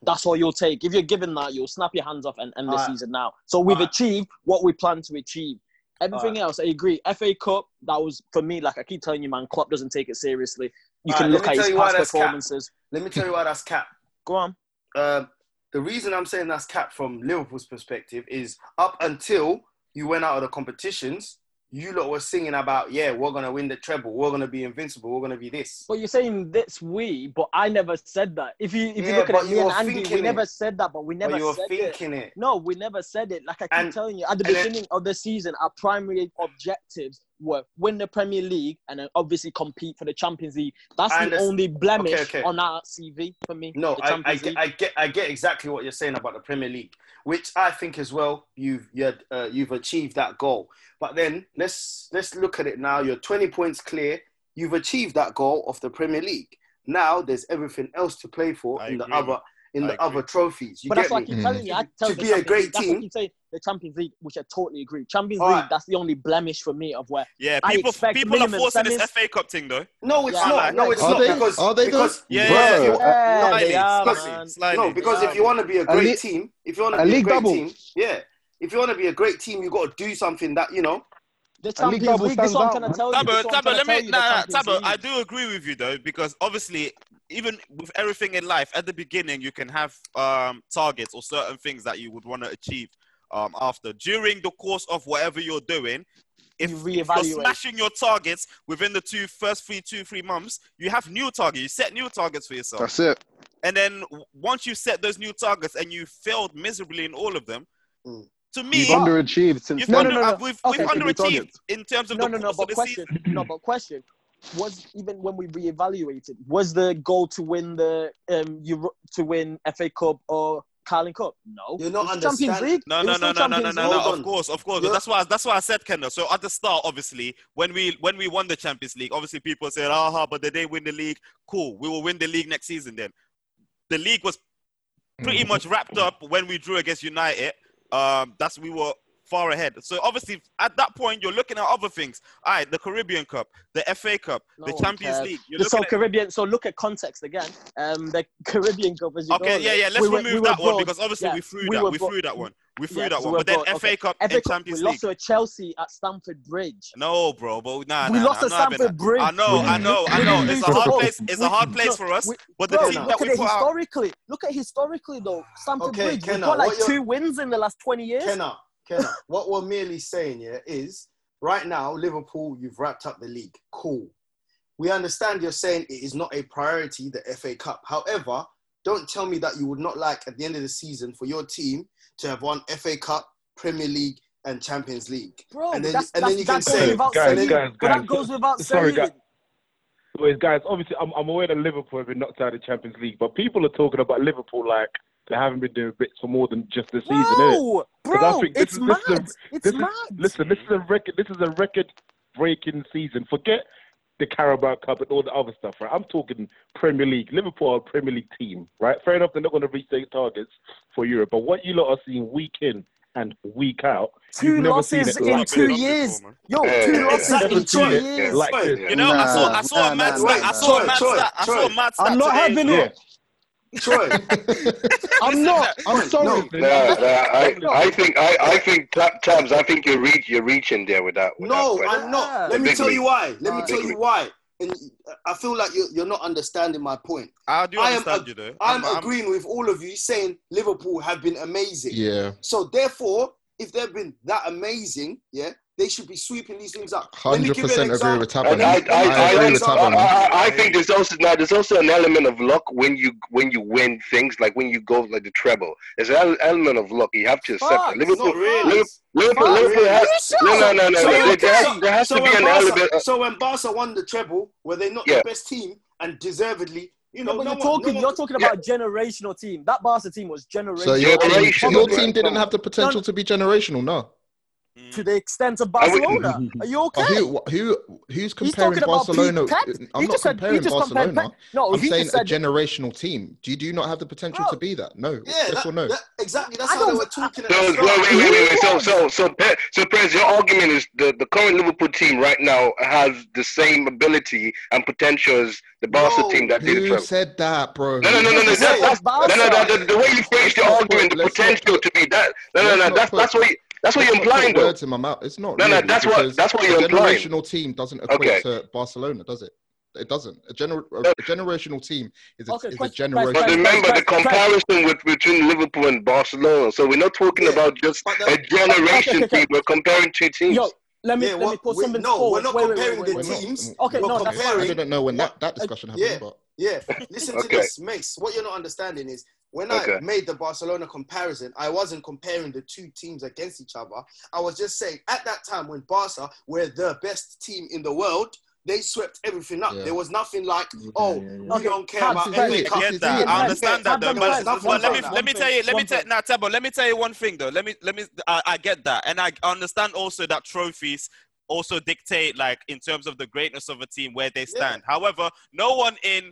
Speaker 9: that's all you'll take. If you're given that, you'll snap your hands off and end the
Speaker 7: Alright.
Speaker 9: season now. So we've
Speaker 7: Alright.
Speaker 9: achieved what we planned to achieve. Everything
Speaker 7: Alright.
Speaker 9: else, I agree. FA Cup, that was for me. Like I keep telling you, man, Klopp doesn't take it seriously. You
Speaker 7: Alright,
Speaker 9: can
Speaker 7: let
Speaker 9: look
Speaker 7: me
Speaker 9: at
Speaker 7: tell
Speaker 9: his
Speaker 7: you why
Speaker 9: past
Speaker 7: that's cap.
Speaker 9: performances.
Speaker 7: Let me tell you why that's cap.
Speaker 9: Go on.
Speaker 7: Uh, the reason I'm saying that's cap from Liverpool's perspective is up until you went out of the competitions, you lot were singing about, yeah, we're going to win the treble, we're going to be invincible, we're going to be this.
Speaker 9: But you're saying that's we, but I never said that. If you if you
Speaker 7: Yeah,
Speaker 9: look at
Speaker 7: but
Speaker 9: it,
Speaker 7: you
Speaker 9: me and
Speaker 7: were
Speaker 9: Andy,
Speaker 7: thinking
Speaker 9: we
Speaker 7: it.
Speaker 9: never said that, but we never
Speaker 7: but you were
Speaker 9: said it.
Speaker 7: thinking it.
Speaker 9: No, we never said it. Like I keep
Speaker 7: And-
Speaker 9: telling you, at the
Speaker 7: and it-
Speaker 9: beginning of the season, our primary objectives were win the Premier League and then obviously compete for the Champions League. That's
Speaker 7: I
Speaker 9: the
Speaker 7: underst-
Speaker 9: only blemish
Speaker 7: Okay, okay.
Speaker 9: on our CV for me.
Speaker 7: No,
Speaker 9: the
Speaker 7: I, I,
Speaker 9: Champions
Speaker 7: get,
Speaker 9: League.
Speaker 7: I get I get exactly what you're saying about the Premier League, which I think as well you've you've, uh, you've achieved that goal. But then let's let's look at it now. You're 20 points clear. You've achieved that goal of the Premier League. Now there's everything else to play for
Speaker 3: I
Speaker 7: in the
Speaker 3: agree,
Speaker 7: other
Speaker 3: man.
Speaker 7: in
Speaker 3: I
Speaker 7: the
Speaker 3: agree.
Speaker 7: other trophies. You
Speaker 9: but
Speaker 7: get
Speaker 9: that's why I
Speaker 7: me? Mm-hmm.
Speaker 9: keep telling you. I tell
Speaker 7: To
Speaker 9: the
Speaker 7: be a
Speaker 9: Champions
Speaker 7: great
Speaker 9: League, that's what I
Speaker 7: team-
Speaker 9: keep saying. The Champions League, which I totally agree. Champions
Speaker 7: All
Speaker 9: League,
Speaker 7: right.
Speaker 9: that's the only blemish for me of where
Speaker 3: Yeah,
Speaker 9: I
Speaker 3: people
Speaker 9: expect
Speaker 3: people are
Speaker 9: minimum
Speaker 3: forcing
Speaker 9: semis.
Speaker 3: this FA Cup thing though.
Speaker 7: No, it's
Speaker 9: Yeah,
Speaker 7: not. No,
Speaker 9: yeah,
Speaker 7: it's
Speaker 4: Are
Speaker 7: not
Speaker 4: they-
Speaker 7: because
Speaker 4: are they though?
Speaker 7: because
Speaker 3: Yeah,
Speaker 7: because
Speaker 3: yeah,
Speaker 7: if you
Speaker 3: yeah.
Speaker 9: Yeah,
Speaker 7: wa- no,
Speaker 9: they
Speaker 3: Slightly,
Speaker 9: are,
Speaker 7: because-
Speaker 3: slightly,
Speaker 9: man.
Speaker 3: slightly.
Speaker 7: no because
Speaker 9: They
Speaker 7: if
Speaker 9: are,
Speaker 7: you want to be a great
Speaker 5: league-
Speaker 7: team, if you want to
Speaker 5: a
Speaker 7: be a
Speaker 5: league
Speaker 7: great
Speaker 5: double.
Speaker 7: team, yeah. If you want to be a great team, you got to do something that you know.
Speaker 9: The
Speaker 5: A league
Speaker 9: Champions
Speaker 5: double
Speaker 9: League. This is
Speaker 5: stands
Speaker 9: what I'm
Speaker 5: out,
Speaker 9: trying to
Speaker 5: man.
Speaker 9: tell you. This
Speaker 3: Tabo,
Speaker 9: is what I'm
Speaker 3: Tabo,
Speaker 9: trying to
Speaker 3: let me.
Speaker 9: tell you. The
Speaker 3: Nah, nah, Tabo,
Speaker 9: Champions
Speaker 3: I
Speaker 9: League.
Speaker 3: do agree with you though, because obviously, even with everything in life, at the beginning you can have um, targets or certain things that you would want to achieve um, after. During the course of whatever you're doing, if,
Speaker 9: You
Speaker 3: if you're
Speaker 9: reevaluate.
Speaker 3: smashing your targets within the two first three two three months, you have new targets. You set new targets for yourself.
Speaker 5: That's it.
Speaker 3: And then w- once you set those new targets and you failed miserably in all of them,
Speaker 7: Mm.
Speaker 3: to me,
Speaker 5: You've underachieved since.
Speaker 3: you've
Speaker 9: No,
Speaker 3: under,
Speaker 9: no, no, no.
Speaker 3: uh, we've,
Speaker 9: Okay.
Speaker 3: we've
Speaker 5: Taking new
Speaker 3: underachieved
Speaker 5: targets.
Speaker 3: in terms of
Speaker 9: No,
Speaker 3: the
Speaker 9: no, no.
Speaker 3: course
Speaker 9: But
Speaker 3: of the season.
Speaker 9: question. No, but question. Was even when we reevaluated, was the goal to win the um Euro- to win FA Cup or Carling Cup? No.
Speaker 7: You're not
Speaker 9: it was Champions
Speaker 7: understand-
Speaker 9: League.
Speaker 3: No,
Speaker 9: it
Speaker 3: no,
Speaker 9: was
Speaker 3: no,
Speaker 9: still
Speaker 3: no, no, no,
Speaker 9: Champions
Speaker 3: no,
Speaker 9: League.
Speaker 3: no.
Speaker 7: Hold
Speaker 3: Of
Speaker 7: on.
Speaker 3: course, of course.
Speaker 7: You're-
Speaker 3: That's why. That's why I said Kendall. So at the start, obviously, when we when we won the Champions League, obviously people said, "Aha!" But they didn't win the league. Cool. We will win the league next season. Then the league was pretty
Speaker 9: Mm-hmm.
Speaker 3: much wrapped up when we drew against United. Um, that's we were far ahead. So obviously, at that point, you're looking at other things. All right, the Caribbean Cup, the FA Cup,
Speaker 9: No
Speaker 3: the
Speaker 9: one
Speaker 3: Champions
Speaker 9: cares.
Speaker 3: League. You're
Speaker 9: The so
Speaker 3: looking at
Speaker 9: Caribbean. So look at context again. Um, the Caribbean Cup, as you
Speaker 3: Okay,
Speaker 9: call
Speaker 3: yeah,
Speaker 9: it,
Speaker 3: yeah. Let's
Speaker 9: we were-
Speaker 3: remove
Speaker 9: we were
Speaker 3: that one
Speaker 9: broad-
Speaker 3: because obviously
Speaker 9: yeah,
Speaker 3: we threw
Speaker 9: we
Speaker 3: that.
Speaker 9: were
Speaker 3: We
Speaker 9: bro-
Speaker 3: threw that one. We threw
Speaker 9: yeah,
Speaker 3: that
Speaker 9: so
Speaker 3: one.
Speaker 9: we're
Speaker 3: But then
Speaker 9: broad,
Speaker 3: FA
Speaker 9: okay.
Speaker 3: Cup
Speaker 9: FA
Speaker 3: and
Speaker 9: Cup, we
Speaker 3: Champions League.
Speaker 9: lost to a Chelsea at Stamford Bridge.
Speaker 3: No, bro, but nah,
Speaker 9: we
Speaker 3: nah, nah.
Speaker 9: lost
Speaker 3: I'm
Speaker 9: at
Speaker 3: not having that.
Speaker 9: Stamford Bridge.
Speaker 3: I know,
Speaker 9: We
Speaker 3: I
Speaker 9: didn't lose.
Speaker 3: know, I
Speaker 9: We
Speaker 3: know. It's
Speaker 9: didn't lose
Speaker 3: a
Speaker 9: to
Speaker 3: hard
Speaker 9: both.
Speaker 3: place. It's a
Speaker 9: We-
Speaker 3: hard place
Speaker 9: no,
Speaker 3: for us.
Speaker 9: we-
Speaker 3: But the
Speaker 9: bro,
Speaker 3: team
Speaker 7: Kenna.
Speaker 3: that
Speaker 9: look at
Speaker 3: we
Speaker 9: it
Speaker 3: put out,
Speaker 9: historically. Look at historically though. Stamford
Speaker 7: Okay,
Speaker 9: Bridge. We've
Speaker 7: Kenna,
Speaker 9: got like
Speaker 7: what you're-
Speaker 9: two wins in the last twenty years.
Speaker 7: Kenna, Kenna, what we're merely saying here is right now, Liverpool, you've wrapped up the league. Cool. We understand you're saying it is not a priority, the FA Cup. However, don't tell me that you would not like at the end of the season for your team to have won FA Cup, Premier League, and Champions League.
Speaker 9: Bro,
Speaker 7: and then,
Speaker 9: that's,
Speaker 7: and
Speaker 9: that's,
Speaker 7: then you
Speaker 9: that
Speaker 7: can
Speaker 9: goes
Speaker 7: say,
Speaker 9: without
Speaker 10: Guys,
Speaker 9: saying.
Speaker 10: guys,
Speaker 9: But that
Speaker 10: guys.
Speaker 9: goes without
Speaker 10: Sorry,
Speaker 9: saying.
Speaker 10: guys. Wait, guys, obviously, I'm, I'm aware that Liverpool have been knocked out of the Champions League, but people are talking about Liverpool like they haven't been doing bits for more than just this season, innit?
Speaker 9: No,
Speaker 10: 'Cause
Speaker 9: bro,
Speaker 10: I think this
Speaker 9: it's
Speaker 10: is,
Speaker 9: mad.
Speaker 10: this is a,
Speaker 9: It's
Speaker 10: this is,
Speaker 9: mad.
Speaker 10: listen, this is a record. This is a record-breaking season. Forget the Carabao Cup and all the other stuff, right? I'm talking Premier League. Liverpool are a Premier League team, right? Fair enough, they're not going to reach their targets for Europe, but what you lot are seeing week in and week out,
Speaker 9: Two
Speaker 10: you've never seen
Speaker 9: losses
Speaker 10: it
Speaker 9: in
Speaker 10: like
Speaker 3: I've been
Speaker 9: two
Speaker 3: up
Speaker 10: this.
Speaker 3: before,
Speaker 9: years.
Speaker 3: man.
Speaker 9: Yo,
Speaker 8: Yeah,
Speaker 9: two
Speaker 8: yeah,
Speaker 10: You've
Speaker 9: losses
Speaker 8: yeah.
Speaker 10: never
Speaker 9: in
Speaker 10: seen
Speaker 9: two
Speaker 10: it
Speaker 9: years.
Speaker 10: like
Speaker 7: Troy,
Speaker 10: this.
Speaker 3: you know, I saw,
Speaker 5: Nah,
Speaker 3: I saw
Speaker 5: nah,
Speaker 3: a mad
Speaker 5: nah,
Speaker 3: stat.
Speaker 5: nah,
Speaker 3: I saw
Speaker 7: Troy,
Speaker 3: a mad
Speaker 7: Troy,
Speaker 3: stat. I saw a
Speaker 7: Troy.
Speaker 3: mad
Speaker 5: I'm
Speaker 3: stat
Speaker 5: not
Speaker 3: today.
Speaker 5: having
Speaker 10: Yeah.
Speaker 5: it.
Speaker 7: Troy.
Speaker 5: I'm not. I'm sorry.
Speaker 8: No, no, I, I think I, I think tap tabs. I think you're reach you're reaching there with that. With
Speaker 7: No,
Speaker 8: that question.
Speaker 7: I'm not. Let
Speaker 8: The
Speaker 7: me
Speaker 8: big
Speaker 7: tell you
Speaker 8: league.
Speaker 7: why. Let me
Speaker 8: The
Speaker 7: tell
Speaker 8: big
Speaker 7: you
Speaker 8: league.
Speaker 7: why. And I feel like you're, you're not understanding my point.
Speaker 3: I do
Speaker 7: I am
Speaker 3: understand
Speaker 7: ag-
Speaker 3: you though.
Speaker 7: I'm, agreeing with all of you saying Liverpool have been amazing.
Speaker 4: Yeah.
Speaker 7: So therefore, if they've been that amazing, yeah, they should be sweeping these things up. Let me give you an
Speaker 4: 100% agree
Speaker 7: example.
Speaker 4: with
Speaker 8: And
Speaker 4: Taban.
Speaker 8: I, I,
Speaker 4: I agree with
Speaker 8: I,
Speaker 4: Taban.
Speaker 8: I, I think there's also now there's also an element of luck when you when you win things like when you go like the treble. There's an ele- element of luck. You have to accept that.
Speaker 9: Fuck,
Speaker 8: Liverpool,
Speaker 7: Not really.
Speaker 8: Liverpool, Liverpool,
Speaker 7: Not
Speaker 8: Liverpool
Speaker 7: really.
Speaker 8: has
Speaker 9: Are you
Speaker 8: no
Speaker 9: sure?
Speaker 8: no no no.
Speaker 7: So
Speaker 8: no.
Speaker 7: when,
Speaker 8: There, there
Speaker 7: so-
Speaker 8: has, there has
Speaker 7: so
Speaker 8: to be
Speaker 7: when
Speaker 8: an
Speaker 7: Barca,
Speaker 8: element.
Speaker 7: so when Barca won the treble, were they not
Speaker 8: Yeah.
Speaker 7: the best team and deservedly? You
Speaker 9: No,
Speaker 7: know,
Speaker 9: but
Speaker 7: no
Speaker 9: you're
Speaker 7: one,
Speaker 9: talking.
Speaker 7: no
Speaker 9: you're
Speaker 7: one,
Speaker 9: talking
Speaker 8: Yeah.
Speaker 9: about generational team. That Barca team was generational.
Speaker 4: So your team,
Speaker 8: Generation.
Speaker 4: your
Speaker 8: Probably.
Speaker 4: team didn't have the potential
Speaker 9: None-
Speaker 4: to be generational, no.
Speaker 3: mm.
Speaker 9: to the extent of
Speaker 8: I would-
Speaker 9: Barcelona. Are you okay?
Speaker 4: Oh, who, who, who's
Speaker 9: He's
Speaker 4: comparing
Speaker 9: talking about
Speaker 4: Barcelona?
Speaker 9: peak Pep.
Speaker 4: I'm
Speaker 9: he
Speaker 4: not
Speaker 9: just said. He
Speaker 4: comparing
Speaker 9: just compared
Speaker 4: Barcelona.
Speaker 9: Pep. No,
Speaker 4: I'm
Speaker 9: he
Speaker 4: saying
Speaker 9: just
Speaker 4: a
Speaker 9: said.
Speaker 4: generational team. Do you, do you not have the potential
Speaker 9: Bro.
Speaker 4: to be that? No.
Speaker 7: yeah,
Speaker 4: yes
Speaker 7: that-
Speaker 4: or no?
Speaker 7: that- exactly. That's
Speaker 9: I
Speaker 7: how they
Speaker 9: don't-
Speaker 7: were talking at the
Speaker 8: So, wait, wait,
Speaker 7: start.
Speaker 8: wait, wait, wait. So,
Speaker 9: Who
Speaker 8: so, so, Pe- so, Perez, your argument is the, the current Liverpool team right now has the same ability and potential as the Barca
Speaker 7: No.
Speaker 8: team that did the
Speaker 4: Who
Speaker 8: treble.
Speaker 4: said that, bro?
Speaker 8: No, no, no, no,
Speaker 9: You
Speaker 8: no.
Speaker 9: just
Speaker 8: That,
Speaker 9: said
Speaker 8: that's
Speaker 9: that
Speaker 8: no, no,
Speaker 9: Barca.
Speaker 8: no. The, the way you phrase
Speaker 4: Let's
Speaker 8: the
Speaker 4: not put.
Speaker 8: argument, the
Speaker 4: Let's not
Speaker 8: potential
Speaker 4: put.
Speaker 8: to be that. No, no,
Speaker 4: Let's
Speaker 8: no.
Speaker 4: not
Speaker 8: That's
Speaker 4: put.
Speaker 8: that's what you, that's what
Speaker 4: Let's
Speaker 8: you're
Speaker 4: not put
Speaker 8: implying, though.
Speaker 4: words in my mouth. It's not
Speaker 8: No, no.
Speaker 4: really
Speaker 8: That's what
Speaker 4: because
Speaker 8: that's what
Speaker 4: a
Speaker 8: you're implying.
Speaker 4: generational team doesn't equate
Speaker 8: Okay.
Speaker 4: to Barcelona, does it? It doesn't. A general a,
Speaker 8: No.
Speaker 4: a generational team is a,
Speaker 9: Okay,
Speaker 4: is a
Speaker 9: quest- press,
Speaker 8: But
Speaker 9: press,
Speaker 4: generational
Speaker 9: press,
Speaker 8: remember
Speaker 4: team.
Speaker 8: the
Speaker 9: press, press.
Speaker 8: comparison with between Liverpool and Barcelona. So we're not talking
Speaker 7: Yeah,
Speaker 8: about just
Speaker 7: but
Speaker 8: a
Speaker 7: the,
Speaker 9: Okay, okay,
Speaker 8: generation
Speaker 9: okay.
Speaker 8: team. We're comparing two
Speaker 9: Yo,
Speaker 8: teams.
Speaker 9: let me
Speaker 7: yeah,
Speaker 9: let me
Speaker 7: what,
Speaker 9: put
Speaker 7: we,
Speaker 9: something
Speaker 7: no, we're
Speaker 9: forward.
Speaker 7: not
Speaker 9: Wait, wait, wait,
Speaker 7: comparing
Speaker 9: wait,
Speaker 7: the
Speaker 4: We're
Speaker 9: wait, wait.
Speaker 4: not.
Speaker 7: teams.
Speaker 4: We're
Speaker 9: Okay,
Speaker 7: We're
Speaker 9: no,
Speaker 4: not.
Speaker 9: that's
Speaker 4: I
Speaker 9: fine.
Speaker 7: comparing
Speaker 4: didn't know when
Speaker 7: what.
Speaker 4: that that discussion happened,
Speaker 7: Yeah,
Speaker 4: but
Speaker 7: yeah. Listen to
Speaker 8: Okay.
Speaker 7: this, Mace. What you're not understanding is when I
Speaker 8: Okay.
Speaker 7: made the Barcelona comparison, I wasn't comparing the two teams against each other. I was just saying at that time when Barca were the best team in the world, they swept everything up.
Speaker 4: Yeah.
Speaker 7: There was not nothing like,
Speaker 11: Yeah,
Speaker 7: oh,
Speaker 11: yeah, yeah.
Speaker 7: we
Speaker 9: Okay,
Speaker 7: don't care
Speaker 9: Tabs
Speaker 7: about
Speaker 9: is
Speaker 4: This is
Speaker 7: FA
Speaker 4: it.
Speaker 3: I
Speaker 7: Cup.
Speaker 4: This
Speaker 3: get that. I understand
Speaker 4: is it.
Speaker 9: One phrase,
Speaker 3: that,
Speaker 9: one
Speaker 3: though.
Speaker 9: phrase,
Speaker 7: There
Speaker 3: But
Speaker 9: one phrase,
Speaker 7: was nothing
Speaker 9: one
Speaker 3: but let
Speaker 7: like
Speaker 3: me let me
Speaker 9: phrase, one
Speaker 7: that.
Speaker 3: tell
Speaker 9: phrase,
Speaker 3: you let me
Speaker 9: one
Speaker 3: tell
Speaker 9: phrase.
Speaker 3: now Tabo, let me tell you one thing though. Let me let me I, I get that, and I understand also that trophies also dictate like in terms of the greatness of a team where they
Speaker 7: Yeah.
Speaker 3: stand. However, no one in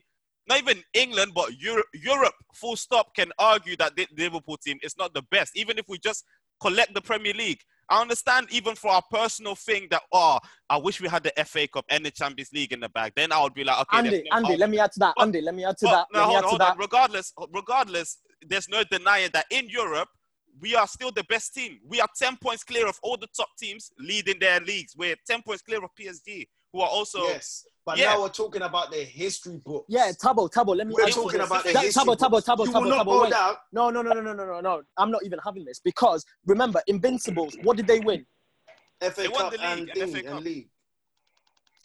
Speaker 3: not even England, but Europe, Europe, full stop, can argue that the Liverpool team is not the best. Even if we just collect the Premier League, I understand even for our personal thing that oh, I wish we had the FA Cup and the Champions League in the bag. Then I would be like, okay, there's no
Speaker 9: Andy, Andy,
Speaker 7: Oh.
Speaker 3: argument.
Speaker 9: let me add to that.
Speaker 3: But-
Speaker 9: Andy, let me add to
Speaker 3: But
Speaker 9: that.
Speaker 3: no,
Speaker 9: Let me
Speaker 3: hold
Speaker 9: add
Speaker 3: on,
Speaker 9: to
Speaker 3: hold on.
Speaker 9: that.
Speaker 3: Regardless, regardless, there's no denying that in Europe we are still the best team. We are ten points clear of all the top teams leading their leagues. We're ten points clear of PSG, who are also
Speaker 7: Yes. But
Speaker 3: Yeah.
Speaker 7: now we're talking about the history books.
Speaker 9: Yeah, Tabo, Tabo, let me
Speaker 7: We're
Speaker 9: add to
Speaker 7: talking
Speaker 9: this.
Speaker 7: about the
Speaker 9: That,
Speaker 7: history
Speaker 9: Tabo, Tabo,
Speaker 7: books.
Speaker 9: Tabo,
Speaker 7: You will
Speaker 9: Tabo,
Speaker 7: not
Speaker 9: Tabo,
Speaker 7: bow
Speaker 9: wait.
Speaker 7: down.
Speaker 9: No, no, no, no, no, no, no, no. I'm not even having this because remember, Invincibles, what did they win?
Speaker 7: FA
Speaker 3: they won
Speaker 7: Cup
Speaker 3: the league
Speaker 7: and
Speaker 3: and FA
Speaker 7: thing
Speaker 3: Cup.
Speaker 7: and league.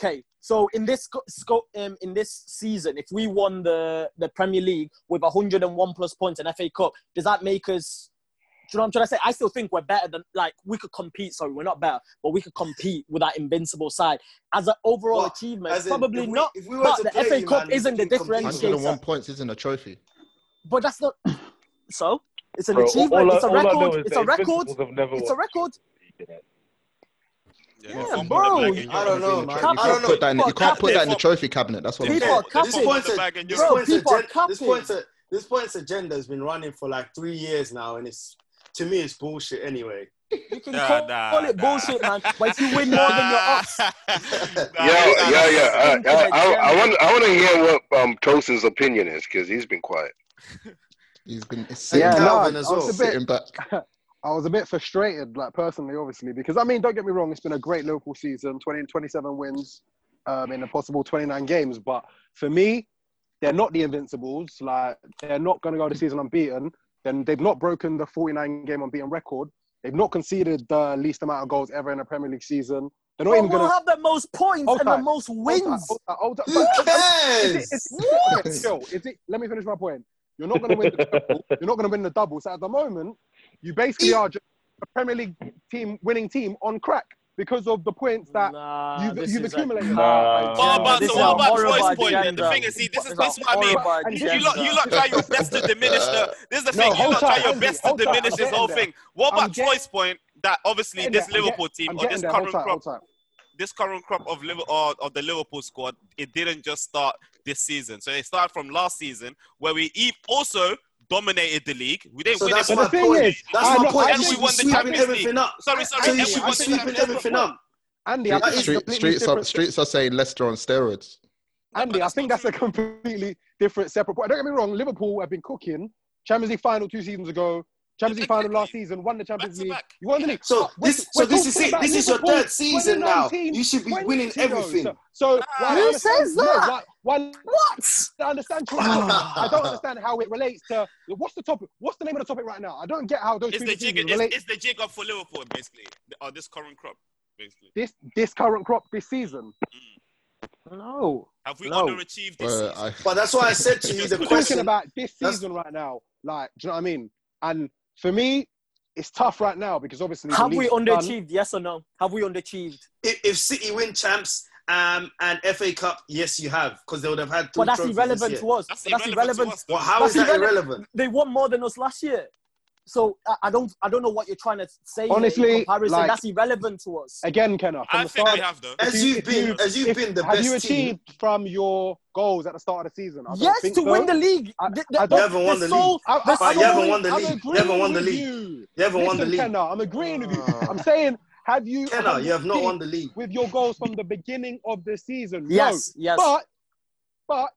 Speaker 9: Okay, so in this sco- sco- um, in this season, if we won the, the Premier League with 101 plus points in FA Cup, does that make us? Do you know what I'm trying to say? I still think we're better than like we could compete. Sorry, we're not better, but we could compete with that invincible side as an overall
Speaker 7: Well,
Speaker 9: achievement.
Speaker 7: as in,
Speaker 9: Probably
Speaker 7: if we
Speaker 9: not,
Speaker 7: if we were
Speaker 9: but
Speaker 7: to
Speaker 9: the
Speaker 7: play
Speaker 9: FA
Speaker 7: you,
Speaker 9: Cup
Speaker 7: man,
Speaker 9: isn't the
Speaker 7: we can compete with you.
Speaker 9: differentiator.
Speaker 4: 101 points isn't a trophy.
Speaker 9: But that's not so. It's an
Speaker 10: Bro, all,
Speaker 9: achievement.
Speaker 10: all, I,
Speaker 9: It's a
Speaker 10: all I
Speaker 9: record.
Speaker 10: know is
Speaker 9: It's
Speaker 10: that
Speaker 9: a record.
Speaker 10: Invincibles have never
Speaker 9: It's a
Speaker 10: won the
Speaker 9: record.
Speaker 10: Champions
Speaker 3: Yeah,
Speaker 9: Yeah,
Speaker 3: they fought for the
Speaker 9: bro.
Speaker 3: bag
Speaker 9: you-
Speaker 3: in Europe.
Speaker 7: I don't
Speaker 4: Everything
Speaker 7: know,
Speaker 4: in tro-
Speaker 7: man.
Speaker 4: you
Speaker 7: I
Speaker 9: Capping.
Speaker 4: can't
Speaker 7: don't know.
Speaker 4: put that in.
Speaker 9: People
Speaker 4: You
Speaker 9: are
Speaker 4: can't put
Speaker 3: They
Speaker 4: that in
Speaker 9: capping.
Speaker 4: the
Speaker 3: fought.
Speaker 4: trophy cabinet. That's what
Speaker 3: They
Speaker 4: I'm
Speaker 9: People
Speaker 7: Yeah,
Speaker 9: are
Speaker 3: fought.
Speaker 4: saying.
Speaker 3: They
Speaker 7: this
Speaker 3: fought for
Speaker 9: capping,
Speaker 7: points
Speaker 3: the bag in
Speaker 7: this
Speaker 3: Europe.
Speaker 9: bro.
Speaker 7: points
Speaker 9: People are
Speaker 7: agenda this
Speaker 9: capping.
Speaker 7: points this points agenda has been running for like three years now, and it's to me it's bullshit anyway.
Speaker 9: You can
Speaker 3: Nah,
Speaker 9: call
Speaker 3: nah,
Speaker 9: it
Speaker 3: nah.
Speaker 9: bullshit, man. But if you win more than your
Speaker 3: nah.
Speaker 9: ops,
Speaker 3: nah,
Speaker 8: Yeah,
Speaker 3: that's not
Speaker 8: yeah,
Speaker 3: a.
Speaker 8: yeah. I,
Speaker 9: stinking
Speaker 8: I, I, I
Speaker 9: agenda.
Speaker 8: want I want to hear what um Tosin's opinion is because he's been quiet.
Speaker 4: He's been he's
Speaker 7: And
Speaker 4: sitting
Speaker 5: Yeah,
Speaker 4: back,
Speaker 5: no,
Speaker 7: Calvin as
Speaker 5: I was
Speaker 7: well.
Speaker 5: a bit,
Speaker 4: sitting back.
Speaker 5: I was a bit frustrated, like personally, obviously, because I mean, don't get me wrong, it's been a great Liverpool season, 20, 27 wins um, in a possible 29 games. But for me, they're not the Invincibles. Like, they're not going to go the season unbeaten. Then they've not broken the 49 game unbeaten record. They've not conceded the least amount of goals ever in a Premier League season. They're not
Speaker 9: But
Speaker 5: even
Speaker 9: we'll
Speaker 5: going to.
Speaker 9: have the most points
Speaker 5: Hold
Speaker 9: and the
Speaker 5: tight.
Speaker 9: most
Speaker 5: Hold tight.
Speaker 9: wins.
Speaker 5: Hold tight. Hold tight.
Speaker 7: Who
Speaker 5: But I'm- is it, is,
Speaker 7: cares?
Speaker 5: okay, chill. Is it? Let me finish my point. You're not going to win the
Speaker 10: League.
Speaker 5: double. You're not going to win the double. So at the moment, you basically are just a Premier League team winning team on crack because of the points that
Speaker 9: Nah,
Speaker 5: you've
Speaker 9: this
Speaker 5: you've
Speaker 9: is a car
Speaker 5: accumulated.
Speaker 10: Nah.
Speaker 3: What
Speaker 9: agenda.
Speaker 3: about
Speaker 5: But
Speaker 9: This
Speaker 3: so?
Speaker 9: is
Speaker 3: What
Speaker 9: a
Speaker 3: about Troy's
Speaker 9: horrible
Speaker 3: point? Then the
Speaker 9: agenda.
Speaker 3: thing is, see, this
Speaker 9: This
Speaker 3: is
Speaker 9: is a
Speaker 3: this is my thing.
Speaker 9: horrible
Speaker 5: and
Speaker 3: You
Speaker 5: this,
Speaker 3: lot, you
Speaker 9: agenda.
Speaker 3: lot try your best to diminish the. This is the
Speaker 5: no,
Speaker 3: thing. You
Speaker 5: hold
Speaker 3: lot try
Speaker 5: tight,
Speaker 3: your
Speaker 5: Andy,
Speaker 3: best to
Speaker 5: hold tight. I'm
Speaker 3: diminish this
Speaker 5: getting
Speaker 3: whole
Speaker 5: there.
Speaker 3: thing. What
Speaker 5: I'm
Speaker 3: about
Speaker 5: getting
Speaker 3: Troy's point that obviously
Speaker 5: there.
Speaker 3: this
Speaker 5: I'm get,
Speaker 3: Liverpool team
Speaker 5: I'm
Speaker 3: or
Speaker 5: getting
Speaker 3: this
Speaker 5: there. Hold
Speaker 3: current
Speaker 5: tight,
Speaker 3: crop,
Speaker 5: hold tight.
Speaker 3: this current crop of Liver or, of the Liverpool squad, it didn't just start this season. So it started from last season where we e- also dominated the league. We didn't
Speaker 7: So
Speaker 3: win it,
Speaker 7: that's
Speaker 5: But
Speaker 3: but
Speaker 5: the
Speaker 3: we
Speaker 7: my
Speaker 5: thing
Speaker 7: point.
Speaker 3: won it,
Speaker 5: is,
Speaker 7: That's
Speaker 5: I
Speaker 7: my
Speaker 5: know.
Speaker 7: point.
Speaker 5: I
Speaker 3: and
Speaker 7: You
Speaker 3: we
Speaker 7: should
Speaker 5: think,
Speaker 7: be
Speaker 3: won the
Speaker 7: sweeping
Speaker 5: I think,
Speaker 3: Champions League.
Speaker 7: everything up.
Speaker 3: Sorry, sorry,
Speaker 7: So
Speaker 5: Andy,
Speaker 7: you
Speaker 3: and we
Speaker 7: should be
Speaker 5: I
Speaker 3: won the
Speaker 5: think
Speaker 7: sweeping
Speaker 3: Champions League.
Speaker 7: everything
Speaker 3: What?
Speaker 7: up.
Speaker 5: Andy, I
Speaker 4: Street,
Speaker 7: That
Speaker 5: think
Speaker 7: is
Speaker 5: it's
Speaker 7: the
Speaker 4: street,
Speaker 5: completely
Speaker 4: streets are
Speaker 5: different.
Speaker 4: streets are saying Leicester on steroids.
Speaker 5: Andy, I think that's a completely different, separate point. Don't get me wrong, Liverpool have been cooking. Champions League final two seasons ago. Champions League final last season, won the Champions League. You won the league.
Speaker 7: So
Speaker 5: But we're-
Speaker 7: this-
Speaker 5: we're
Speaker 7: so this is
Speaker 5: talking
Speaker 7: it.
Speaker 5: about
Speaker 7: This is your
Speaker 5: Liverpool
Speaker 7: third season now.
Speaker 5: 2019,
Speaker 7: You should be winning
Speaker 5: 20, though.
Speaker 7: everything.
Speaker 5: So, so why-
Speaker 1: Who
Speaker 5: I understand-
Speaker 1: says
Speaker 5: no,
Speaker 1: that?
Speaker 5: why- why-
Speaker 1: What?
Speaker 5: I understand. Trump. I don't understand how it relates to what's the topic. What's the name of the topic right now? I don't get how those
Speaker 3: It's
Speaker 5: two
Speaker 3: the jig.
Speaker 5: seasons
Speaker 3: It's,
Speaker 5: relate.
Speaker 3: it's the jig up for Liverpool, basically, or this current crop, basically.
Speaker 5: This this current crop this season.
Speaker 14: No.
Speaker 3: Have we
Speaker 5: No.
Speaker 3: underachieved this?
Speaker 5: Well,
Speaker 3: season?
Speaker 5: I- But that's why I said to you the We're talking question- about this
Speaker 7: That's-
Speaker 5: season right now. Like, do you know what I mean? And for me, it's tough right now because obviously the
Speaker 9: Have we
Speaker 5: league's done.
Speaker 9: underachieved? Yes or no? Have we underachieved?
Speaker 7: If, if City win champs um, and FA Cup, yes, you have, because they would have had. Two
Speaker 9: But that's
Speaker 7: trophies this
Speaker 9: irrelevant
Speaker 7: year.
Speaker 9: to us. That's, irrelevant.
Speaker 7: Well, how
Speaker 9: That's
Speaker 7: is that
Speaker 9: irrele-
Speaker 7: irrelevant?
Speaker 9: They won more than us last year. So I, I don't, I don't know what you're trying to say. here in
Speaker 5: Honestly,
Speaker 9: comparison,
Speaker 5: like-
Speaker 9: that's irrelevant to us.
Speaker 5: Again, Kenneth, from
Speaker 9: I
Speaker 5: the
Speaker 9: think
Speaker 5: start,
Speaker 9: we have, though.
Speaker 5: if
Speaker 9: As
Speaker 5: you-
Speaker 9: you've
Speaker 5: if
Speaker 9: been-
Speaker 5: you-
Speaker 9: as you've
Speaker 5: if-
Speaker 9: been the
Speaker 5: have
Speaker 9: best
Speaker 5: you
Speaker 9: team-
Speaker 5: achieved from your goals at the start of the season? I don't
Speaker 9: Yes,
Speaker 5: think
Speaker 9: to
Speaker 5: so.
Speaker 9: win the league.
Speaker 5: I,
Speaker 9: The- the-
Speaker 5: I don't-
Speaker 9: You haven't won the the league. sole-
Speaker 5: I-
Speaker 9: the
Speaker 5: I-
Speaker 9: You haven't
Speaker 5: I'm
Speaker 9: won the
Speaker 5: agreeing-
Speaker 9: league.
Speaker 5: I'm
Speaker 9: You haven't won the
Speaker 5: agreeing with
Speaker 9: league.
Speaker 5: You.
Speaker 9: You haven't won the
Speaker 5: Listen,
Speaker 9: league. Ah.
Speaker 5: Kenna, I'm agreeing with you. I'm saying, have you?
Speaker 7: Kenna, you have not won the
Speaker 5: league with your goals from the beginning of the season.
Speaker 9: Yes,
Speaker 5: no.
Speaker 9: yes.
Speaker 5: But, but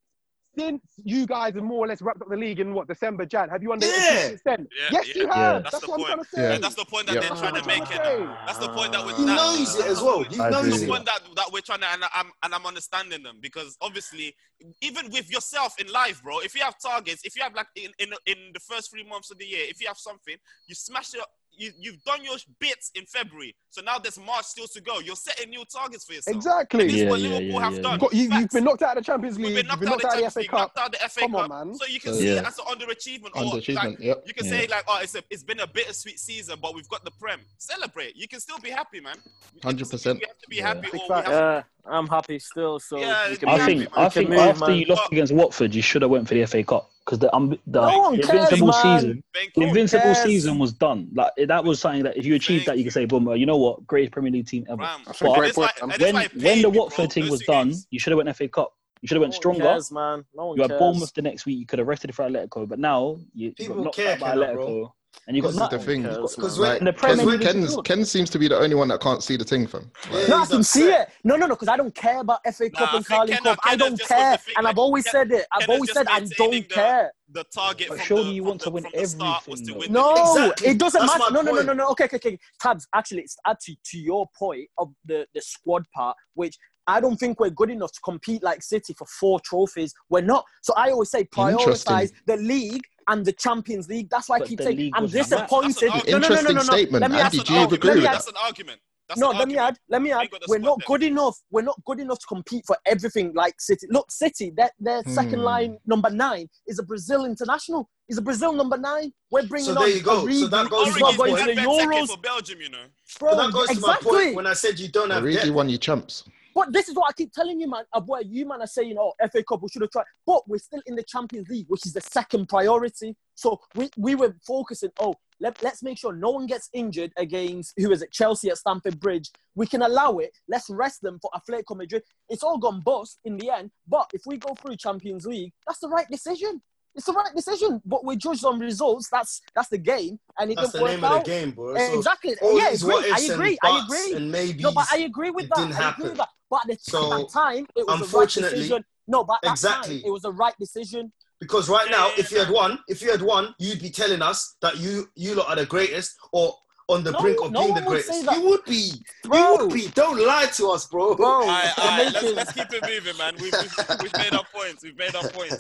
Speaker 5: since you guys have more or less wrapped up the league in what December, Jan, have you underachieved since then? yes, you have. That's,
Speaker 3: the
Speaker 5: what
Speaker 3: point.
Speaker 5: I'm trying to say.
Speaker 3: That's the point that
Speaker 5: Yeah.
Speaker 3: they're
Speaker 5: That's
Speaker 3: trying
Speaker 5: what
Speaker 3: to
Speaker 5: I'm
Speaker 3: make.
Speaker 5: trying
Speaker 3: It.
Speaker 5: to
Speaker 3: That's the point that we're.
Speaker 7: He knows it as well. He
Speaker 3: That's
Speaker 7: knows
Speaker 3: the
Speaker 7: it.
Speaker 3: point that, that we're trying to, and I'm, and I'm understanding them because obviously, even with yourself in life, bro, if you have targets, if you have like in, in, in the first three months of the year, if you have something, you smash it. You, you've done your bits in February, so now there's March still to go. You're setting new targets for yourself.
Speaker 5: Exactly.
Speaker 3: And this is what Liverpool have done.
Speaker 5: You've, got, you, have been knocked out of the Champions League. You've been knocked out of the FA
Speaker 3: Champions League,
Speaker 5: Cup.
Speaker 3: knocked out the FA
Speaker 5: Come
Speaker 3: Cup.
Speaker 5: on, man.
Speaker 3: So you can
Speaker 4: Yeah.
Speaker 3: see it
Speaker 4: Yeah.
Speaker 3: as an underachievement. Or
Speaker 4: Underachievement,
Speaker 3: like,
Speaker 4: yep.
Speaker 3: You can
Speaker 4: Yeah.
Speaker 3: say like, oh, it's, a, it's been a bittersweet season, but we've got the prem. Celebrate. You can still be happy, man.
Speaker 4: Hundred percent.
Speaker 3: Be happy. Or we have
Speaker 9: Yeah, I'm happy still. So
Speaker 3: Yeah,
Speaker 9: we can
Speaker 8: I
Speaker 9: move-
Speaker 8: think
Speaker 9: we
Speaker 8: I
Speaker 9: can
Speaker 8: think
Speaker 9: move,
Speaker 8: after
Speaker 9: man.
Speaker 8: you lost against Watford, you should have went for the FA Cup because the, um, the
Speaker 9: No one
Speaker 8: the
Speaker 9: cares,
Speaker 8: invincible
Speaker 9: man.
Speaker 8: season, the
Speaker 9: one
Speaker 8: invincible
Speaker 9: cares.
Speaker 8: season was done. Like that was something that if you achieved that, you could say, "Boom, you know what, greatest Premier League team ever."
Speaker 5: That's a
Speaker 8: But
Speaker 5: great point, man.
Speaker 8: when when the Watford team was done, you should have went FA Cup. You should have went
Speaker 9: No one
Speaker 8: stronger.
Speaker 9: cares, man. No one
Speaker 8: you had
Speaker 9: cares.
Speaker 8: Bournemouth the next week. You could have rested for Atletico, but now you, you
Speaker 9: People
Speaker 8: got knocked
Speaker 9: care,
Speaker 8: out by
Speaker 9: Kenneth,
Speaker 8: Atletico,
Speaker 9: bro.
Speaker 8: and you got
Speaker 4: This is the
Speaker 8: nothing.
Speaker 4: thing.
Speaker 8: You got-
Speaker 4: Like,
Speaker 8: and the Premier
Speaker 4: Ken,
Speaker 8: League is
Speaker 4: Ken's,
Speaker 8: good.
Speaker 4: Ken seems to be the only one that can't see the thing, fam. Like,
Speaker 9: no, I can see it. No, no, no, because I don't care about FA Cup and Carling Cup. I don't care, and I've always said it. I've always said I don't care.
Speaker 3: the target.
Speaker 8: But surely you want to win everything. though.
Speaker 9: No,
Speaker 8: Exactly.
Speaker 9: it doesn't
Speaker 8: That's
Speaker 9: matter.
Speaker 8: my
Speaker 9: No, no, no,
Speaker 8: point.
Speaker 9: no, no. Okay, okay, okay. Tabs, actually, it's add to, to your point of the, the squad part, which I don't think we're good enough to compete like City for four trophies. We're not. So I always say prioritize
Speaker 4: Interesting.
Speaker 9: the league and the Champions League. That's why I
Speaker 4: But
Speaker 9: keep
Speaker 4: the
Speaker 9: saying
Speaker 4: league
Speaker 9: I'm
Speaker 4: was mad.
Speaker 9: disappointed.
Speaker 4: That's an
Speaker 9: No, no, no, no, no,
Speaker 4: interesting
Speaker 9: no.
Speaker 4: statement.
Speaker 9: Let me
Speaker 4: Andy,
Speaker 9: ask-
Speaker 4: do you
Speaker 9: oh,
Speaker 4: agree
Speaker 9: let me
Speaker 4: with that?
Speaker 9: ask-
Speaker 3: That's an argument. That's
Speaker 9: no,
Speaker 3: an
Speaker 9: let me add. Let me add. We're not good enough. We're not good enough to compete for everything. Like City. Look, City. Their their second
Speaker 7: Hmm.
Speaker 9: line number nine is a Brazil international. Is a Brazil number nine. We're bringing
Speaker 7: So there
Speaker 9: on
Speaker 7: you go.
Speaker 9: Origi.
Speaker 7: So that goes
Speaker 9: He's
Speaker 7: to
Speaker 9: not
Speaker 7: my
Speaker 9: going
Speaker 7: point.
Speaker 9: to the Euros.
Speaker 3: Belgium, you know.
Speaker 9: Bro,
Speaker 7: so that goes to
Speaker 9: exactly.
Speaker 7: my point when I said you don't have
Speaker 4: Origi
Speaker 7: depth.
Speaker 4: won you champs.
Speaker 9: But this is what I keep telling you, man. Of what you man are saying, oh, FA Cup, we should have tried. But we're still in the Champions League, which is the second priority. So we, we were focusing, oh, let, let's make sure no one gets injured against, who is it, Chelsea at Stamford Bridge. We can allow it. Let's rest them for Atletico Madrid. It's all gone bust in the end. But if we go through Champions League, that's the right decision. It's the right decision, but we're judged on results. That's that's the game, and it
Speaker 7: That's
Speaker 9: didn't
Speaker 7: the name
Speaker 9: work
Speaker 7: of
Speaker 9: out.
Speaker 7: the game, bro.
Speaker 9: Eh,
Speaker 7: So
Speaker 9: exactly.
Speaker 7: all
Speaker 9: Yeah, I
Speaker 7: these
Speaker 9: agree.
Speaker 7: what
Speaker 9: I
Speaker 7: ifs and
Speaker 9: agree. I
Speaker 7: buts
Speaker 9: agree.
Speaker 7: and
Speaker 9: No, but
Speaker 7: maybes,
Speaker 9: I agree with
Speaker 7: it
Speaker 9: that.
Speaker 7: didn't
Speaker 9: I agree with
Speaker 7: happen.
Speaker 9: that. But at, the, at that
Speaker 7: So,
Speaker 9: time, it was the right
Speaker 7: unfortunately-
Speaker 9: decision. No, but at that
Speaker 7: Exactly.
Speaker 9: time, it was the right decision.
Speaker 7: Because right now, if you had won, if you had won, you'd be telling us that you you lot are the greatest or on the
Speaker 9: No,
Speaker 7: brink of
Speaker 9: no
Speaker 7: being the
Speaker 9: one would say
Speaker 7: greatest.
Speaker 9: that.
Speaker 7: You would be.
Speaker 9: Bro.
Speaker 7: You would be. Don't lie to us, bro.
Speaker 3: Aye, aye, let's, let's keep it moving, man. We've, we've, we've made our points. We've made our points.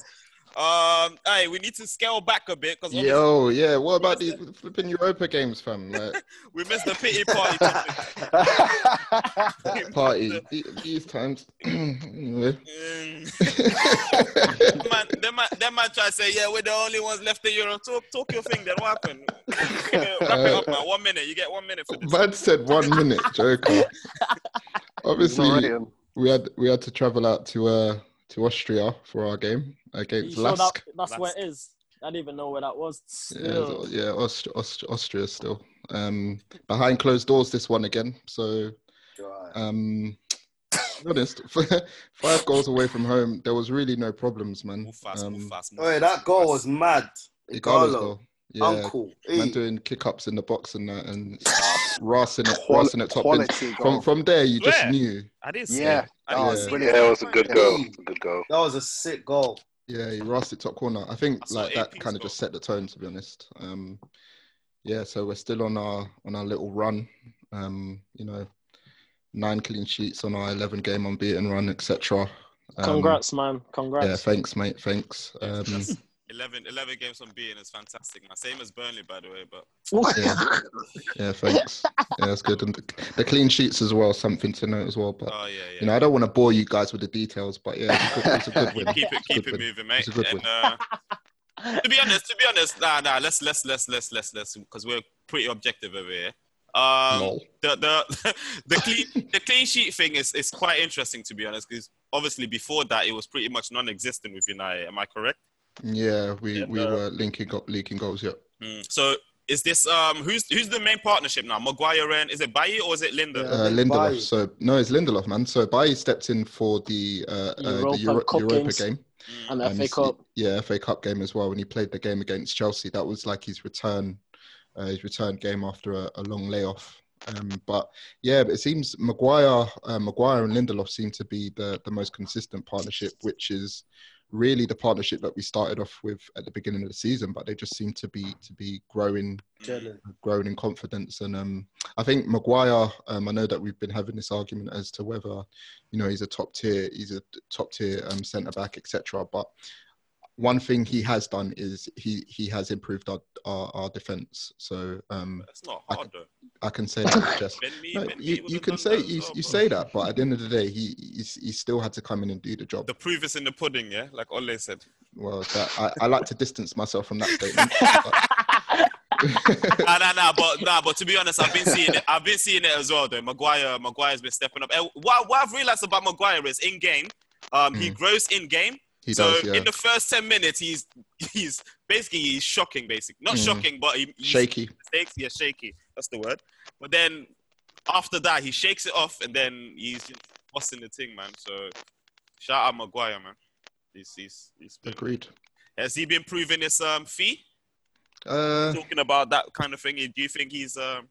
Speaker 3: Um, aye, we need to scale back a bit because
Speaker 4: Yo, yeah. What about the flipping Europa games, fam? Like,
Speaker 3: we missed the pity party. topic. Um,
Speaker 4: party The- these times. anyway,
Speaker 3: That man, that man, that man try to say, yeah, we're the only ones left in Europe. Talk, talk your thing. Then what happened? Wrap it up, man. One minute. You get one minute for this.
Speaker 4: Bad said one minute, Joker. Obviously,
Speaker 5: Ignore him.
Speaker 4: we had we had to travel out to uh to Austria for our game against
Speaker 9: sure that,
Speaker 4: Lask.
Speaker 9: that's where it is. I didn't even know where that was.
Speaker 4: Yeah, so-
Speaker 9: Still.
Speaker 4: yeah, Aust- Aust- Austria still. Um, behind closed doors, this one again. So, um, to be honest, five goals away from home, there was really no problems, man. Um,
Speaker 7: Oi, that goal was mad.
Speaker 4: Igalo's
Speaker 7: Igalo.
Speaker 4: goal. Yeah,
Speaker 7: Uncle.
Speaker 4: man
Speaker 7: Hey.
Speaker 4: doing kick ups in the box and that, and Rasen at,
Speaker 5: Ah, Qual-
Speaker 4: Rasen at top end.
Speaker 5: quality
Speaker 4: From
Speaker 5: goal.
Speaker 4: from there, you just
Speaker 5: Swear.
Speaker 4: knew.
Speaker 3: I didn't
Speaker 5: see Yeah, it. I that didn't was see it. brilliant.
Speaker 8: Yeah, that was a good goal. Good goal.
Speaker 7: That was a sick goal.
Speaker 4: Yeah, he rasped it top corner. I think
Speaker 7: saw
Speaker 4: like
Speaker 7: eight
Speaker 4: that
Speaker 7: people
Speaker 4: kind of just set the tone, to be honest. Um, yeah, so we're still on our on our little run. Um, you know, nine clean sheets on our eleven game unbeaten run, etc. Um,
Speaker 9: Congrats, man. Congrats.
Speaker 4: Yeah, thanks, mate. Thanks. Um,
Speaker 3: 11, 11 games on beating is fantastic, man. Same as Burnley, by the way, but
Speaker 4: yeah. yeah, thanks. Yeah, that's good. And the, the clean sheets as well, something to note as well. But
Speaker 3: Oh,
Speaker 4: you know, I don't want to bore you guys with the details, but yeah, it's a good, it's a good win.
Speaker 3: keep it
Speaker 4: It's a
Speaker 3: keep
Speaker 4: good
Speaker 3: it
Speaker 4: win.
Speaker 3: moving, mate.
Speaker 4: It's a good
Speaker 3: And,
Speaker 4: win.
Speaker 3: uh, to be honest, to be honest, nah, nah. Let's let's let's let's let's let's because we're pretty objective over here. Um,
Speaker 4: Lol.
Speaker 3: the the the clean the clean sheet thing is is quite interesting to be honest because obviously before that it was pretty much non-existent with United. Am I correct?
Speaker 4: Yeah, we we
Speaker 3: uh,
Speaker 4: were linking up, leaking goals. Yeah.
Speaker 3: Hmm. So is this um who's who's the main partnership now? Maguire and is it Baye or is it Linda?
Speaker 4: Uh, Lindelof. So no, it's Lindelof, man. So Baye stepped in for the uh, uh,
Speaker 9: Europa
Speaker 4: the Euro-
Speaker 9: Cup
Speaker 4: Europa
Speaker 9: games.
Speaker 4: game
Speaker 9: And the
Speaker 4: Um,
Speaker 9: FA
Speaker 4: he's-
Speaker 9: Cup.
Speaker 4: Yeah, FA Cup game as well. When he played the game against Chelsea, that was like his return, uh, his return game after a, a long layoff. Um, but yeah, but it seems Maguire, uh, Maguire and Lindelof seem to be the the most consistent partnership, which is really the partnership that we started off with at the beginning of the season. But they just seem to be to be growing grown in confidence. And um, I think Maguire, um, I know that we've been having this argument as to whether, you know, he's a top tier, he's a top tier um, centre back, etc. But one thing he has done is he he has improved our our, our defence. So um,
Speaker 3: That's not
Speaker 4: I
Speaker 3: hard though.
Speaker 4: I can say that with Jess.
Speaker 3: Ben Mee-
Speaker 4: No,
Speaker 3: Ben Mee
Speaker 4: you,
Speaker 3: would
Speaker 4: you
Speaker 3: have
Speaker 4: can
Speaker 3: done
Speaker 4: say
Speaker 3: that as
Speaker 4: you,
Speaker 3: well,
Speaker 4: you
Speaker 3: bro.
Speaker 4: say that, but at the end of the day, he, he he still had to come in and do the job.
Speaker 3: The proof is in the pudding, yeah. Like Ole said.
Speaker 4: Well, that, I, I like to distance myself from that statement.
Speaker 3: nah, nah, nah, but nah, but to be honest, I've been seeing it. I've been seeing it as well. Though Maguire, Maguire's been stepping up. And what, what I've realized about Maguire is in game, um, he grows in game.
Speaker 4: He
Speaker 3: so
Speaker 4: does, yeah.
Speaker 3: in the first ten minutes, he's he's basically he's shocking, basic. Not
Speaker 4: Mm.
Speaker 3: shocking, but he, he's-
Speaker 4: Shaky.
Speaker 3: Mistakes, yeah, shaky. That's the word. But then after that, he shakes it off, and then he's just busting the thing, man. So shout out Maguire, man. He's, he's, he's been-
Speaker 4: Agreed.
Speaker 3: Has he been proving his um fee?
Speaker 4: Uh,
Speaker 3: talking about that kind of thing. Do you think he's um?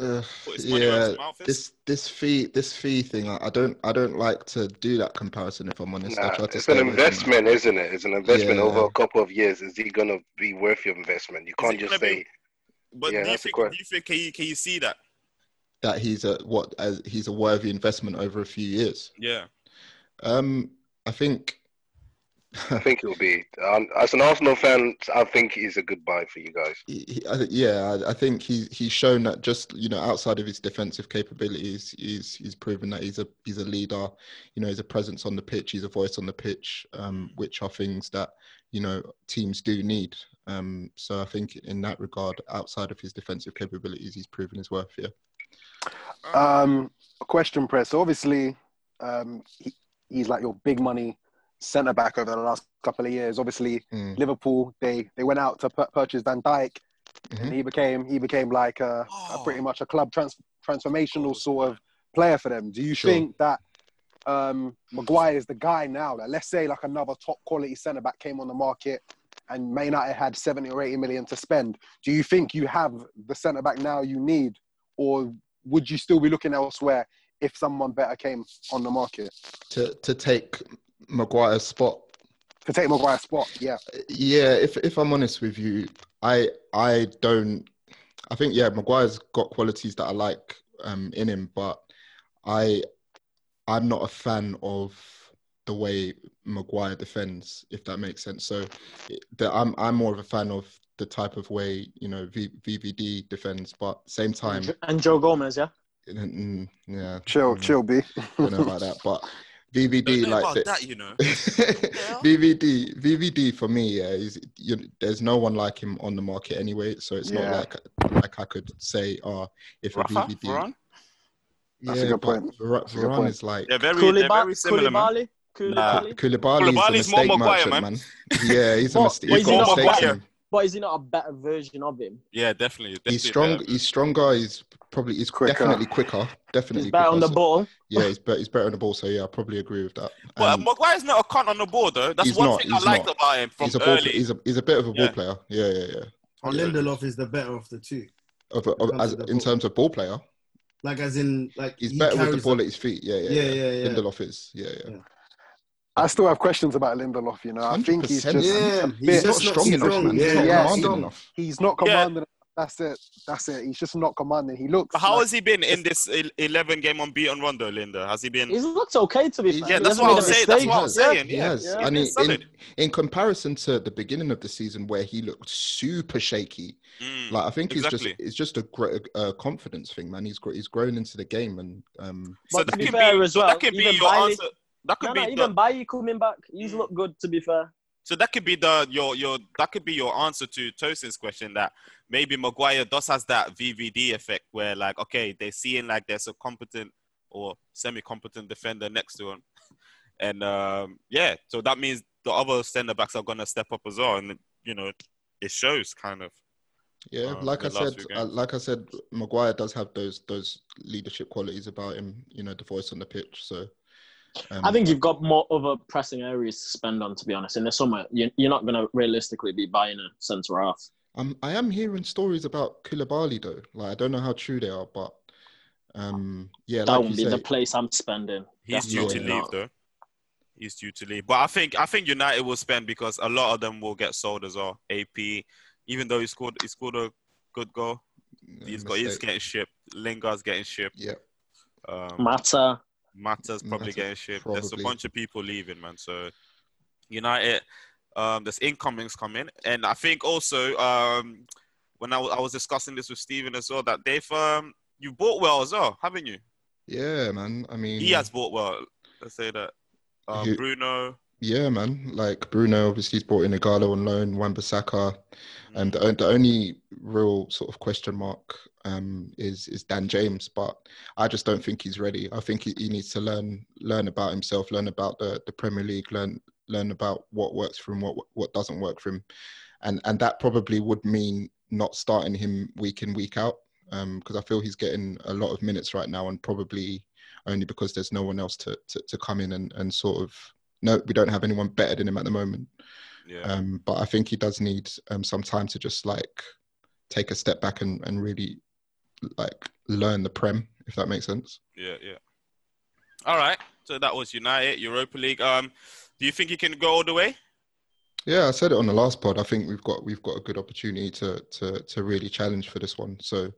Speaker 4: Uh,
Speaker 3: his money where
Speaker 4: yeah,
Speaker 3: his mouth is?
Speaker 4: this this fee this fee thing, I, I don't I don't like to do that comparison. If I'm honest, I
Speaker 8: Nah,
Speaker 4: try to
Speaker 8: it's
Speaker 4: stay
Speaker 8: an
Speaker 4: away from that.
Speaker 8: investment, isn't it? It's an investment
Speaker 4: Yeah.
Speaker 8: over a couple of years. Is he gonna be worth your investment? You can't just say.
Speaker 3: But
Speaker 8: yeah,
Speaker 3: do you
Speaker 8: that's the
Speaker 3: think?
Speaker 8: question.
Speaker 3: Do you think? Can you can you see that?
Speaker 4: That he's a what as he's a worthy investment over a few years.
Speaker 3: Yeah.
Speaker 4: Um, I think
Speaker 8: I think he'll be. Um, as an Arsenal fan, I think he's a good buy for you guys.
Speaker 4: he, I th- yeah, I, I think he he's shown that just you know outside of his defensive capabilities, he's he's proven that he's a he's a leader. You know, he's a presence on the pitch, he's a voice on the pitch, um, which are things that you know teams do need. Um, so I think in that regard, outside of his defensive capabilities, he's proven his worth. Yeah.
Speaker 5: Um, a question, press. So obviously, um, he, he's like your big money centre back over the last couple of years. Obviously,
Speaker 4: Mm.
Speaker 5: Liverpool they they went out to pur- purchase Van Dijk, and he became he became like a, a pretty much a club trans- transformational sort of player for them. Do you
Speaker 4: Sure.
Speaker 5: think that um, Maguire is the guy now? Like, let's say like another top quality centre back came on the market. And Man United had 70 or 80 million to spend. Do you think you have the centre back now you need, or would you still be looking elsewhere if someone better came on the market
Speaker 4: To to take Maguire's spot
Speaker 5: to take Maguire's spot? Yeah,
Speaker 4: Yeah, if if I'm honest with you, I I don't. I think yeah, Maguire's got qualities that I like um, in him, but I I'm not a fan of the way Maguire defends, if that makes sense. So it- the, I'm I'm more of a fan of the type of way you know v, VVD defends, but same time,
Speaker 9: And Joe Gomez, yeah?
Speaker 4: mm, yeah,
Speaker 5: chill, chill, B.
Speaker 4: don't know about that, but VVD like
Speaker 3: about
Speaker 4: the-
Speaker 3: that, you know.
Speaker 4: VVD, VVD for me, yeah, is you, there's no one like him on the market anyway, so it's
Speaker 5: Yeah.
Speaker 4: not like like I could say, oh, if
Speaker 3: Rafa,
Speaker 4: a VVD,
Speaker 3: Varane?
Speaker 4: yeah,
Speaker 5: That's a good
Speaker 4: but
Speaker 5: point.
Speaker 4: Vera-
Speaker 5: That's a good
Speaker 4: Varane
Speaker 5: point.
Speaker 4: is like
Speaker 3: They're very,
Speaker 9: Kouliba-
Speaker 3: they're very similar, man.
Speaker 9: Koulibaly?
Speaker 4: Nah.
Speaker 9: Koulibaly?
Speaker 4: Koulibaly's a
Speaker 3: Koulibaly's more
Speaker 4: mistake
Speaker 3: Maguire,
Speaker 4: merchant, man.
Speaker 3: man.
Speaker 4: Yeah, he's a
Speaker 9: But-
Speaker 4: mistake.
Speaker 9: but
Speaker 4: He's
Speaker 9: he's not
Speaker 4: a mistake.
Speaker 9: Maguire.
Speaker 4: man.
Speaker 9: But is he not a better version of him?
Speaker 3: Yeah, definitely. definitely
Speaker 4: He's strong.
Speaker 3: better.
Speaker 4: He's stronger. He's probably he's
Speaker 5: Quicker.
Speaker 4: definitely quicker. Definitely
Speaker 9: He's better on
Speaker 4: quicker,
Speaker 9: the
Speaker 4: so-
Speaker 9: ball.
Speaker 4: Yeah, he's, be- he's better on the ball. So yeah, I probably agree with that.
Speaker 3: But
Speaker 4: Um,
Speaker 3: Maguire's not a cunt on the ball, though. That's
Speaker 4: he's
Speaker 3: one
Speaker 4: not,
Speaker 3: thing I
Speaker 4: he's
Speaker 3: liked
Speaker 4: not.
Speaker 3: about him from
Speaker 4: he's a ball.
Speaker 3: early.
Speaker 4: He's a he's a bit of a ball
Speaker 3: Yeah.
Speaker 4: player. Yeah, yeah, yeah.
Speaker 7: Lindelof is the better of the two.
Speaker 4: Of, of,
Speaker 7: terms
Speaker 4: as,
Speaker 7: of the
Speaker 4: in
Speaker 7: ball.
Speaker 4: terms of ball player,
Speaker 7: Like as in like
Speaker 4: he's
Speaker 7: he
Speaker 4: better with the
Speaker 7: carries
Speaker 4: ball at his feet. Yeah, yeah,
Speaker 7: Yeah, yeah, yeah.
Speaker 4: Lindelof is. Yeah, yeah.
Speaker 5: I still have questions about Lindelof. You know, I think he's just
Speaker 4: 100%, man. Yeah,
Speaker 5: a
Speaker 4: he's
Speaker 5: bit-
Speaker 4: not strong He's enough, strong. man. He's not commanding
Speaker 5: he-
Speaker 4: enough.
Speaker 5: He's not commanding. enough. That's it. That's it. He's just not commanding. He looks.
Speaker 3: But how
Speaker 5: like-
Speaker 3: has he been in this el- 11 game unbeaten run, though, Linda? Has he been?
Speaker 9: He's looked okay to be fair.
Speaker 3: Yeah,
Speaker 9: He
Speaker 3: that's
Speaker 9: hasn't
Speaker 3: what I
Speaker 9: made
Speaker 3: was
Speaker 9: a
Speaker 3: saying. That's
Speaker 9: mistake.
Speaker 3: what I was saying.
Speaker 4: He
Speaker 3: Yeah,
Speaker 4: has.
Speaker 3: yeah.
Speaker 4: And
Speaker 3: He's been
Speaker 4: in, in,
Speaker 3: solid.
Speaker 4: in comparison to the beginning of the season where he looked super shaky,
Speaker 3: Mm.
Speaker 4: like I think
Speaker 3: exactly.
Speaker 4: it's just it's just a gr- uh, confidence thing, man. He's gr- he's grown into the game, and um,
Speaker 9: But to be fair as well,
Speaker 3: that could be
Speaker 9: even
Speaker 3: your
Speaker 9: Bailey-
Speaker 3: answer. That could
Speaker 9: no,
Speaker 3: be Mm.
Speaker 9: no,
Speaker 3: the-
Speaker 9: even Bailly coming back. He's looked good to be fair.
Speaker 3: So that could be the your your that could be your answer to Tosin's question that maybe Maguire does has that VVD effect where like okay they're seeing like there's a competent or semi-competent defender next to him, and um, yeah, so that means the other centre backs are gonna step up as well, and you know it shows kind of.
Speaker 4: Yeah,
Speaker 3: uh,
Speaker 4: like I
Speaker 3: the last
Speaker 4: said,
Speaker 3: few
Speaker 4: uh,
Speaker 3: games.
Speaker 4: like I said, Maguire does have those those leadership qualities about him. You know, the voice on the pitch. So um,
Speaker 9: I think you've got more other pressing areas to spend on, to be honest. In the summer, you- you're not going to realistically be buying a centre half.
Speaker 4: um, I am hearing stories about Koulibaly though. Like I don't know how true they are, but um, yeah,
Speaker 9: that
Speaker 4: like
Speaker 9: won't
Speaker 4: you
Speaker 9: be
Speaker 4: say,
Speaker 9: the place I'm spending.
Speaker 3: He's due to
Speaker 9: Definitely
Speaker 3: leave
Speaker 9: not.
Speaker 3: though. He's due to leave, but I think I think United will spend because a lot of them will get sold as well. AP, even though he scored he scored a good goal, he's got he's
Speaker 4: uh, mistake.
Speaker 3: getting shipped. Lingard's getting shipped.
Speaker 4: Yeah.
Speaker 3: Um,
Speaker 9: Mata.
Speaker 3: Mata's probably
Speaker 9: Mata,
Speaker 3: getting shipped. There's
Speaker 9: probably.
Speaker 3: a bunch of people leaving, man. So United, um, there's incomings coming, and I think also um, when I wa- I was discussing this with Steven as well that they've um, you bought well as well, haven't you?
Speaker 4: yeah, man. I mean,
Speaker 3: He has bought well. Let's say that um,
Speaker 4: Who-
Speaker 3: Bruno.
Speaker 4: Yeah, man. Like Bruno, obviously, he's brought in Igalo on loan, Wan-Bissaka, and the, the only real sort of question mark um, is is Dan James. But I just don't think he's ready. I think he, he needs to learn learn about himself, learn about the, the Premier League, learn learn about what works for him, what what doesn't work for him, and and that probably would mean not starting him week in week out because I feel he's getting a lot of minutes right now, and probably only because there's no one else to to, to come in and, and sort of no, we don't have anyone better than him at the moment.
Speaker 3: Yeah.
Speaker 9: Uh,
Speaker 4: Um, but I think he does need um, some time to just like take a step back and, and really like learn the prem, if that makes sense.
Speaker 3: Yeah, yeah. All right. So that was United Europa League. Um, do you think he can go all the way?
Speaker 4: Yeah, I said it on the last pod. I think we've got we've got a good opportunity to to to really challenge for this one. So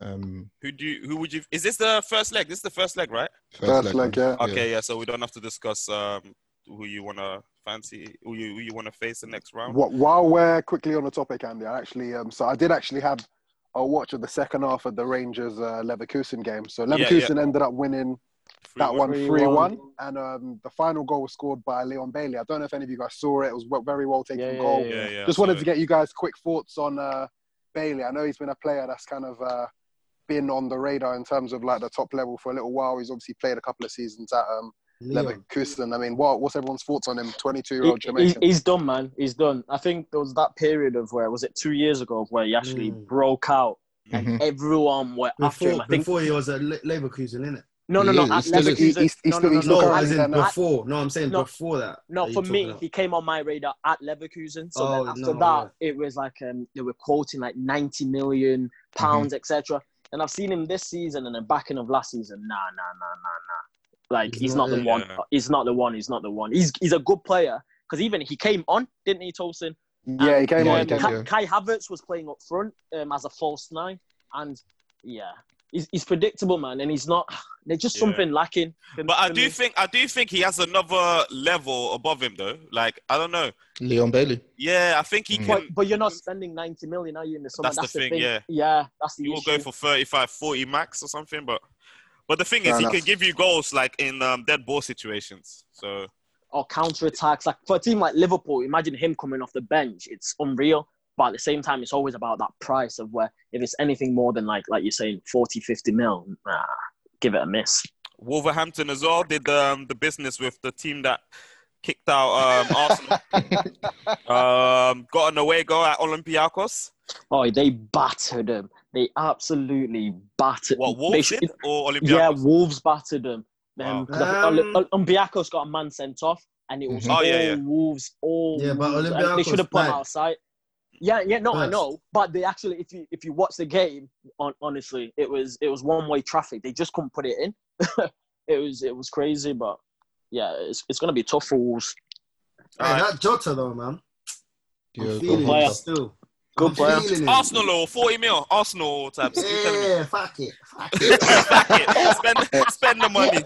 Speaker 4: um,
Speaker 3: Who do you, who would you? Is this the first leg? This is the first leg, right?
Speaker 4: First First leg, leg, yeah. yeah.
Speaker 3: Okay, yeah. So we don't have to discuss um who you wanna fancy, who you who you wanna face the next round.
Speaker 5: Wh- While we're quickly on the topic, Andy, I actually um, so I did actually have a watch of the second half of the Rangers uh, Leverkusen game. So
Speaker 3: Yeah, yeah.
Speaker 5: Leverkusen ended up winning that one
Speaker 9: 3-1.
Speaker 5: 3 1. And um, the final goal was scored by Leon Bailey. I don't know if any of you guys saw it. It was w- very well taken
Speaker 9: Yeah, yeah,
Speaker 5: goal.
Speaker 9: yeah, yeah. Yeah, yeah,
Speaker 5: Just
Speaker 9: I
Speaker 5: wanted
Speaker 9: saw
Speaker 5: to
Speaker 9: it.
Speaker 5: get you guys' quick thoughts on uh, Bailey. I know he's been a player that's kind of uh, been on the radar in terms of like the top level for a little while. He's obviously played a couple of seasons at um,
Speaker 9: Leon.
Speaker 5: Leverkusen. I mean, what, what's everyone's thoughts on him? 22 year
Speaker 9: He-
Speaker 5: old
Speaker 9: he's,
Speaker 5: Jamaican.
Speaker 9: he's done, man. He's done. I think there was that period of where was it two years ago where he actually broke out and
Speaker 7: Mhm.
Speaker 9: everyone were after him.
Speaker 7: before
Speaker 9: I think
Speaker 7: before he was at Le- Leverkusen, innit?
Speaker 9: No, no, no. at Leverkusen, no, no, no, no,
Speaker 7: No, as
Speaker 9: at-
Speaker 7: in
Speaker 9: at-
Speaker 7: before. No, I'm saying
Speaker 9: no,
Speaker 7: before that.
Speaker 9: No,
Speaker 7: that
Speaker 9: for
Speaker 7: you're
Speaker 9: me,
Speaker 7: talking about.
Speaker 9: he came on my radar at Leverkusen. So
Speaker 7: Oh,
Speaker 9: then after
Speaker 7: no,
Speaker 9: that, it was like um, they were quoting like 90 million pounds, etc. And I've seen him this season and the backing of last season. Nah, nah, nah, nah, nah. Like
Speaker 15: He's
Speaker 9: he's,
Speaker 15: not
Speaker 9: not, the
Speaker 15: it.
Speaker 9: one.
Speaker 15: Yeah.
Speaker 9: He's not the one. He's not the one. He's he's a good player because even he came on, didn't he, Tolson?
Speaker 5: Yeah, he came on, he
Speaker 9: um,
Speaker 5: came
Speaker 9: Kai,
Speaker 5: on.
Speaker 9: Kai Havertz was playing up front um, as a false nine, and yeah, he's, he's predictable, man. And he's not. There's just
Speaker 3: Yeah.
Speaker 9: something lacking. for-
Speaker 3: But I
Speaker 9: for
Speaker 3: do
Speaker 9: me.
Speaker 3: think I do think he has another level above him though. Like I don't know.
Speaker 4: Leon Bailey.
Speaker 3: Yeah, I think he
Speaker 9: But,
Speaker 3: can.
Speaker 9: but you're not spending 90 million, are you, in the summer?
Speaker 3: That's, the, thing, Yeah.
Speaker 9: Yeah, that's the
Speaker 3: He will
Speaker 9: issue.
Speaker 3: go for 35, 40 max or something. But but the thing
Speaker 9: Fair
Speaker 3: is,
Speaker 9: enough.
Speaker 3: he can give you goals like in um, dead ball situations. So
Speaker 9: or counter attacks. Like for a team like Liverpool, imagine him coming off the bench. It's unreal. But at the same time, it's always about that price of where if it's anything more than like like you're saying 40, 50 mil, nah, give it a miss.
Speaker 3: Wolverhampton as well did um, the business with the team that kicked out um, Arsenal. um, got an away goal at Olympiacos.
Speaker 9: Oh, they battered them. They absolutely battered.
Speaker 3: What
Speaker 9: they
Speaker 3: Wolves
Speaker 9: should-
Speaker 3: did or Olympiacos?
Speaker 9: Yeah, Wolves battered them. Um,
Speaker 3: Wow.
Speaker 9: 'cause I think Oli- Olympiacos got a man sent off, and it was
Speaker 3: Mhm. Oh,
Speaker 9: all
Speaker 3: yeah, yeah.
Speaker 9: Wolves. All
Speaker 7: Yeah, but
Speaker 9: Wolves, and they
Speaker 7: Olympiacos
Speaker 9: should have put him
Speaker 7: bad.
Speaker 9: outside. Yeah, yeah, no, I
Speaker 15: Yes.
Speaker 9: know. But they actually, if you if you watch the game, on honestly, it was it was one way traffic. They just couldn't put it in. it was it was crazy, but yeah, it's it's gonna be tough for Wolves.
Speaker 7: Hey, that Jota though, man. I'm
Speaker 9: Yeah,
Speaker 7: feeling
Speaker 9: good player.
Speaker 7: it still.
Speaker 9: Good
Speaker 7: I'm
Speaker 9: player.
Speaker 7: feeling it.
Speaker 3: Arsenal or 40 mil. Arsenal type.
Speaker 7: Yeah, fuck it.
Speaker 3: spend, spend the money.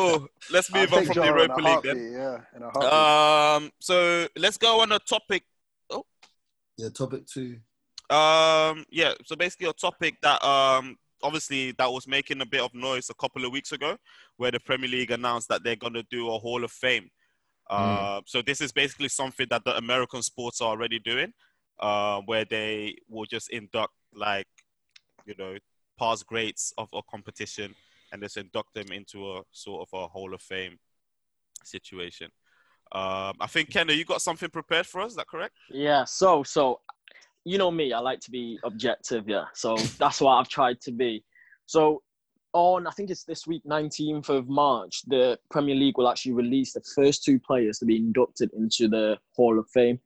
Speaker 3: oh, let's
Speaker 5: I'll
Speaker 3: move on
Speaker 5: take
Speaker 3: from
Speaker 5: Jota
Speaker 3: the
Speaker 5: in a
Speaker 3: Europa League
Speaker 5: heartbeat,
Speaker 3: then.
Speaker 5: Yeah, in a heartbeat.
Speaker 3: Um, so let's go on a topic. Oh,
Speaker 7: yeah, topic two.
Speaker 3: Um, yeah. So basically, a topic that um obviously that was making a bit of noise a couple of weeks ago, where the Premier League announced that they're going to do a Hall of Fame. Uh, so this is basically something that the American sports are already doing, uh, where they will just induct like you know past greats of a competition and just induct them into a sort of a Hall of Fame situation. Um, I think Kenna, you got something prepared for us. Is that correct?
Speaker 9: Yeah, so so you know me, I like to be objective, yeah. So that's what I've tried to be. So on I think it's this week, 19th of March, the Premier League will actually release the first two players to be inducted into the Hall of Fame.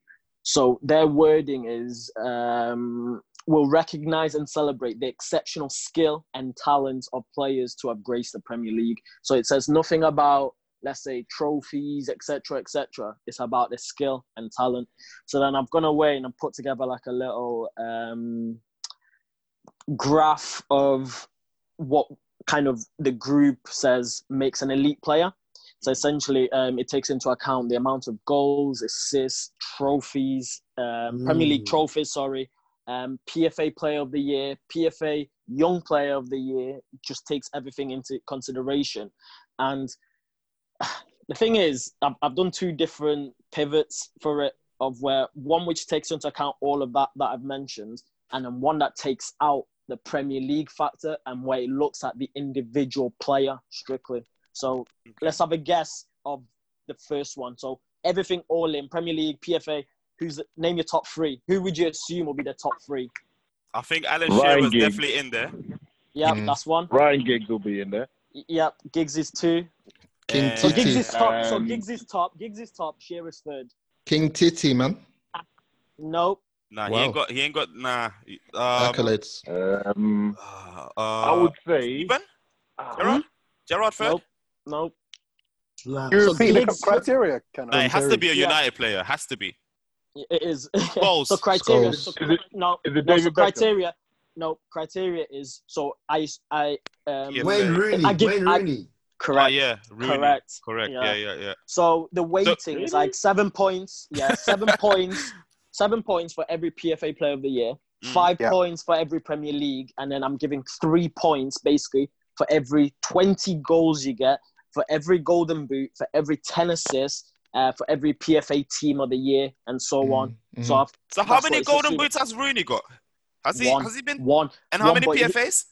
Speaker 9: So their wording is um will recognize and celebrate the exceptional skill and talent of players to have graced the Premier League. So it says nothing about let's say trophies, etc., etc. It's about the skill and talent. So then I've gone away and I've put together like a little um, graph of what kind of the group says makes an elite player. So essentially, um, it takes into account the amount of goals, assists, trophies, um, Premier League
Speaker 13: Mm.
Speaker 9: trophies, sorry, um, PFA Player of the Year, PFA Young Player of the Year. Just takes everything into consideration, and the thing is, I've, I've done two different pivots for it, of where one which takes into account all of that that I've mentioned, and then one that takes out the Premier League factor and where it looks at the individual player strictly. So let's have a guess of the first one. So everything all in Premier League, PFA. Who's the, name your top three? Who would you assume will be the top three?
Speaker 3: I think Alan
Speaker 10: Ryan
Speaker 3: Shearer's
Speaker 10: Giggs.
Speaker 3: definitely in there.
Speaker 9: Yeah, that's one.
Speaker 10: Ryan Giggs will be in there.
Speaker 9: Y- Yep, Giggs is two.
Speaker 4: King
Speaker 9: So
Speaker 4: Titi.
Speaker 9: Giggs is top. So
Speaker 4: Um,
Speaker 9: Giggs is top. Giggs is top. Shearer's third.
Speaker 4: King Titi, man.
Speaker 9: Nope.
Speaker 3: Nah, he
Speaker 4: Wow.
Speaker 3: ain't got. He ain't got. Nah. Um,
Speaker 4: Accolades.
Speaker 10: Um,
Speaker 3: I
Speaker 10: would say.
Speaker 3: Even? Gerard? Gerard third?
Speaker 9: Nope. Nope.
Speaker 5: you repeat the
Speaker 9: Giggs-
Speaker 5: criteria, Ken?
Speaker 3: Nah, it has to be a
Speaker 9: Yeah.
Speaker 3: United player. Has to be. Oh,
Speaker 9: It is.
Speaker 3: Goals.
Speaker 9: so criteria.
Speaker 3: Goals.
Speaker 9: So,
Speaker 3: Is it-
Speaker 9: no.
Speaker 3: is it
Speaker 9: no, so
Speaker 3: David Beckham?
Speaker 9: criteria. No criteria is so I I um
Speaker 3: Yeah, Wayne fair. Rooney,
Speaker 9: I give,
Speaker 3: Wayne
Speaker 9: I-
Speaker 3: Rooney.
Speaker 9: correct.
Speaker 3: Oh, yeah. Rooney.
Speaker 9: Correct.
Speaker 3: Correct. Yeah, yeah, yeah.
Speaker 9: So the weighting is like seven points. Yeah, seven points. Seven points for every PFA Player of the Year.
Speaker 3: Mm.
Speaker 9: Five
Speaker 5: Yeah.
Speaker 9: points for every Premier League, and then I'm giving three points basically for every 20 goals you get, for every Golden Boot, for every 10 assists, uh, for every PFA Team of the Year, and so
Speaker 3: Mm.
Speaker 9: on.
Speaker 4: Mm.
Speaker 9: So,
Speaker 11: Mhm.
Speaker 9: I've,
Speaker 3: So how
Speaker 9: that's what
Speaker 3: many
Speaker 9: it's
Speaker 3: golden
Speaker 9: assuming.
Speaker 3: boots has Rooney got? Has he?
Speaker 9: One.
Speaker 3: Has he been?
Speaker 9: One.
Speaker 3: And how
Speaker 9: One,
Speaker 3: many
Speaker 9: but he-
Speaker 3: PFAs?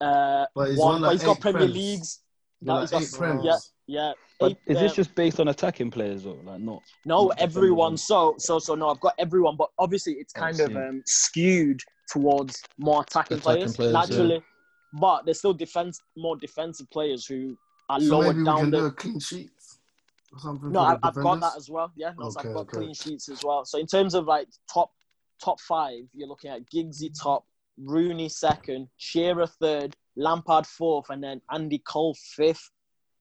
Speaker 9: Uh,
Speaker 7: But
Speaker 11: he's
Speaker 9: one,
Speaker 11: won,
Speaker 9: but
Speaker 11: like,
Speaker 9: he's got
Speaker 11: eight
Speaker 9: Premier
Speaker 11: Prems.
Speaker 9: Leagues.
Speaker 11: He's
Speaker 9: No,
Speaker 11: won,
Speaker 9: he's
Speaker 11: like,
Speaker 9: got
Speaker 11: eight Prems.
Speaker 9: yeah, yeah.
Speaker 11: But
Speaker 9: eight,
Speaker 11: is
Speaker 9: um,
Speaker 11: this just based on attacking players though? Like not
Speaker 9: No,
Speaker 11: not
Speaker 9: everyone. So, so, so. No, I've got everyone, but obviously it's kind of
Speaker 11: see.
Speaker 9: um, skewed towards more attacking,
Speaker 11: Attacking
Speaker 9: players,
Speaker 11: players, yeah.
Speaker 9: naturally. But there's still defense, more defensive players who are
Speaker 7: So
Speaker 9: lower
Speaker 7: maybe we
Speaker 9: down
Speaker 7: can do
Speaker 9: the.
Speaker 7: a clean sheet or something.
Speaker 9: No,
Speaker 7: for
Speaker 9: I,
Speaker 7: the
Speaker 9: I've got
Speaker 7: defenders?
Speaker 9: that as well. Yeah, no, so I've
Speaker 7: Okay,
Speaker 9: got
Speaker 7: okay.
Speaker 9: clean sheets as well. So in terms of like top top five, you're looking at Giggsy top, Rooney second, Shearer third, Lampard fourth, and then Andy Cole fifth.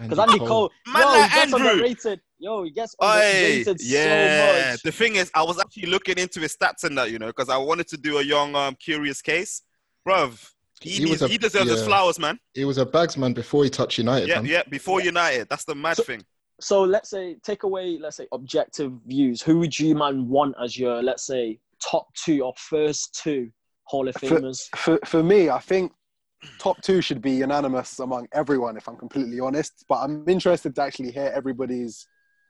Speaker 9: Because
Speaker 3: Andy
Speaker 9: Andy
Speaker 3: Cole.
Speaker 9: Cole,
Speaker 3: Man
Speaker 9: yo,
Speaker 3: like
Speaker 9: he gets
Speaker 3: Andrew.
Speaker 9: underrated. Yo, he gets
Speaker 3: Oi,
Speaker 9: underrated so
Speaker 3: yeah.
Speaker 9: much.
Speaker 3: The thing is, I was actually looking into his stats and that, you know, because I wanted to do a young, um, curious case, bruv. He,
Speaker 4: He was
Speaker 3: needs-
Speaker 4: a-
Speaker 3: he deserves his
Speaker 4: yeah.
Speaker 3: flowers, man.
Speaker 4: He was a bags man before he touched United,
Speaker 3: Yeah,
Speaker 4: man.
Speaker 3: yeah. Before United, that's the mad thing.
Speaker 9: so let's say take away let's say objective views who would you man want as your let's say top two or first two hall of
Speaker 5: For-
Speaker 9: famers
Speaker 5: for, for me, I think top two should be unanimous among everyone, if I'm completely honest. But I'm interested to actually hear everybody's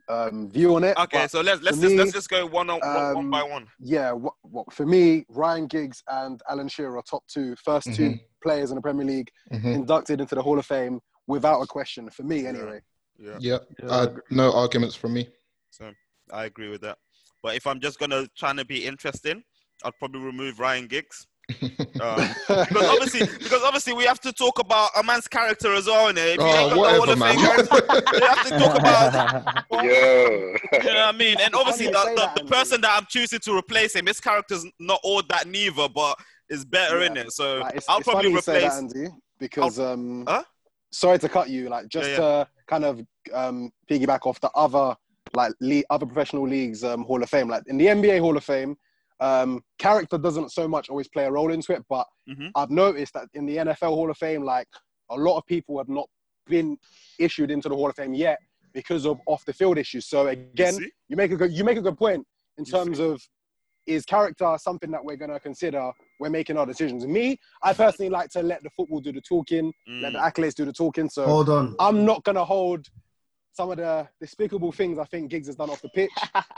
Speaker 5: um, view on it.
Speaker 3: Okay,
Speaker 5: But
Speaker 3: so let's let's
Speaker 5: for
Speaker 3: just,
Speaker 5: me,
Speaker 3: let's just go one on one, one
Speaker 5: um,
Speaker 3: by one.
Speaker 5: Yeah, what, what, for me, Ryan Giggs and Alan Shearer are top two, first two
Speaker 10: Mm-hmm.
Speaker 3: Mhm.
Speaker 5: players in the Premier League
Speaker 10: Mm.
Speaker 4: Mhm.
Speaker 5: inducted into the Hall of Fame without a question, for me anyway.
Speaker 3: Yeah.
Speaker 4: Yeah. Uh, no arguments from me.
Speaker 3: So I agree with that. But if I'm just gonna trying to be interesting, I'd probably remove Ryan Giggs Um, because obviously, because obviously, we have to talk about a man's character as well. Innit? If you
Speaker 4: Oh,
Speaker 3: ain't got the
Speaker 4: whatever,
Speaker 3: Hall of
Speaker 4: man.
Speaker 3: Fame character, we have to talk about.
Speaker 8: Yeah.
Speaker 3: You know what I mean? And obviously, the,
Speaker 15: Funny you say
Speaker 3: the,
Speaker 15: that,
Speaker 3: the person that I'm choosing to replace him, his character's not all that neither, but it's better in it. So
Speaker 5: Like, it's,
Speaker 3: I'll
Speaker 5: it's
Speaker 3: probably
Speaker 5: funny you say that,
Speaker 3: replace.
Speaker 5: Andy, because um,
Speaker 3: Huh?
Speaker 5: sorry to cut you. Like just
Speaker 3: yeah.
Speaker 5: to kind of um, piggyback off the other like le- other professional leagues um, Hall of Fame. Like in the NBA Hall of Fame, um, character doesn't so much always play a role into it, but
Speaker 3: Mhm.
Speaker 5: I've noticed that in the NFL Hall of Fame, like a lot of people have not been issued into the Hall of Fame yet because of off the field issues. So again,
Speaker 3: see?
Speaker 5: you, make a good you make a good point in terms of is character something that we're gonna consider when making our decisions. Me, I personally like to let the football do the talking,
Speaker 3: Mm,
Speaker 5: let the accolades do the talking. So
Speaker 7: Hold on.
Speaker 5: I'm not gonna hold some of the despicable things I think Giggs has done off the pitch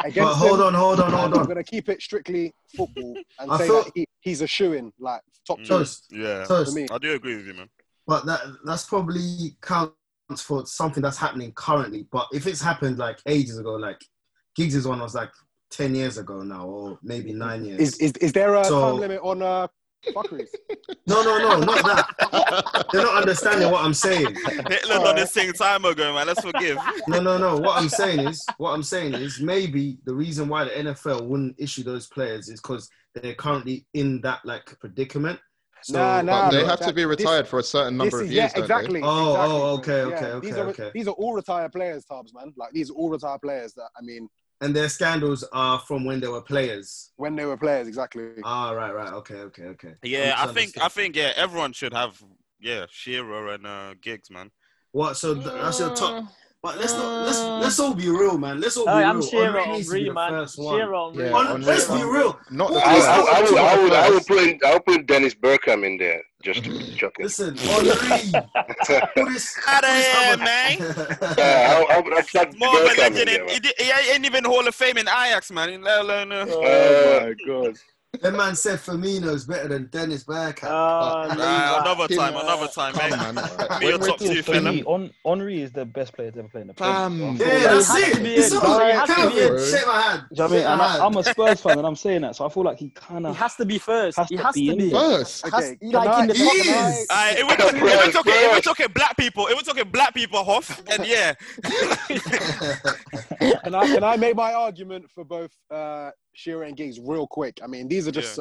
Speaker 5: against
Speaker 7: But hold
Speaker 5: him.
Speaker 7: on, hold on, hold
Speaker 5: And I'm
Speaker 7: on.
Speaker 5: gonna keep it strictly football and
Speaker 7: I
Speaker 5: say
Speaker 7: thought-
Speaker 5: that he, he's a shoe in, like top
Speaker 3: Hmm.
Speaker 5: two.
Speaker 7: Toast.
Speaker 3: mm. Yeah,
Speaker 7: Toast.
Speaker 5: me.
Speaker 3: I do agree with you, man.
Speaker 7: But that that's probably counts for something that's happening currently. But if it's happened like ages ago, like Giggs' one was like ten years ago now, or maybe nine years.
Speaker 5: Is, is is there a
Speaker 7: So-
Speaker 5: time limit on uh, fuckeries?
Speaker 7: No, no, no, not that. You're not understanding what I'm saying.
Speaker 3: Hitler done this thing time ago, man. Let's forgive.
Speaker 7: No, no, no. What I'm saying is, what I'm saying is, maybe the reason why the NFL wouldn't issue those players is because they're currently in that like predicament. So,
Speaker 5: Nah, nah.
Speaker 4: But they
Speaker 5: bro,
Speaker 4: have to
Speaker 5: that-
Speaker 4: be
Speaker 5: this-
Speaker 4: retired for a certain number
Speaker 5: This
Speaker 4: of
Speaker 5: is-
Speaker 4: years,
Speaker 5: yeah,
Speaker 4: don't they?
Speaker 5: exactly.
Speaker 7: Oh,
Speaker 5: exactly,
Speaker 7: oh,
Speaker 5: bro.
Speaker 7: okay, okay,
Speaker 5: these
Speaker 7: okay,
Speaker 5: are,
Speaker 7: okay.
Speaker 5: These are all retired players, Tabs, man. Like these are all retired players that I mean,
Speaker 7: and their scandals are from when they were players.
Speaker 5: when they were players, exactly.
Speaker 7: Ah, right, right. Okay, okay, okay.
Speaker 3: Yeah, I think I
Speaker 7: Misunderstood.
Speaker 3: think yeah, everyone should have yeah Shearer and uh, Gigs, man.
Speaker 7: What? So th- that's your top.
Speaker 9: Mm.
Speaker 7: But let's not let's let's all be real, man. Let's all be
Speaker 9: Aye,
Speaker 7: real.
Speaker 9: I'm Shearer
Speaker 7: Henry
Speaker 9: on
Speaker 7: needs to be
Speaker 9: Ree,
Speaker 7: the
Speaker 9: man.
Speaker 7: first one.
Speaker 9: Shearer on Ree.
Speaker 4: Yeah,
Speaker 7: Hon-
Speaker 4: Henry
Speaker 7: let's be
Speaker 4: on-
Speaker 7: real.
Speaker 4: Not the
Speaker 8: I,
Speaker 4: first.
Speaker 8: I, I would, I would, I would
Speaker 4: First.
Speaker 8: put, I would put Dennis Burkham in there just to chuck it.
Speaker 7: Listen, Henri. all this,
Speaker 3: Outta
Speaker 7: all this
Speaker 3: here,
Speaker 7: other-
Speaker 8: Yeah, I, I would, I'd chuck
Speaker 3: More of a
Speaker 8: Burkham in
Speaker 3: legend.
Speaker 8: there.
Speaker 3: In, he,
Speaker 8: Man.
Speaker 3: di- he ain't even Hall of Fame in Ajax, man. Let alone, uh,
Speaker 10: Oh my god.
Speaker 7: That man said Firmino's better than Dennis
Speaker 11: Uh,
Speaker 7: Bergkamp.
Speaker 4: Ah,
Speaker 9: Oh, leave
Speaker 3: Nah,
Speaker 9: that.
Speaker 3: another
Speaker 4: Kim-
Speaker 3: time,
Speaker 5: uh,
Speaker 3: another time,
Speaker 4: Come
Speaker 3: mate.
Speaker 4: on, man.
Speaker 3: Give me
Speaker 4: When
Speaker 3: your
Speaker 4: we're
Speaker 3: top two,
Speaker 4: talking-
Speaker 11: For
Speaker 3: fella.
Speaker 11: me, on Henri is the best player to ever play in the
Speaker 4: Fam.
Speaker 11: Premier League. bro. I
Speaker 7: yeah,
Speaker 11: thought-
Speaker 7: that's
Speaker 9: has
Speaker 7: it.
Speaker 9: to be
Speaker 7: It's
Speaker 9: it,
Speaker 7: all
Speaker 9: bro. It has to be
Speaker 7: Calvin.
Speaker 4: it.
Speaker 7: Shake my hand.
Speaker 11: Do you know what I mean?
Speaker 7: Shake
Speaker 11: And
Speaker 7: my
Speaker 11: I,
Speaker 7: hand.
Speaker 11: I'm a Spurs fan, and I'm saying that, so I feel like he kind
Speaker 9: He
Speaker 11: of
Speaker 9: has to be first.
Speaker 11: has
Speaker 9: He
Speaker 11: to
Speaker 9: has
Speaker 11: be
Speaker 9: to
Speaker 11: in
Speaker 9: be.
Speaker 11: there.
Speaker 4: First.
Speaker 9: Has-
Speaker 5: Okay,
Speaker 9: like
Speaker 5: can
Speaker 9: in the
Speaker 5: I-
Speaker 7: He
Speaker 9: top
Speaker 7: is.
Speaker 9: nine.
Speaker 3: Alright, if we're talking, if we're talking, if we're talking black people, if we're talking black people, Hoff, then yeah.
Speaker 5: Can I can I make my argument for both uh, Shearer and Giggs real quick? I mean, these are just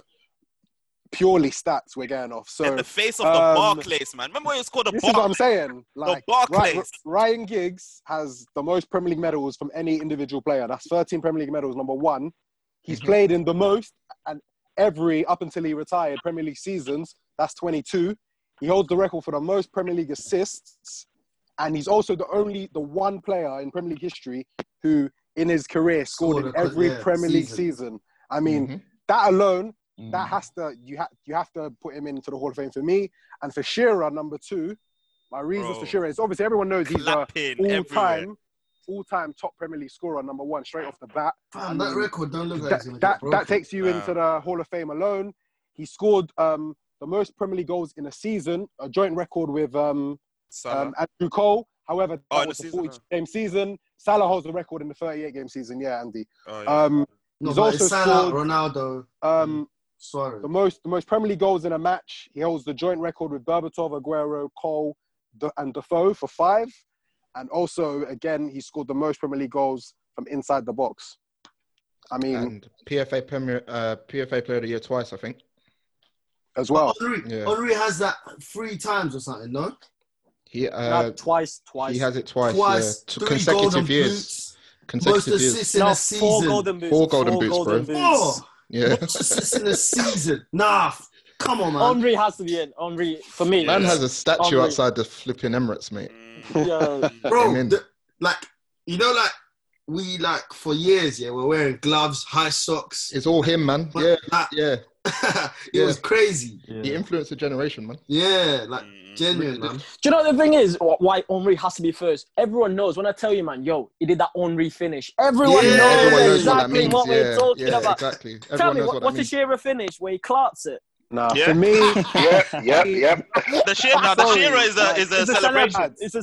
Speaker 5: purely stats we're going off. So
Speaker 3: At the face of the
Speaker 5: um,
Speaker 3: Barclays, man. Remember when it was called the
Speaker 5: this is what I'm
Speaker 3: Barclays?
Speaker 5: saying. Like
Speaker 3: Barclays.
Speaker 5: Ry- Ryan Giggs has the most Premier League medals from any individual player. That's 13 Premier League medals. Number one, he's played in the most and every up until he retired Premier League seasons. That's 22. He holds the record for the most Premier League assists, and he's also the only the one player in Premier League history who, in his career, scored,
Speaker 7: Scored
Speaker 5: in
Speaker 7: a-
Speaker 5: every
Speaker 7: yeah,
Speaker 5: Premier League
Speaker 7: season.
Speaker 5: season. I mean,
Speaker 4: Mhm.
Speaker 5: that alone
Speaker 3: Mm.
Speaker 5: that has to you have you have to put him into the Hall of Fame for me and for Shearer number two. My reasons
Speaker 3: Bro.
Speaker 5: for Shearer is obviously everyone knows he's a
Speaker 3: Clapping
Speaker 5: all
Speaker 3: everywhere.
Speaker 5: time all time top Premier League scorer number one straight off the bat.
Speaker 7: Fam, that record don't look like
Speaker 5: That
Speaker 7: it's gonna get
Speaker 5: that,
Speaker 7: broken.
Speaker 5: that takes you
Speaker 3: Nah.
Speaker 5: into the Hall of Fame alone. He scored um, the most Premier League goals in a season, a joint record with um,
Speaker 3: Salah.
Speaker 5: um, Andrew Cole. However, that
Speaker 3: Oh, in the
Speaker 5: was a
Speaker 3: season,
Speaker 5: 40 game season. Salah holds the record in the 38 game season. Yeah, Andy.
Speaker 3: Oh, yeah.
Speaker 5: Um,
Speaker 7: No,
Speaker 5: he's
Speaker 7: but it's
Speaker 5: also
Speaker 7: Salah,
Speaker 5: scored
Speaker 7: Ronaldo,
Speaker 5: um,
Speaker 7: Suarez.
Speaker 5: the most the most Premier League goals in a match. He holds the joint record with Berbatov, Aguero, Cole, D- and Defoe for five. And also, again, he scored the most Premier League goals from inside the box. I mean,
Speaker 4: Mm-hmm. And PFA Premier uh, PFA Player of the Year twice, I think.
Speaker 5: as well.
Speaker 7: Henri,
Speaker 4: Yeah.
Speaker 7: Henri has that three times or something, no?
Speaker 4: He
Speaker 9: No,
Speaker 4: uh,
Speaker 9: twice, twice.
Speaker 4: he has it twice.
Speaker 7: Twice,
Speaker 4: yeah. Two
Speaker 7: three golden
Speaker 4: consecutive years.
Speaker 7: boots, most
Speaker 4: Consecutive years.
Speaker 7: assists in
Speaker 9: no,
Speaker 7: a
Speaker 9: four
Speaker 7: season.
Speaker 9: golden boots.
Speaker 4: Four golden
Speaker 9: four
Speaker 4: boots, bro.
Speaker 9: golden
Speaker 7: Four.
Speaker 9: boots.
Speaker 4: Yeah.
Speaker 7: Most assists in a season. Nah, f- come on, man.
Speaker 9: Henri has to be in. Henri for me.
Speaker 4: Man
Speaker 3: Yeah.
Speaker 4: has a statue
Speaker 9: Henri.
Speaker 4: outside the flipping Emirates, mate.
Speaker 3: Mm.
Speaker 9: Yo,
Speaker 7: bro.
Speaker 4: Amen.
Speaker 7: The, like you know, like we like for years, yeah, we're wearing gloves, high socks.
Speaker 4: It's all him, man.
Speaker 7: But
Speaker 4: Yeah,
Speaker 7: like,
Speaker 4: yeah.
Speaker 7: it was crazy.
Speaker 4: He influenced a generation, man.
Speaker 7: Yeah, like
Speaker 3: Mm.
Speaker 7: genuine, man.
Speaker 9: Do you know the thing is wh- why Henri has to be first? Everyone knows when I tell you, man, yo, he did that Henri finish. Everyone
Speaker 7: Yeah,
Speaker 9: knows
Speaker 4: everyone knows what that
Speaker 9: exactly
Speaker 4: means.
Speaker 9: what,
Speaker 4: yeah,
Speaker 9: we're talking
Speaker 4: yeah,
Speaker 9: about.
Speaker 4: exactly.
Speaker 9: tell
Speaker 4: Everyone
Speaker 9: me,
Speaker 4: knows
Speaker 9: what,
Speaker 4: what that
Speaker 9: what's the
Speaker 4: means.
Speaker 9: Shearer finish where he clarts it?
Speaker 5: Nah,
Speaker 3: Yeah.
Speaker 5: for me,
Speaker 8: Yeah, Uh, yeah, yeah.
Speaker 3: The Shearer, now the
Speaker 5: Oh, Sorry,
Speaker 3: Shearer is a
Speaker 5: like,
Speaker 3: is a
Speaker 9: It's a
Speaker 3: celebration.
Speaker 9: celebration. It's a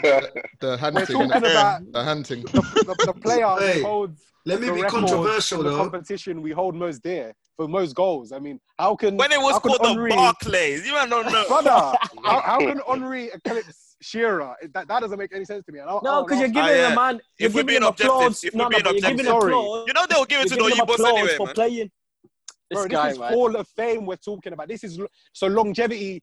Speaker 3: Celebration.
Speaker 4: The
Speaker 5: we're
Speaker 4: hunting,
Speaker 5: talking
Speaker 4: innit?
Speaker 5: about
Speaker 4: the hunting.
Speaker 5: the, the, the player
Speaker 7: Hey,
Speaker 5: who holds
Speaker 7: Let me
Speaker 5: the
Speaker 7: be
Speaker 5: record
Speaker 7: controversial
Speaker 5: in the
Speaker 7: though.
Speaker 5: competition we hold most dear. for most goals. I mean, how can
Speaker 3: When it was
Speaker 5: how can
Speaker 3: called the
Speaker 5: Henri-
Speaker 3: Barclays, you man don't know.
Speaker 5: brother? how, how can Henri eclipse Shearer? That, that doesn't make any sense to me. And I- I
Speaker 9: No,
Speaker 5: don't
Speaker 9: because
Speaker 5: know.
Speaker 9: you're giving
Speaker 3: yeah.
Speaker 9: a man.
Speaker 3: Oh,
Speaker 9: You're
Speaker 3: If we're
Speaker 9: giving
Speaker 3: being
Speaker 9: him
Speaker 3: objective,
Speaker 9: applause.
Speaker 3: if we're
Speaker 9: no, no,
Speaker 3: being
Speaker 9: but you're
Speaker 3: objective,
Speaker 9: giving him
Speaker 5: Sorry.
Speaker 9: applause.
Speaker 3: you know they'll give it to
Speaker 9: You're giving
Speaker 3: the
Speaker 9: him
Speaker 3: boss
Speaker 9: applause
Speaker 3: anyway,
Speaker 9: for
Speaker 3: man.
Speaker 9: playing. This
Speaker 5: Bro,
Speaker 9: guy,
Speaker 5: this is
Speaker 9: man.
Speaker 5: Hall of Fame we're talking about. This is lo- so longevity.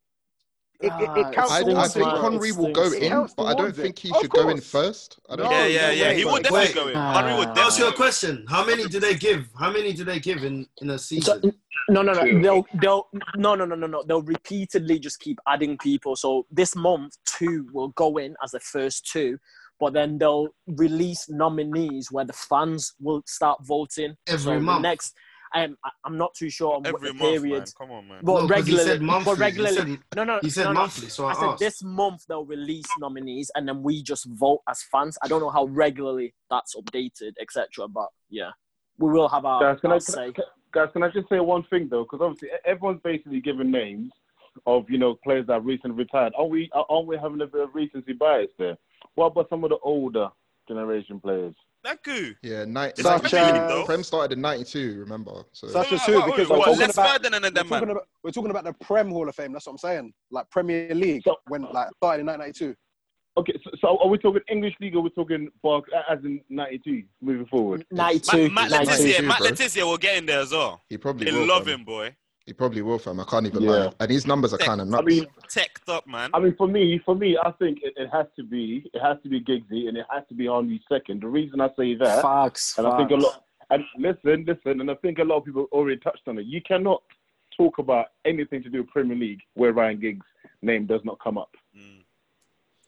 Speaker 5: It, it,
Speaker 9: Ah,
Speaker 5: it
Speaker 9: it
Speaker 5: counts
Speaker 4: I,
Speaker 9: stinks,
Speaker 4: I
Speaker 5: towards it,
Speaker 4: think
Speaker 9: man.
Speaker 5: bro.
Speaker 4: Henry will go
Speaker 9: stinks.
Speaker 5: It
Speaker 4: in,
Speaker 5: counts
Speaker 4: but I don't
Speaker 5: towards
Speaker 4: think
Speaker 5: it.
Speaker 4: he
Speaker 5: Of
Speaker 4: should go in
Speaker 5: course.
Speaker 4: first. I don't
Speaker 5: No,
Speaker 3: yeah,
Speaker 4: think
Speaker 3: yeah,
Speaker 5: no
Speaker 3: yeah.
Speaker 5: way,
Speaker 3: He
Speaker 5: bro.
Speaker 3: would definitely
Speaker 7: Wait.
Speaker 3: go in. Henry would
Speaker 9: Ah.
Speaker 7: Ask you a
Speaker 3: definitely go in.
Speaker 7: question. How many do they give? How many do they give in in a
Speaker 9: So,
Speaker 7: season?
Speaker 9: no, no, no.
Speaker 16: Two.
Speaker 9: They'll, they'll, no, no, no, no, no. They'll repeatedly just keep adding people. So this month, two will go in as the first two, but then they'll release nominees where the fans will start voting.
Speaker 7: Every
Speaker 9: so
Speaker 7: month.
Speaker 9: The next, um, I- I'm not too sure on what
Speaker 3: Every
Speaker 9: the
Speaker 3: month, man.
Speaker 9: period,
Speaker 3: Come on, man.
Speaker 9: but
Speaker 7: No, 'cause he
Speaker 9: regularly,
Speaker 7: said monthly.
Speaker 9: but regularly.
Speaker 7: He said,
Speaker 9: no, no,
Speaker 7: he said
Speaker 9: no, no.
Speaker 7: monthly. So I,
Speaker 9: I said
Speaker 7: asked.
Speaker 9: this month they'll release nominees, and then we just vote as fans. I don't know how regularly that's updated, etc. But yeah, we will have our,
Speaker 8: Guys, can I,
Speaker 9: our
Speaker 8: can,
Speaker 9: say.
Speaker 8: I, can- guys, can I just say one thing though? Because obviously e- everyone's basically given names of you know players that recently retired. Are we are aren't we having a bit of recency bias there? What about some of the older generation players?
Speaker 3: Naku.
Speaker 4: Yeah, night,
Speaker 3: It's like
Speaker 5: Such
Speaker 4: 92.
Speaker 5: as-
Speaker 4: Prem started in 92, remember? So
Speaker 5: Such as
Speaker 3: Wait,
Speaker 5: who?
Speaker 3: wait,
Speaker 5: Because
Speaker 3: wait,
Speaker 5: we're
Speaker 3: what,
Speaker 5: talking
Speaker 3: Les
Speaker 5: about
Speaker 3: Ferdinand and
Speaker 5: we're
Speaker 3: them, man.
Speaker 5: talking about we're talking about the Prem Hall of Fame. That's what I'm saying. Like Premier League
Speaker 8: So-
Speaker 5: when like started in 1992.
Speaker 8: Okay, so, so are we talking English league or are we talking Bark as in '92 moving forward?
Speaker 9: 92,
Speaker 3: Matt, Matt
Speaker 9: 92.
Speaker 3: Letizia,
Speaker 4: 92,
Speaker 3: Matt
Speaker 4: bro.
Speaker 3: Letizia will get in there as well.
Speaker 4: he probably
Speaker 3: They
Speaker 4: will.
Speaker 3: love
Speaker 4: fam.
Speaker 3: him, boy.
Speaker 4: He probably will, fam. I can't even
Speaker 8: Yeah.
Speaker 4: lie. And his numbers are
Speaker 3: Tech,
Speaker 4: kind of
Speaker 8: I
Speaker 4: nuts.
Speaker 8: mean,
Speaker 3: teched up, man.
Speaker 8: I mean, for me, for me, I think it, it has to be it has to be Giggsy and it has to be Henry second. The reason I say that
Speaker 9: Facts.
Speaker 8: And I think a
Speaker 9: facts.
Speaker 8: lot. And listen, listen, and I think a lot of people already touched on it. You cannot talk about anything to do with Premier League where Ryan Giggs' name does not come up.
Speaker 3: Mm.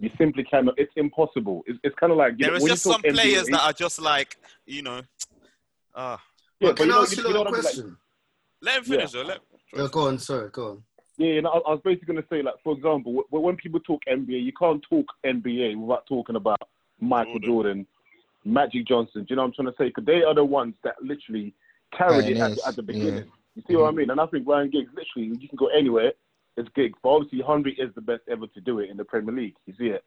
Speaker 8: You simply cannot. It's impossible. It's, it's kind of like you
Speaker 3: There
Speaker 8: know,
Speaker 3: is
Speaker 8: when
Speaker 3: just
Speaker 8: you
Speaker 3: some
Speaker 8: talk NBA,
Speaker 3: players that are just like, you know, ah.
Speaker 7: But
Speaker 8: yeah, but
Speaker 7: can
Speaker 8: you
Speaker 7: I
Speaker 8: know,
Speaker 7: ask
Speaker 8: you,
Speaker 7: you
Speaker 8: you know
Speaker 7: another
Speaker 8: what I mean? Like,
Speaker 7: question?
Speaker 3: Let him finish, though. Let
Speaker 7: Yeah, go on. Sorry, go on.
Speaker 8: yeah, you know, I, I was basically going to say, like, for example, w- w- when people talk NBA, you can't talk NBA without talking about Michael
Speaker 3: Jordan.
Speaker 8: Jordan, Magic Johnson. Do you know what I'm trying to say? Because they are the ones that literally carried it at,
Speaker 4: Pioneers,
Speaker 8: at the
Speaker 4: yeah.
Speaker 8: beginning. You see what I mean? And I think Ryan Giggs, literally, you can go anywhere, it's Giggs. But obviously, Henry is the best ever to do it in the Premier League. You see it?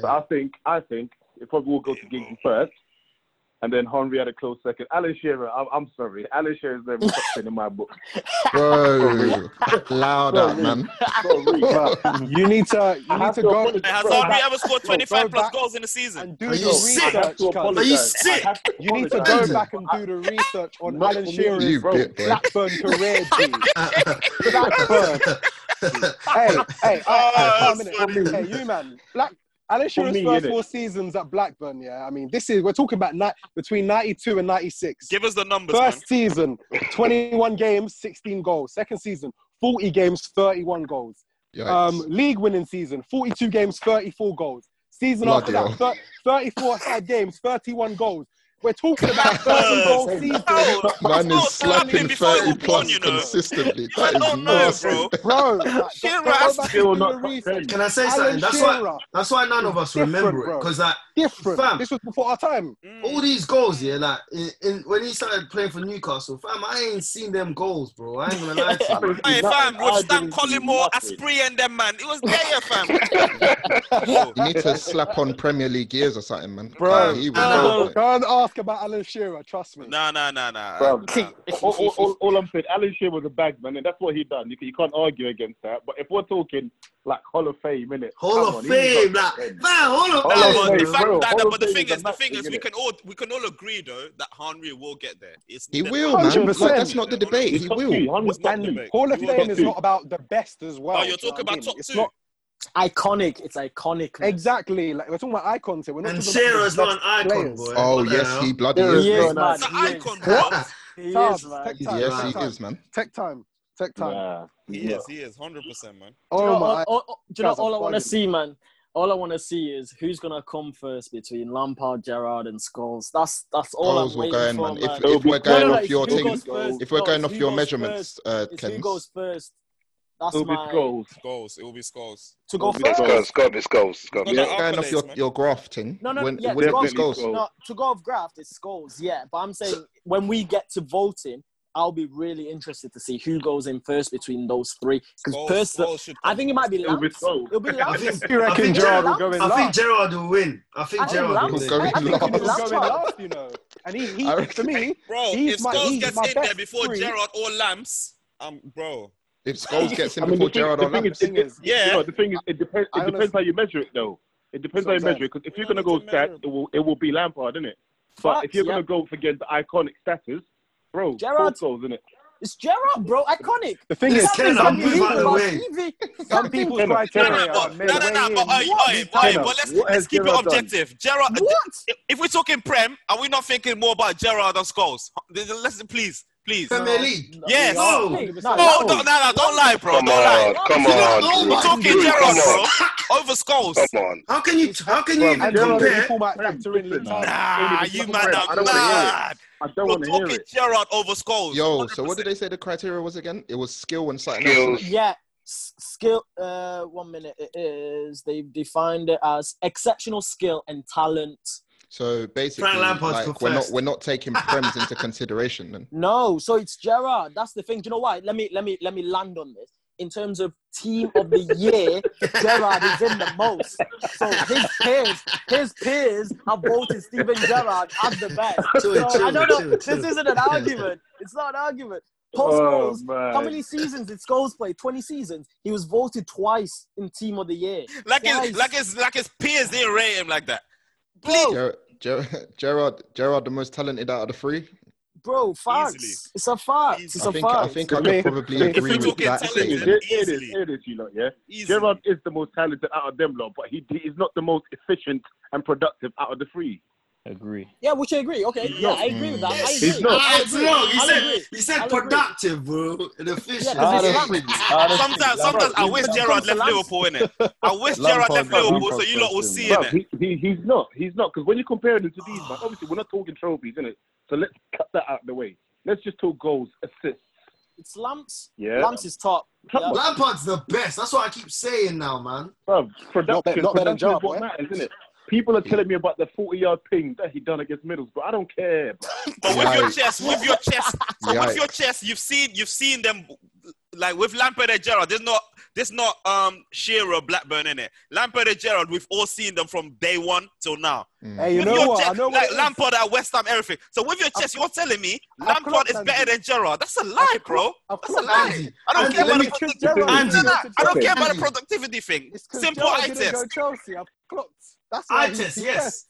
Speaker 8: So
Speaker 7: Yeah.
Speaker 8: I think, I think it probably will go to Giggs first. And then Henry had a close second. Alan Shearer, I'm, I'm sorry. Alan Shearer's never top 10 in my book.
Speaker 4: Bro, loud out,
Speaker 8: Sorry.
Speaker 4: man.
Speaker 8: Sorry.
Speaker 5: You need to you
Speaker 8: I
Speaker 5: need
Speaker 8: have
Speaker 5: to
Speaker 8: to
Speaker 5: go
Speaker 8: apologize.
Speaker 3: Has
Speaker 8: Bro,
Speaker 3: Henry
Speaker 8: I-
Speaker 3: ever scored
Speaker 5: bro,
Speaker 3: 25
Speaker 5: go
Speaker 3: plus
Speaker 5: back
Speaker 3: goals in a season?
Speaker 5: and do
Speaker 7: Are
Speaker 5: the
Speaker 7: you
Speaker 5: research.
Speaker 7: sick?
Speaker 8: I have to
Speaker 5: cuz.
Speaker 7: Are you
Speaker 8: apologize. I
Speaker 7: sick?
Speaker 8: have to
Speaker 5: You need to
Speaker 8: apologize.
Speaker 5: go
Speaker 7: Benton.
Speaker 5: back and do the research on
Speaker 8: Not
Speaker 5: Alan
Speaker 8: for me.
Speaker 5: Shearer's
Speaker 4: You
Speaker 8: Bro,
Speaker 4: bit, boy.
Speaker 5: Blackburn career, G. Blackburn. hey, hey, I, hey,
Speaker 3: Oh, that's
Speaker 5: calm minute.
Speaker 3: funny.
Speaker 5: Hey, you man, Black. Alan
Speaker 8: For
Speaker 5: Shearer's
Speaker 8: me,
Speaker 5: first
Speaker 8: innit?
Speaker 5: four seasons at Blackburn, yeah. I mean, this is we're talking about ni- between '92 and '96.
Speaker 3: Give us the numbers, man.
Speaker 5: First season, 21 games, 16 goals. Second season, 40 games, 31 goals.
Speaker 4: Yikes.
Speaker 5: Um, league winning season, 42 games, 34 goals. Season after
Speaker 4: Bloody
Speaker 5: that, thir- 34 side games, 31 goals. We're talking about 30 goal season.
Speaker 3: No,
Speaker 4: man
Speaker 3: not
Speaker 4: is slapping
Speaker 3: slapping before it was
Speaker 4: 30
Speaker 3: born,
Speaker 4: plus
Speaker 3: you know.
Speaker 4: consistently.
Speaker 3: I
Speaker 4: That is
Speaker 3: don't know,
Speaker 4: nasty.
Speaker 3: bro.
Speaker 5: Bro, like,
Speaker 3: Shearer
Speaker 5: go, go
Speaker 3: has
Speaker 5: back
Speaker 8: still
Speaker 5: and do
Speaker 8: not
Speaker 5: the
Speaker 8: top
Speaker 5: research.
Speaker 8: 10.
Speaker 7: Can I say
Speaker 5: Alan
Speaker 7: something? That's why.
Speaker 5: Shearer
Speaker 7: That's why none
Speaker 5: is
Speaker 7: of us
Speaker 5: different,
Speaker 7: remember it.
Speaker 5: bro.
Speaker 7: Because like,
Speaker 5: Different.
Speaker 7: fam,
Speaker 5: This was before our time.
Speaker 7: all these goals, yeah. Like in, in, when he started playing for Newcastle, fam, I ain't seen them goals, bro. I ain't gonna lie to
Speaker 8: I
Speaker 7: you.
Speaker 8: didn't see
Speaker 3: Hey,
Speaker 8: nothing.
Speaker 3: fam,
Speaker 8: I
Speaker 3: watch Stan
Speaker 8: didn't see
Speaker 3: Collymore,
Speaker 8: nothing.
Speaker 3: Asprey, and them, man. It was there, fam. Bro,
Speaker 4: You need to slap on Premier League years or something, man.
Speaker 5: Bro,
Speaker 4: Like, he was
Speaker 7: no.
Speaker 4: mad,
Speaker 5: Don't,
Speaker 4: boy.
Speaker 5: don't ask about Alan Shearer, trust me.
Speaker 3: no, no, no, no.
Speaker 8: Bro, all, all, all, all I'm saying, Alan Shearer was a bag man, and that's what he done. You, can- you can't argue against that. But if we're talking like Hall of Fame, innit?
Speaker 7: Hall
Speaker 8: Come
Speaker 7: of
Speaker 8: on, he's
Speaker 7: Fame,
Speaker 8: got
Speaker 7: like, man, Hall of
Speaker 8: Hall
Speaker 3: Nah, but
Speaker 7: Fame,
Speaker 8: of
Speaker 3: the
Speaker 8: Fame,
Speaker 7: bro.
Speaker 3: fact
Speaker 8: bro.
Speaker 3: that,
Speaker 8: Hall
Speaker 3: but
Speaker 8: of
Speaker 3: the
Speaker 8: Fame
Speaker 3: thing
Speaker 8: is a
Speaker 3: is, the
Speaker 8: match
Speaker 3: thing
Speaker 8: thing,
Speaker 3: is, we
Speaker 8: innit?
Speaker 3: can all we can all agree though that Henry will get there. It's
Speaker 4: He
Speaker 3: there's
Speaker 4: will,
Speaker 3: no
Speaker 4: man.
Speaker 3: debate.
Speaker 5: 100%.
Speaker 4: Like, that's not the
Speaker 3: Henry
Speaker 4: debate.
Speaker 8: He's
Speaker 4: He
Speaker 8: top
Speaker 4: will.
Speaker 8: two. Henry's
Speaker 3: It's not
Speaker 8: top
Speaker 3: the
Speaker 8: two.
Speaker 5: And
Speaker 3: debate.
Speaker 5: Hall of
Speaker 3: He will
Speaker 5: Fame
Speaker 3: get
Speaker 5: is
Speaker 3: there.
Speaker 5: not about the best as well.
Speaker 3: Oh, you're
Speaker 5: do you
Speaker 3: talking
Speaker 5: know what I
Speaker 3: about
Speaker 5: mean?
Speaker 3: top
Speaker 5: It's
Speaker 3: two.
Speaker 5: not
Speaker 9: Iconic. It's iconic.
Speaker 5: exactly like we're talking about icons here. We're not
Speaker 7: And
Speaker 5: talking about the
Speaker 7: Shearer's not
Speaker 5: best
Speaker 7: an icon,
Speaker 5: players.
Speaker 7: boy.
Speaker 4: Oh,
Speaker 7: What the
Speaker 4: yes, he
Speaker 7: hell?
Speaker 4: bloody
Speaker 8: There
Speaker 4: is,
Speaker 9: He
Speaker 8: is
Speaker 4: man.
Speaker 9: is,
Speaker 3: He's
Speaker 9: man.
Speaker 8: no nice.
Speaker 3: an
Speaker 9: He is.
Speaker 3: icon, bro.
Speaker 9: He is,
Speaker 5: Tabs,
Speaker 9: man.
Speaker 5: tech
Speaker 7: He's
Speaker 5: time,
Speaker 4: Yes,
Speaker 5: tech
Speaker 4: he
Speaker 7: not.
Speaker 5: time,
Speaker 4: is, man.
Speaker 5: tech time, tech time.
Speaker 8: Nah, he's
Speaker 3: He
Speaker 8: not.
Speaker 3: is. He is. Hundred percent, man.
Speaker 9: Do you
Speaker 5: Oh
Speaker 9: know, all,
Speaker 5: my,
Speaker 9: all, all- do you know
Speaker 5: guys, I'm
Speaker 9: all I want to
Speaker 5: bugging.
Speaker 9: see, man? All I want to see is who's gonna come first between Lampard, Gerrard, and Scholes. That's that's all
Speaker 4: Goals
Speaker 9: I'm
Speaker 4: will
Speaker 9: waiting
Speaker 4: go in,
Speaker 9: for,
Speaker 4: man. If
Speaker 9: man.
Speaker 8: It'll
Speaker 4: if
Speaker 8: be
Speaker 4: we're
Speaker 9: No, no,
Speaker 4: going
Speaker 9: no.
Speaker 8: goals.
Speaker 4: off
Speaker 9: It's
Speaker 4: your
Speaker 8: It'll
Speaker 9: who
Speaker 8: be
Speaker 4: thing,
Speaker 9: goes
Speaker 8: goals.
Speaker 9: first.
Speaker 4: if we're
Speaker 9: No,
Speaker 4: going
Speaker 9: it's
Speaker 4: off
Speaker 9: who
Speaker 4: your
Speaker 9: goes first.
Speaker 4: measurements, uh,
Speaker 9: It's who
Speaker 4: Kems,
Speaker 9: goes first. That's
Speaker 8: It'll be
Speaker 9: my
Speaker 8: goals.
Speaker 3: Goals. It will be scores.
Speaker 9: to
Speaker 8: It'll
Speaker 9: go
Speaker 8: be
Speaker 9: first.
Speaker 8: goals.
Speaker 16: It's got it's got it's
Speaker 3: He's
Speaker 16: got.
Speaker 3: got
Speaker 4: if
Speaker 3: the
Speaker 4: we're going off
Speaker 3: accolades,
Speaker 4: your
Speaker 3: man.
Speaker 4: your graph thing,
Speaker 9: No, no,
Speaker 4: when
Speaker 9: yeah,
Speaker 4: when
Speaker 9: to
Speaker 4: it
Speaker 9: go
Speaker 4: was
Speaker 8: Definitely
Speaker 4: goals,
Speaker 8: goals.
Speaker 9: No, to go off graft is goals, yeah. But I'm saying
Speaker 7: So-
Speaker 9: when we get to voting, I'll be really interested to see who goes in first between those three. Because
Speaker 3: Goals.
Speaker 9: person,
Speaker 3: Goals should
Speaker 9: I
Speaker 3: come
Speaker 9: think it
Speaker 3: first.
Speaker 9: might be
Speaker 8: It'll be
Speaker 9: Lamps.
Speaker 8: goals.
Speaker 9: It'll be
Speaker 7: I
Speaker 9: Lamps.
Speaker 7: think I
Speaker 5: You reckon
Speaker 7: think
Speaker 9: It'll be
Speaker 5: Gerard will
Speaker 7: Gerard
Speaker 5: go
Speaker 9: Lamps.
Speaker 5: in
Speaker 7: I think
Speaker 5: last?
Speaker 7: Gerard will win. I think
Speaker 9: I think
Speaker 7: Gerard will
Speaker 4: We'll
Speaker 9: Lamps.
Speaker 7: win.
Speaker 4: go
Speaker 9: I, I
Speaker 4: in
Speaker 9: think it'll be
Speaker 5: He'll
Speaker 4: last.
Speaker 5: go in
Speaker 9: Lampard.
Speaker 5: last, you know. And he, he
Speaker 4: I
Speaker 5: for me,
Speaker 3: Bro,
Speaker 5: he's
Speaker 3: if
Speaker 5: my,
Speaker 3: Scholes
Speaker 5: he's
Speaker 3: gets
Speaker 5: my
Speaker 3: in
Speaker 5: best
Speaker 3: there before
Speaker 5: three.
Speaker 3: Gerard or Lamps, um, bro.
Speaker 4: If Scholes gets in
Speaker 8: I mean,
Speaker 4: before
Speaker 8: the thing-
Speaker 4: Gerrard
Speaker 8: the
Speaker 4: or
Speaker 8: thing
Speaker 4: Lamps,
Speaker 8: is- it- it-
Speaker 3: Yeah.
Speaker 8: no, the thing is, it depends.
Speaker 5: I
Speaker 8: It depends how you measure it, though. It depends how you
Speaker 5: That's what I'm
Speaker 8: measure it. Because if you're
Speaker 3: We
Speaker 8: gonna go
Speaker 3: don't need to
Speaker 8: stats,
Speaker 3: measure.
Speaker 8: it will it will be Lampard, isn't it? But if
Speaker 9: Facts,
Speaker 8: you're
Speaker 9: yeah.
Speaker 8: gonna go for again the iconic status, bro,
Speaker 9: Gerrard.
Speaker 8: fourth goals, isn't it?
Speaker 9: It's Gerard, bro. Iconic.
Speaker 5: The thing
Speaker 7: This
Speaker 5: is,
Speaker 7: is Kenna,
Speaker 9: Some
Speaker 7: move out of the
Speaker 9: people-
Speaker 7: way.
Speaker 5: some people's
Speaker 8: Kenna,
Speaker 3: No,
Speaker 5: criteria
Speaker 3: no,
Speaker 5: are
Speaker 3: but, no, no,
Speaker 5: midway
Speaker 3: no, but, oi,
Speaker 5: in.
Speaker 3: oi, oi,
Speaker 5: Kenna,
Speaker 3: but let's,
Speaker 5: what
Speaker 3: let's
Speaker 5: has
Speaker 3: keep it
Speaker 5: Gerrard done?
Speaker 3: objective. Gerard,
Speaker 9: What?
Speaker 3: if we're talking Prem, are we not thinking more about Gerard or Scholes? Let's, please, please.
Speaker 7: Premier League. Oh.
Speaker 3: Yes.
Speaker 7: No.
Speaker 9: Hey,
Speaker 3: No, no,
Speaker 9: nah, that
Speaker 3: no,
Speaker 9: was-
Speaker 3: no, don't lie, bro.
Speaker 2: Come
Speaker 3: don't
Speaker 2: on,
Speaker 3: lie.
Speaker 2: come
Speaker 7: You don't
Speaker 2: on,
Speaker 7: know
Speaker 2: Drew.
Speaker 3: We're
Speaker 7: my
Speaker 3: talking
Speaker 7: Drew,
Speaker 3: Gerard,
Speaker 2: come
Speaker 3: bro,
Speaker 2: on,
Speaker 3: over Scholes.
Speaker 2: come on.
Speaker 7: How can you? How can you
Speaker 8: Bro,
Speaker 7: even
Speaker 5: And Gerard
Speaker 8: Gerrard-
Speaker 7: compare?
Speaker 5: people might
Speaker 8: Prem,
Speaker 5: factor in league
Speaker 8: listen, nah.
Speaker 5: time.
Speaker 3: Nah,
Speaker 8: Even if
Speaker 3: you
Speaker 8: it's
Speaker 3: man
Speaker 8: Prem,
Speaker 3: are
Speaker 8: I don't want to hear it.
Speaker 3: mad.
Speaker 8: I don't
Speaker 3: We're
Speaker 8: want to hear
Speaker 3: talking
Speaker 8: it.
Speaker 3: Gerard over Scholes.
Speaker 4: yo. So what did
Speaker 3: 100%.
Speaker 4: they say the criteria was again? It was skill and something else.
Speaker 2: Skills.
Speaker 4: innit?
Speaker 9: Yeah, s- skill. Uh, one minute it is. They've defined it as exceptional skill and talent.
Speaker 4: So basically,
Speaker 7: Frank
Speaker 4: like
Speaker 7: Lampard's got
Speaker 4: we're not
Speaker 7: first.
Speaker 4: we're not taking prems into consideration. Then
Speaker 9: No, so it's Gerard. That's the thing. Do you know why? Let me let me let me land on this. In terms of team of the year, Gerard is in the most. So his peers, his peers have voted Steven Gerrard as the best.
Speaker 7: Chill,
Speaker 9: So I
Speaker 7: chill,
Speaker 9: don't know.
Speaker 7: chill,
Speaker 9: This
Speaker 7: chill.
Speaker 9: isn't an argument. It's not an argument. Paul
Speaker 8: Oh
Speaker 9: Scholes,
Speaker 8: man.
Speaker 9: how many seasons did Scholes play? Twenty seasons. He was voted twice in team of the year.
Speaker 3: Like
Speaker 9: Twice.
Speaker 3: his, like his, like his peers didn't rate him like that.
Speaker 9: Bro,
Speaker 4: Ger- Ger- Gerard Gerard the most talented out of the three.
Speaker 9: bro, facts.
Speaker 3: Easily.
Speaker 9: It's a fact.
Speaker 3: Easily.
Speaker 9: It's
Speaker 4: I
Speaker 9: a
Speaker 4: think
Speaker 9: fact.
Speaker 4: I think I
Speaker 5: To
Speaker 4: could
Speaker 5: me-
Speaker 4: probably
Speaker 5: if
Speaker 3: If
Speaker 4: agree
Speaker 3: we're
Speaker 4: with
Speaker 3: talking
Speaker 4: that
Speaker 3: talent,
Speaker 4: statement.
Speaker 3: then
Speaker 8: It, it is,
Speaker 3: easily.
Speaker 8: it is, you lot, yeah.
Speaker 3: Easily.
Speaker 8: Gerard is the most talented out of them lot, but he he's not the most efficient and productive out of the three.
Speaker 1: Agree.
Speaker 9: Yeah, which I agree. Okay,
Speaker 3: He's
Speaker 9: yeah,
Speaker 3: not.
Speaker 9: I agree with that. I
Speaker 7: Yes,
Speaker 9: agree.
Speaker 8: He's not.
Speaker 9: I
Speaker 7: Alex,
Speaker 9: agree.
Speaker 7: no, he
Speaker 9: I
Speaker 7: said
Speaker 9: agree.
Speaker 7: he said
Speaker 9: I'll agree.
Speaker 7: productive, bro, and efficient.
Speaker 9: Yeah,
Speaker 1: Out of
Speaker 9: Lam-
Speaker 1: three, out of three,
Speaker 3: Sometimes, sometimes I
Speaker 1: Lampard-
Speaker 3: wish
Speaker 9: when it
Speaker 3: Gerard
Speaker 9: comes to
Speaker 3: left
Speaker 9: Lam-
Speaker 3: Liverpool in it. I wish Gerard left
Speaker 4: Lampard's got
Speaker 3: Liverpool, so
Speaker 1: Lampard's
Speaker 3: you lot will
Speaker 1: first,
Speaker 3: see in
Speaker 8: Bruv,
Speaker 3: it.
Speaker 8: he, he, he's not. He's not. Because when you compare him to these, man, obviously we're not talking trophies, innit? So let's cut that out the way. Let's just talk goals, assists.
Speaker 9: It's Lamps.
Speaker 8: Yeah.
Speaker 9: Lamps is top.
Speaker 8: Top
Speaker 9: Yeah.
Speaker 8: one.
Speaker 7: Lampard's the best. That's what I keep saying now, man.
Speaker 8: Bruv,
Speaker 5: Not
Speaker 8: production,
Speaker 5: better- not better than
Speaker 8: production
Speaker 5: Gerrard,
Speaker 8: is what
Speaker 5: boy.
Speaker 8: matters, isn't it? People are telling me about the 40 yard ping that he done against Middlesbrough. I don't care, bro.
Speaker 3: But with your
Speaker 4: Yikes.
Speaker 3: chest, with your chest, so with your
Speaker 4: Yikes.
Speaker 3: chest, you've seen you've seen them like with Lampard and Gerard. There's not there's not um Shearer Blackburn in it. Lampard and Gerard, we've all seen them from day one till now.
Speaker 5: Hey, you
Speaker 3: with
Speaker 5: know
Speaker 3: your
Speaker 5: what? I
Speaker 3: chest,
Speaker 5: know what.
Speaker 3: like
Speaker 5: it is.
Speaker 3: Lampard at West Ham, everything. So with your chest, you're telling me
Speaker 5: I've
Speaker 3: Lampard
Speaker 5: clocked
Speaker 3: is
Speaker 5: Andy.
Speaker 3: better than Gerard. That's a lie, bro.
Speaker 5: I've
Speaker 3: That's a
Speaker 5: clocked
Speaker 3: lie.
Speaker 7: Andy,
Speaker 3: I don't
Speaker 7: Andy,
Speaker 3: care
Speaker 7: let
Speaker 3: about
Speaker 7: me-
Speaker 3: the
Speaker 5: Because
Speaker 3: productivity.
Speaker 5: Gerard
Speaker 7: Andy,
Speaker 3: No,
Speaker 5: didn't
Speaker 3: no,
Speaker 5: go to
Speaker 3: I don't
Speaker 5: Chelsea.
Speaker 3: care about the
Speaker 7: Andy.
Speaker 3: productivity thing.
Speaker 5: It's because
Speaker 3: Simple
Speaker 5: Gerard
Speaker 3: eye
Speaker 5: didn't go
Speaker 3: test.
Speaker 5: Chelsea. I've clocked. That's why
Speaker 7: Eye
Speaker 5: he's
Speaker 7: test,
Speaker 5: depressed.
Speaker 7: yes.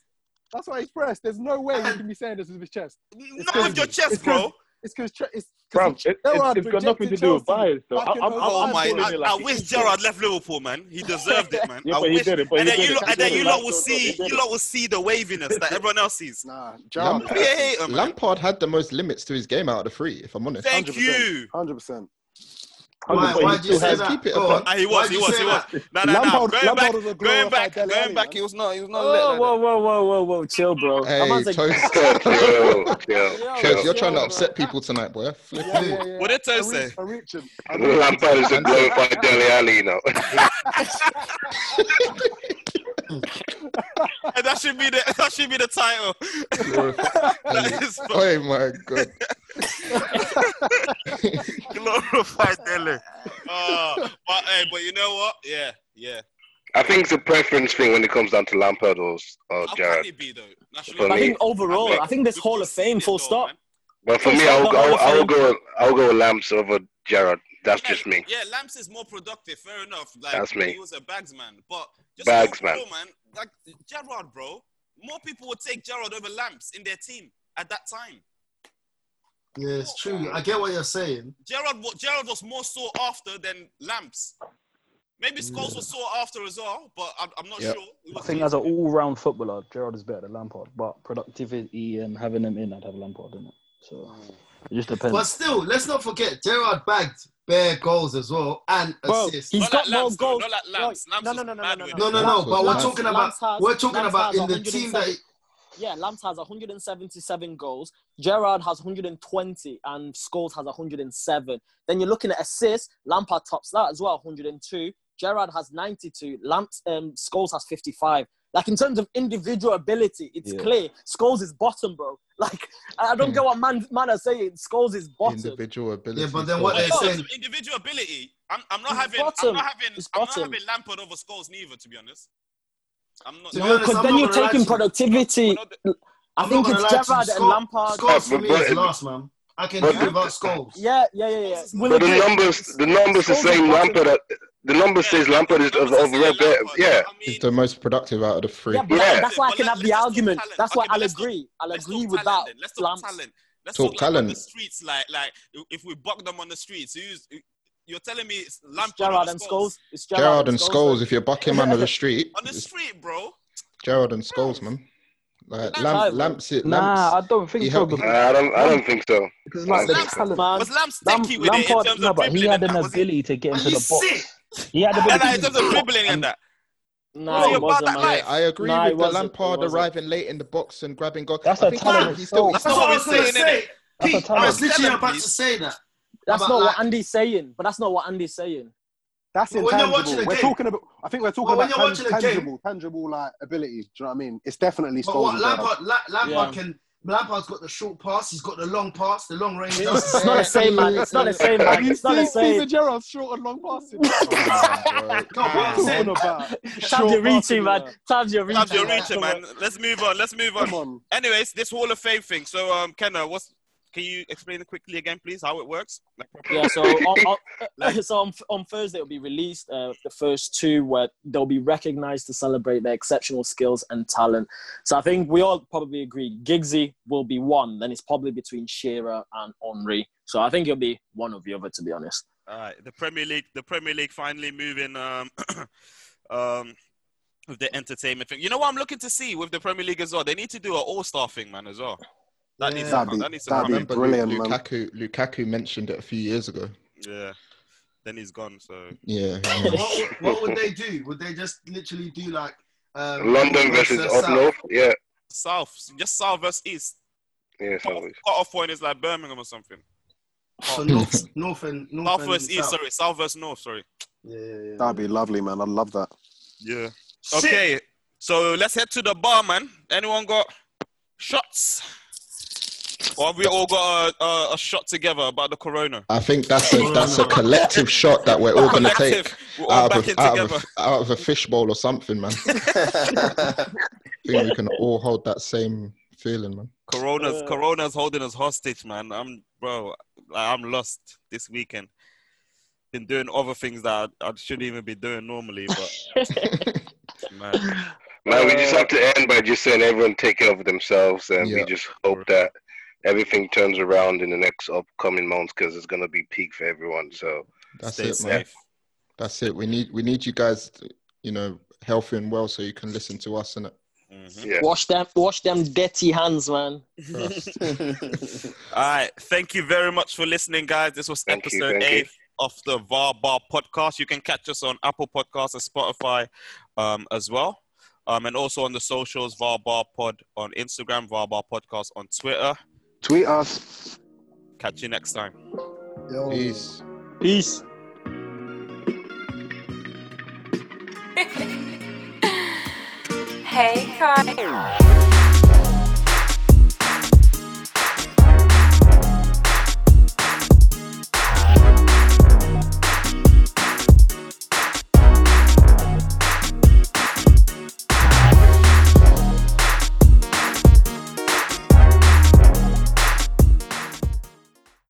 Speaker 5: That's why he's pressed. There's no way he can be saying this with his chest.
Speaker 3: Not
Speaker 5: good.
Speaker 3: with your chest,
Speaker 5: It's
Speaker 3: bro.
Speaker 5: It's because it's
Speaker 8: Bruv,
Speaker 5: because
Speaker 8: it, it, it's got nothing to do with bias, though. I,
Speaker 5: back in
Speaker 8: I'm, I'm,
Speaker 3: Oh
Speaker 8: I'm
Speaker 5: 05,
Speaker 3: my!
Speaker 8: calling
Speaker 5: bro.
Speaker 3: I,
Speaker 8: it like
Speaker 3: I
Speaker 8: it
Speaker 3: wish
Speaker 8: is, though.
Speaker 3: Gerard left Liverpool, man. He deserved it, man.
Speaker 8: Yeah,
Speaker 3: I
Speaker 8: but he
Speaker 3: wish.
Speaker 8: did it, but
Speaker 3: and
Speaker 8: he
Speaker 3: then
Speaker 8: did
Speaker 3: you
Speaker 8: it,
Speaker 3: lot,
Speaker 8: he
Speaker 3: and
Speaker 8: did
Speaker 3: then
Speaker 8: it,
Speaker 3: you
Speaker 8: like,
Speaker 3: lot will
Speaker 8: no, no, he
Speaker 3: see.
Speaker 8: did
Speaker 3: You
Speaker 8: it.
Speaker 3: lot will see the waviness that everyone else sees.
Speaker 5: Nah, Gerard.
Speaker 4: Lam-
Speaker 3: Don't be a hater, man.
Speaker 4: Lampard had the most limits to his game out of the three. If I'm honest.
Speaker 3: Thank you.
Speaker 5: Hundred percent.
Speaker 7: Why?
Speaker 8: But he
Speaker 7: Why do you
Speaker 8: still
Speaker 7: say
Speaker 8: has-
Speaker 4: Let's
Speaker 7: that?
Speaker 4: keep it
Speaker 7: Go
Speaker 4: above-
Speaker 7: on.
Speaker 3: Ah, he
Speaker 7: Why
Speaker 3: was.
Speaker 7: do
Speaker 3: He
Speaker 7: you
Speaker 3: was.
Speaker 7: say
Speaker 3: He was.
Speaker 7: that?
Speaker 3: No, no, no.
Speaker 5: Lampard-
Speaker 3: Going
Speaker 5: Lampard
Speaker 3: back,
Speaker 5: was a
Speaker 3: going
Speaker 5: glorified
Speaker 3: back,
Speaker 5: Dele
Speaker 3: going
Speaker 5: Alli,
Speaker 3: back.
Speaker 5: man.
Speaker 3: He was not. He was not. let
Speaker 9: Oh,
Speaker 3: like that.
Speaker 9: whoa, whoa, whoa, whoa, whoa, chill, bro. that
Speaker 4: Hey,
Speaker 9: man's a
Speaker 4: Toast,
Speaker 2: chill, chill,
Speaker 9: Yo,
Speaker 4: Toast,
Speaker 2: chill.
Speaker 4: you're trying to
Speaker 9: bro.
Speaker 4: upset people tonight, boy. Flip
Speaker 5: Yeah,
Speaker 4: it.
Speaker 5: yeah, yeah.
Speaker 3: What did Toe
Speaker 5: I
Speaker 3: say?
Speaker 5: reach, I reach him. I reach him.
Speaker 2: Lampard is a glorified Deli Alley, you know.
Speaker 3: And that should be the. That should be the title.
Speaker 4: Glorify-
Speaker 3: that is for
Speaker 4: oh my god.
Speaker 3: glorified Dele. Uh, but hey, but you know what? Yeah, yeah.
Speaker 2: I think it's a preference thing when it comes down to Lampard or, or
Speaker 8: Oh,
Speaker 3: How can
Speaker 2: Gerrard.
Speaker 3: it be though? Naturally,
Speaker 2: For
Speaker 9: I
Speaker 2: me,
Speaker 9: think overall, I think this
Speaker 3: We've
Speaker 9: Hall
Speaker 3: all
Speaker 9: of Fame,
Speaker 3: seen it
Speaker 9: full
Speaker 3: though,
Speaker 9: stop.
Speaker 3: man.
Speaker 2: But for
Speaker 9: Full
Speaker 2: me,
Speaker 9: stop,
Speaker 2: I'll,
Speaker 9: the Hall
Speaker 2: I'll,
Speaker 9: of
Speaker 2: I'll
Speaker 9: Fame.
Speaker 2: go I'll go with Lamps over Gerrard. That's
Speaker 3: Yeah,
Speaker 2: just me.
Speaker 3: Yeah, Lamps is more productive. Fair enough. Like
Speaker 2: That's me.
Speaker 3: he was a bags man, but just
Speaker 2: Bags
Speaker 3: overall, man. Like Gerard, bro. More people would take Gerard over Lamps in their team at that time.
Speaker 7: Yeah, it's true. I get what you're saying.
Speaker 3: Gerard, wa- Gerard was more sought after than Lamps. Maybe Scholes was sought after as well, but I'm, I'm not
Speaker 4: Yep.
Speaker 3: sure. It
Speaker 1: I
Speaker 3: was-
Speaker 1: think as an all-round footballer, Gerard is better than Lampard. But productivity and having him in, I'd have Lampard in it. So it just depends.
Speaker 7: But still, let's not forget Gerard bagged bare goals as well and
Speaker 9: Bro,
Speaker 7: assists.
Speaker 9: he's
Speaker 3: Not
Speaker 9: got
Speaker 3: like
Speaker 9: more
Speaker 3: Lamps, though,
Speaker 9: goals.
Speaker 3: not like
Speaker 9: No,
Speaker 3: Lamps. Lamps
Speaker 9: no,
Speaker 3: was
Speaker 9: no, no, no,
Speaker 3: mad
Speaker 9: no,
Speaker 3: with
Speaker 9: no.
Speaker 3: it.
Speaker 7: No, no,
Speaker 9: Lamps-
Speaker 7: no. But we're
Speaker 9: Lamps-
Speaker 7: talking about
Speaker 9: Lamps has-
Speaker 7: we're talking
Speaker 9: Lamps
Speaker 7: about
Speaker 9: has
Speaker 7: in the team that
Speaker 9: 170 Yeah, Lamps has 177 goals. Gerard has 120, and Scholes has 107. Then you're looking at assists. Lampard tops that as well, 102. Gerard has 92. Lamps, um, Scholes has 55. Like in terms of individual ability, it's
Speaker 1: Yeah.
Speaker 9: clear Scholes is bottom, bro. Like I I don't get what man man are saying. Scholes is bottom.
Speaker 4: Individual ability.
Speaker 7: Yeah, but then what
Speaker 3: But
Speaker 7: they're
Speaker 3: in terms
Speaker 7: saying,
Speaker 3: of individual ability, I'm, I'm not
Speaker 9: He's
Speaker 3: having I'm
Speaker 9: bottom.
Speaker 3: not having
Speaker 9: He's
Speaker 3: I'm not
Speaker 9: bottom.
Speaker 3: having Lampard over Scholes neither, to be honest. I'm not.
Speaker 7: To be
Speaker 9: No,
Speaker 7: honest,
Speaker 9: because
Speaker 7: I'm
Speaker 9: then
Speaker 7: not
Speaker 9: you're
Speaker 7: gonna lie
Speaker 9: taking
Speaker 7: to you.
Speaker 9: productivity.
Speaker 3: We're not-
Speaker 9: I
Speaker 7: I'm
Speaker 9: think
Speaker 7: not gonna
Speaker 9: it's
Speaker 7: lie to you,
Speaker 9: Gerrard and
Speaker 7: Scott-
Speaker 9: Lampard.
Speaker 7: Scholes for me is last, man. I can
Speaker 8: But
Speaker 7: do
Speaker 8: the-
Speaker 7: without Scholes.
Speaker 9: Yeah, yeah, yeah, yeah. Will
Speaker 8: But the
Speaker 9: agree.
Speaker 8: numbers, the numbers are
Speaker 9: Scholes is
Speaker 8: saying
Speaker 9: fucking-
Speaker 8: Lampard. Are, the number says Lampard is over over there. Yeah,
Speaker 4: He's the most productive out of the three.
Speaker 9: Yeah, but that- that's why I can have the argument. That's why I'll agree. I'll agree with that.
Speaker 3: Let's talk
Speaker 9: Lamps.
Speaker 3: talent. Let's
Speaker 4: Talk
Speaker 3: talk, like, on the
Speaker 4: talent.
Speaker 3: streets. Like, like if we buck them on the streets, who's you're telling me it's Lampard
Speaker 9: Gerrard
Speaker 3: or
Speaker 9: and Scholes. It's Gerrard,
Speaker 4: Gerard and
Speaker 9: Scholes.
Speaker 4: Scholes, if you're bucking man on the street,
Speaker 3: on the street, bro?
Speaker 4: Gerard and Scholes, man. Like
Speaker 9: Right,
Speaker 4: Lamp,
Speaker 9: bro.
Speaker 4: Lamps, it,
Speaker 17: Nah,
Speaker 4: Lamps.
Speaker 17: I don't think
Speaker 4: he
Speaker 17: so.
Speaker 4: helped-
Speaker 17: Because,
Speaker 8: Nah, Uh, I don't. I don't think so.
Speaker 17: because
Speaker 8: I
Speaker 17: like
Speaker 8: don't
Speaker 17: the
Speaker 8: think so.
Speaker 17: talent,
Speaker 9: Man,
Speaker 3: Was Lam
Speaker 17: Lam-
Speaker 3: sticky with it in
Speaker 17: Lampard,
Speaker 3: terms
Speaker 17: no,
Speaker 3: of
Speaker 17: but
Speaker 3: dribbling?
Speaker 17: he had
Speaker 3: and
Speaker 17: an
Speaker 3: that, was he?
Speaker 17: ability to get
Speaker 7: Are
Speaker 17: into
Speaker 7: you
Speaker 17: the box.
Speaker 7: sick?
Speaker 17: He had the ability to
Speaker 3: No, no, in
Speaker 17: get
Speaker 3: terms
Speaker 17: into
Speaker 3: of
Speaker 17: the box.
Speaker 3: dribbling and
Speaker 17: and-
Speaker 3: that.
Speaker 9: Nah,
Speaker 3: Bro,
Speaker 9: it
Speaker 3: you're about
Speaker 9: wasn't,
Speaker 3: that
Speaker 9: man.
Speaker 3: life.
Speaker 4: Yeah, I agree
Speaker 9: Nah, it
Speaker 4: with the
Speaker 9: wasn't, it
Speaker 4: Lampard
Speaker 9: wasn't.
Speaker 4: arriving late in the box and grabbing goals.
Speaker 17: That's
Speaker 4: I
Speaker 17: a
Speaker 4: think
Speaker 17: talent
Speaker 4: he,
Speaker 17: in
Speaker 4: he still
Speaker 17: itself.
Speaker 4: he
Speaker 3: That's not
Speaker 7: what
Speaker 3: what
Speaker 7: I
Speaker 3: we're
Speaker 7: was gonna
Speaker 3: saying, innit?
Speaker 7: say.
Speaker 17: That's a
Speaker 7: Pete, I was
Speaker 17: talent.
Speaker 7: literally
Speaker 3: Talent,
Speaker 7: about
Speaker 3: please.
Speaker 7: to say that.
Speaker 9: That's
Speaker 7: About
Speaker 9: not
Speaker 7: like-
Speaker 9: what Andy's saying. But that's not what Andy's saying.
Speaker 5: That's
Speaker 7: But when you're watching
Speaker 5: intangible.
Speaker 7: a
Speaker 5: We're
Speaker 7: game-
Speaker 5: talking about. I think we're talking
Speaker 7: But when you're
Speaker 5: about tan-
Speaker 7: watching a game-
Speaker 5: tangible, tangible like abilities. Do you know what I mean? It's definitely
Speaker 7: But
Speaker 5: Scholes
Speaker 7: what
Speaker 5: and Gerrard.
Speaker 7: Lampard, La- Lampard
Speaker 9: Yeah.
Speaker 7: can. Lampard's got the short pass. He's got the long pass. The long range.
Speaker 9: It's not the same, man. It's not the same, man. It's not the same.
Speaker 5: Gerrard's short and long passing?
Speaker 7: No, what I'm saying.
Speaker 5: about?
Speaker 9: Tabs you're reaching, man.
Speaker 5: Barcelona.
Speaker 9: Tabs you're reaching.
Speaker 3: Tabs, you're
Speaker 9: man.
Speaker 3: reaching, man. Let's move on. Let's move
Speaker 5: Come
Speaker 3: on.
Speaker 5: on.
Speaker 3: Anyways, this Hall of Fame thing. So, um, Kenna, what's can you explain it quickly again, please, how it works? Like, properly?
Speaker 9: Yeah, so on, on, so on, on Thursday it'll be released. Uh, the first two where they'll be recognised to celebrate their exceptional skills and talent. So I think we all probably agree Giggsy will be one. Then it's probably between Shearer and Henri. So I think it'll be one or the other, to be honest.
Speaker 3: All right, Uh, the Premier League, the Premier League finally moving um, um, with the entertainment thing. You know what I'm looking to see with the Premier League as well? They need to do an All-Star thing, man, as well. That needs to
Speaker 5: That'd
Speaker 3: come.
Speaker 5: be-
Speaker 3: That needs to
Speaker 4: I
Speaker 5: that'd
Speaker 3: come.
Speaker 4: remember Lu-
Speaker 5: brilliant, man.
Speaker 4: Lukaku. Lukaku mentioned it a few years ago.
Speaker 3: Yeah. Then he's gone. So
Speaker 4: Yeah, yeah.
Speaker 7: What, would- what would they do? Would they just literally do like um,
Speaker 8: London versus
Speaker 7: uh,
Speaker 8: up
Speaker 7: South?
Speaker 8: north. Yeah,
Speaker 3: South, just South versus East. Cut
Speaker 8: yeah,
Speaker 3: off,
Speaker 8: something.
Speaker 3: cut off point is like Birmingham or something.
Speaker 7: So north, north and north
Speaker 3: South
Speaker 7: and
Speaker 3: versus East.
Speaker 7: south.
Speaker 3: Sorry, South versus North. Sorry.
Speaker 7: Yeah, yeah, yeah.
Speaker 5: That'd be lovely, man. I'd love that.
Speaker 3: Yeah. Okay. So let's head to the bar, man. Anyone got shots? Or have we all got a, a, a shot together about the corona?
Speaker 4: I think that's a that's a collective shot that we're all gonna take
Speaker 3: Collective. We're all
Speaker 4: out of
Speaker 3: back in
Speaker 4: a, out of
Speaker 3: together.
Speaker 4: a, out of a fishbowl or something, man. I think we can all hold that same feeling, man.
Speaker 3: Corona's
Speaker 9: Uh.
Speaker 3: Corona's holding us hostage, man. I'm bro. I- I'm lost this weekend. Been doing other things that I, I shouldn't even be doing normally, but man,
Speaker 8: Man, we just have to end by just saying everyone take care of themselves, and we
Speaker 4: Yeah.
Speaker 8: just hope that everything turns around in the next upcoming months because it's gonna be peak for everyone. So
Speaker 4: That's
Speaker 3: stay
Speaker 4: it, man.
Speaker 3: safe.
Speaker 4: That's it. We need we need you guys, you know, healthy and well, so you can listen to us and
Speaker 3: Mhm.
Speaker 8: yeah,
Speaker 9: Wash them, wash them dirty hands, man.
Speaker 3: All right. Thank you very much for listening, guys. This was
Speaker 8: Thank you,
Speaker 3: episode
Speaker 8: thank you.
Speaker 3: eight of the VAR Bar podcast. You can catch us on Apple Podcasts and Spotify um, as well. Um, and also on the socials, VAR Bar Pod on Instagram, VAR Bar Podcast on Twitter.
Speaker 5: Tweet us.
Speaker 3: Catch you next time.
Speaker 7: Yo.
Speaker 4: peace.
Speaker 9: Peace.
Speaker 2: Hey, Kyle.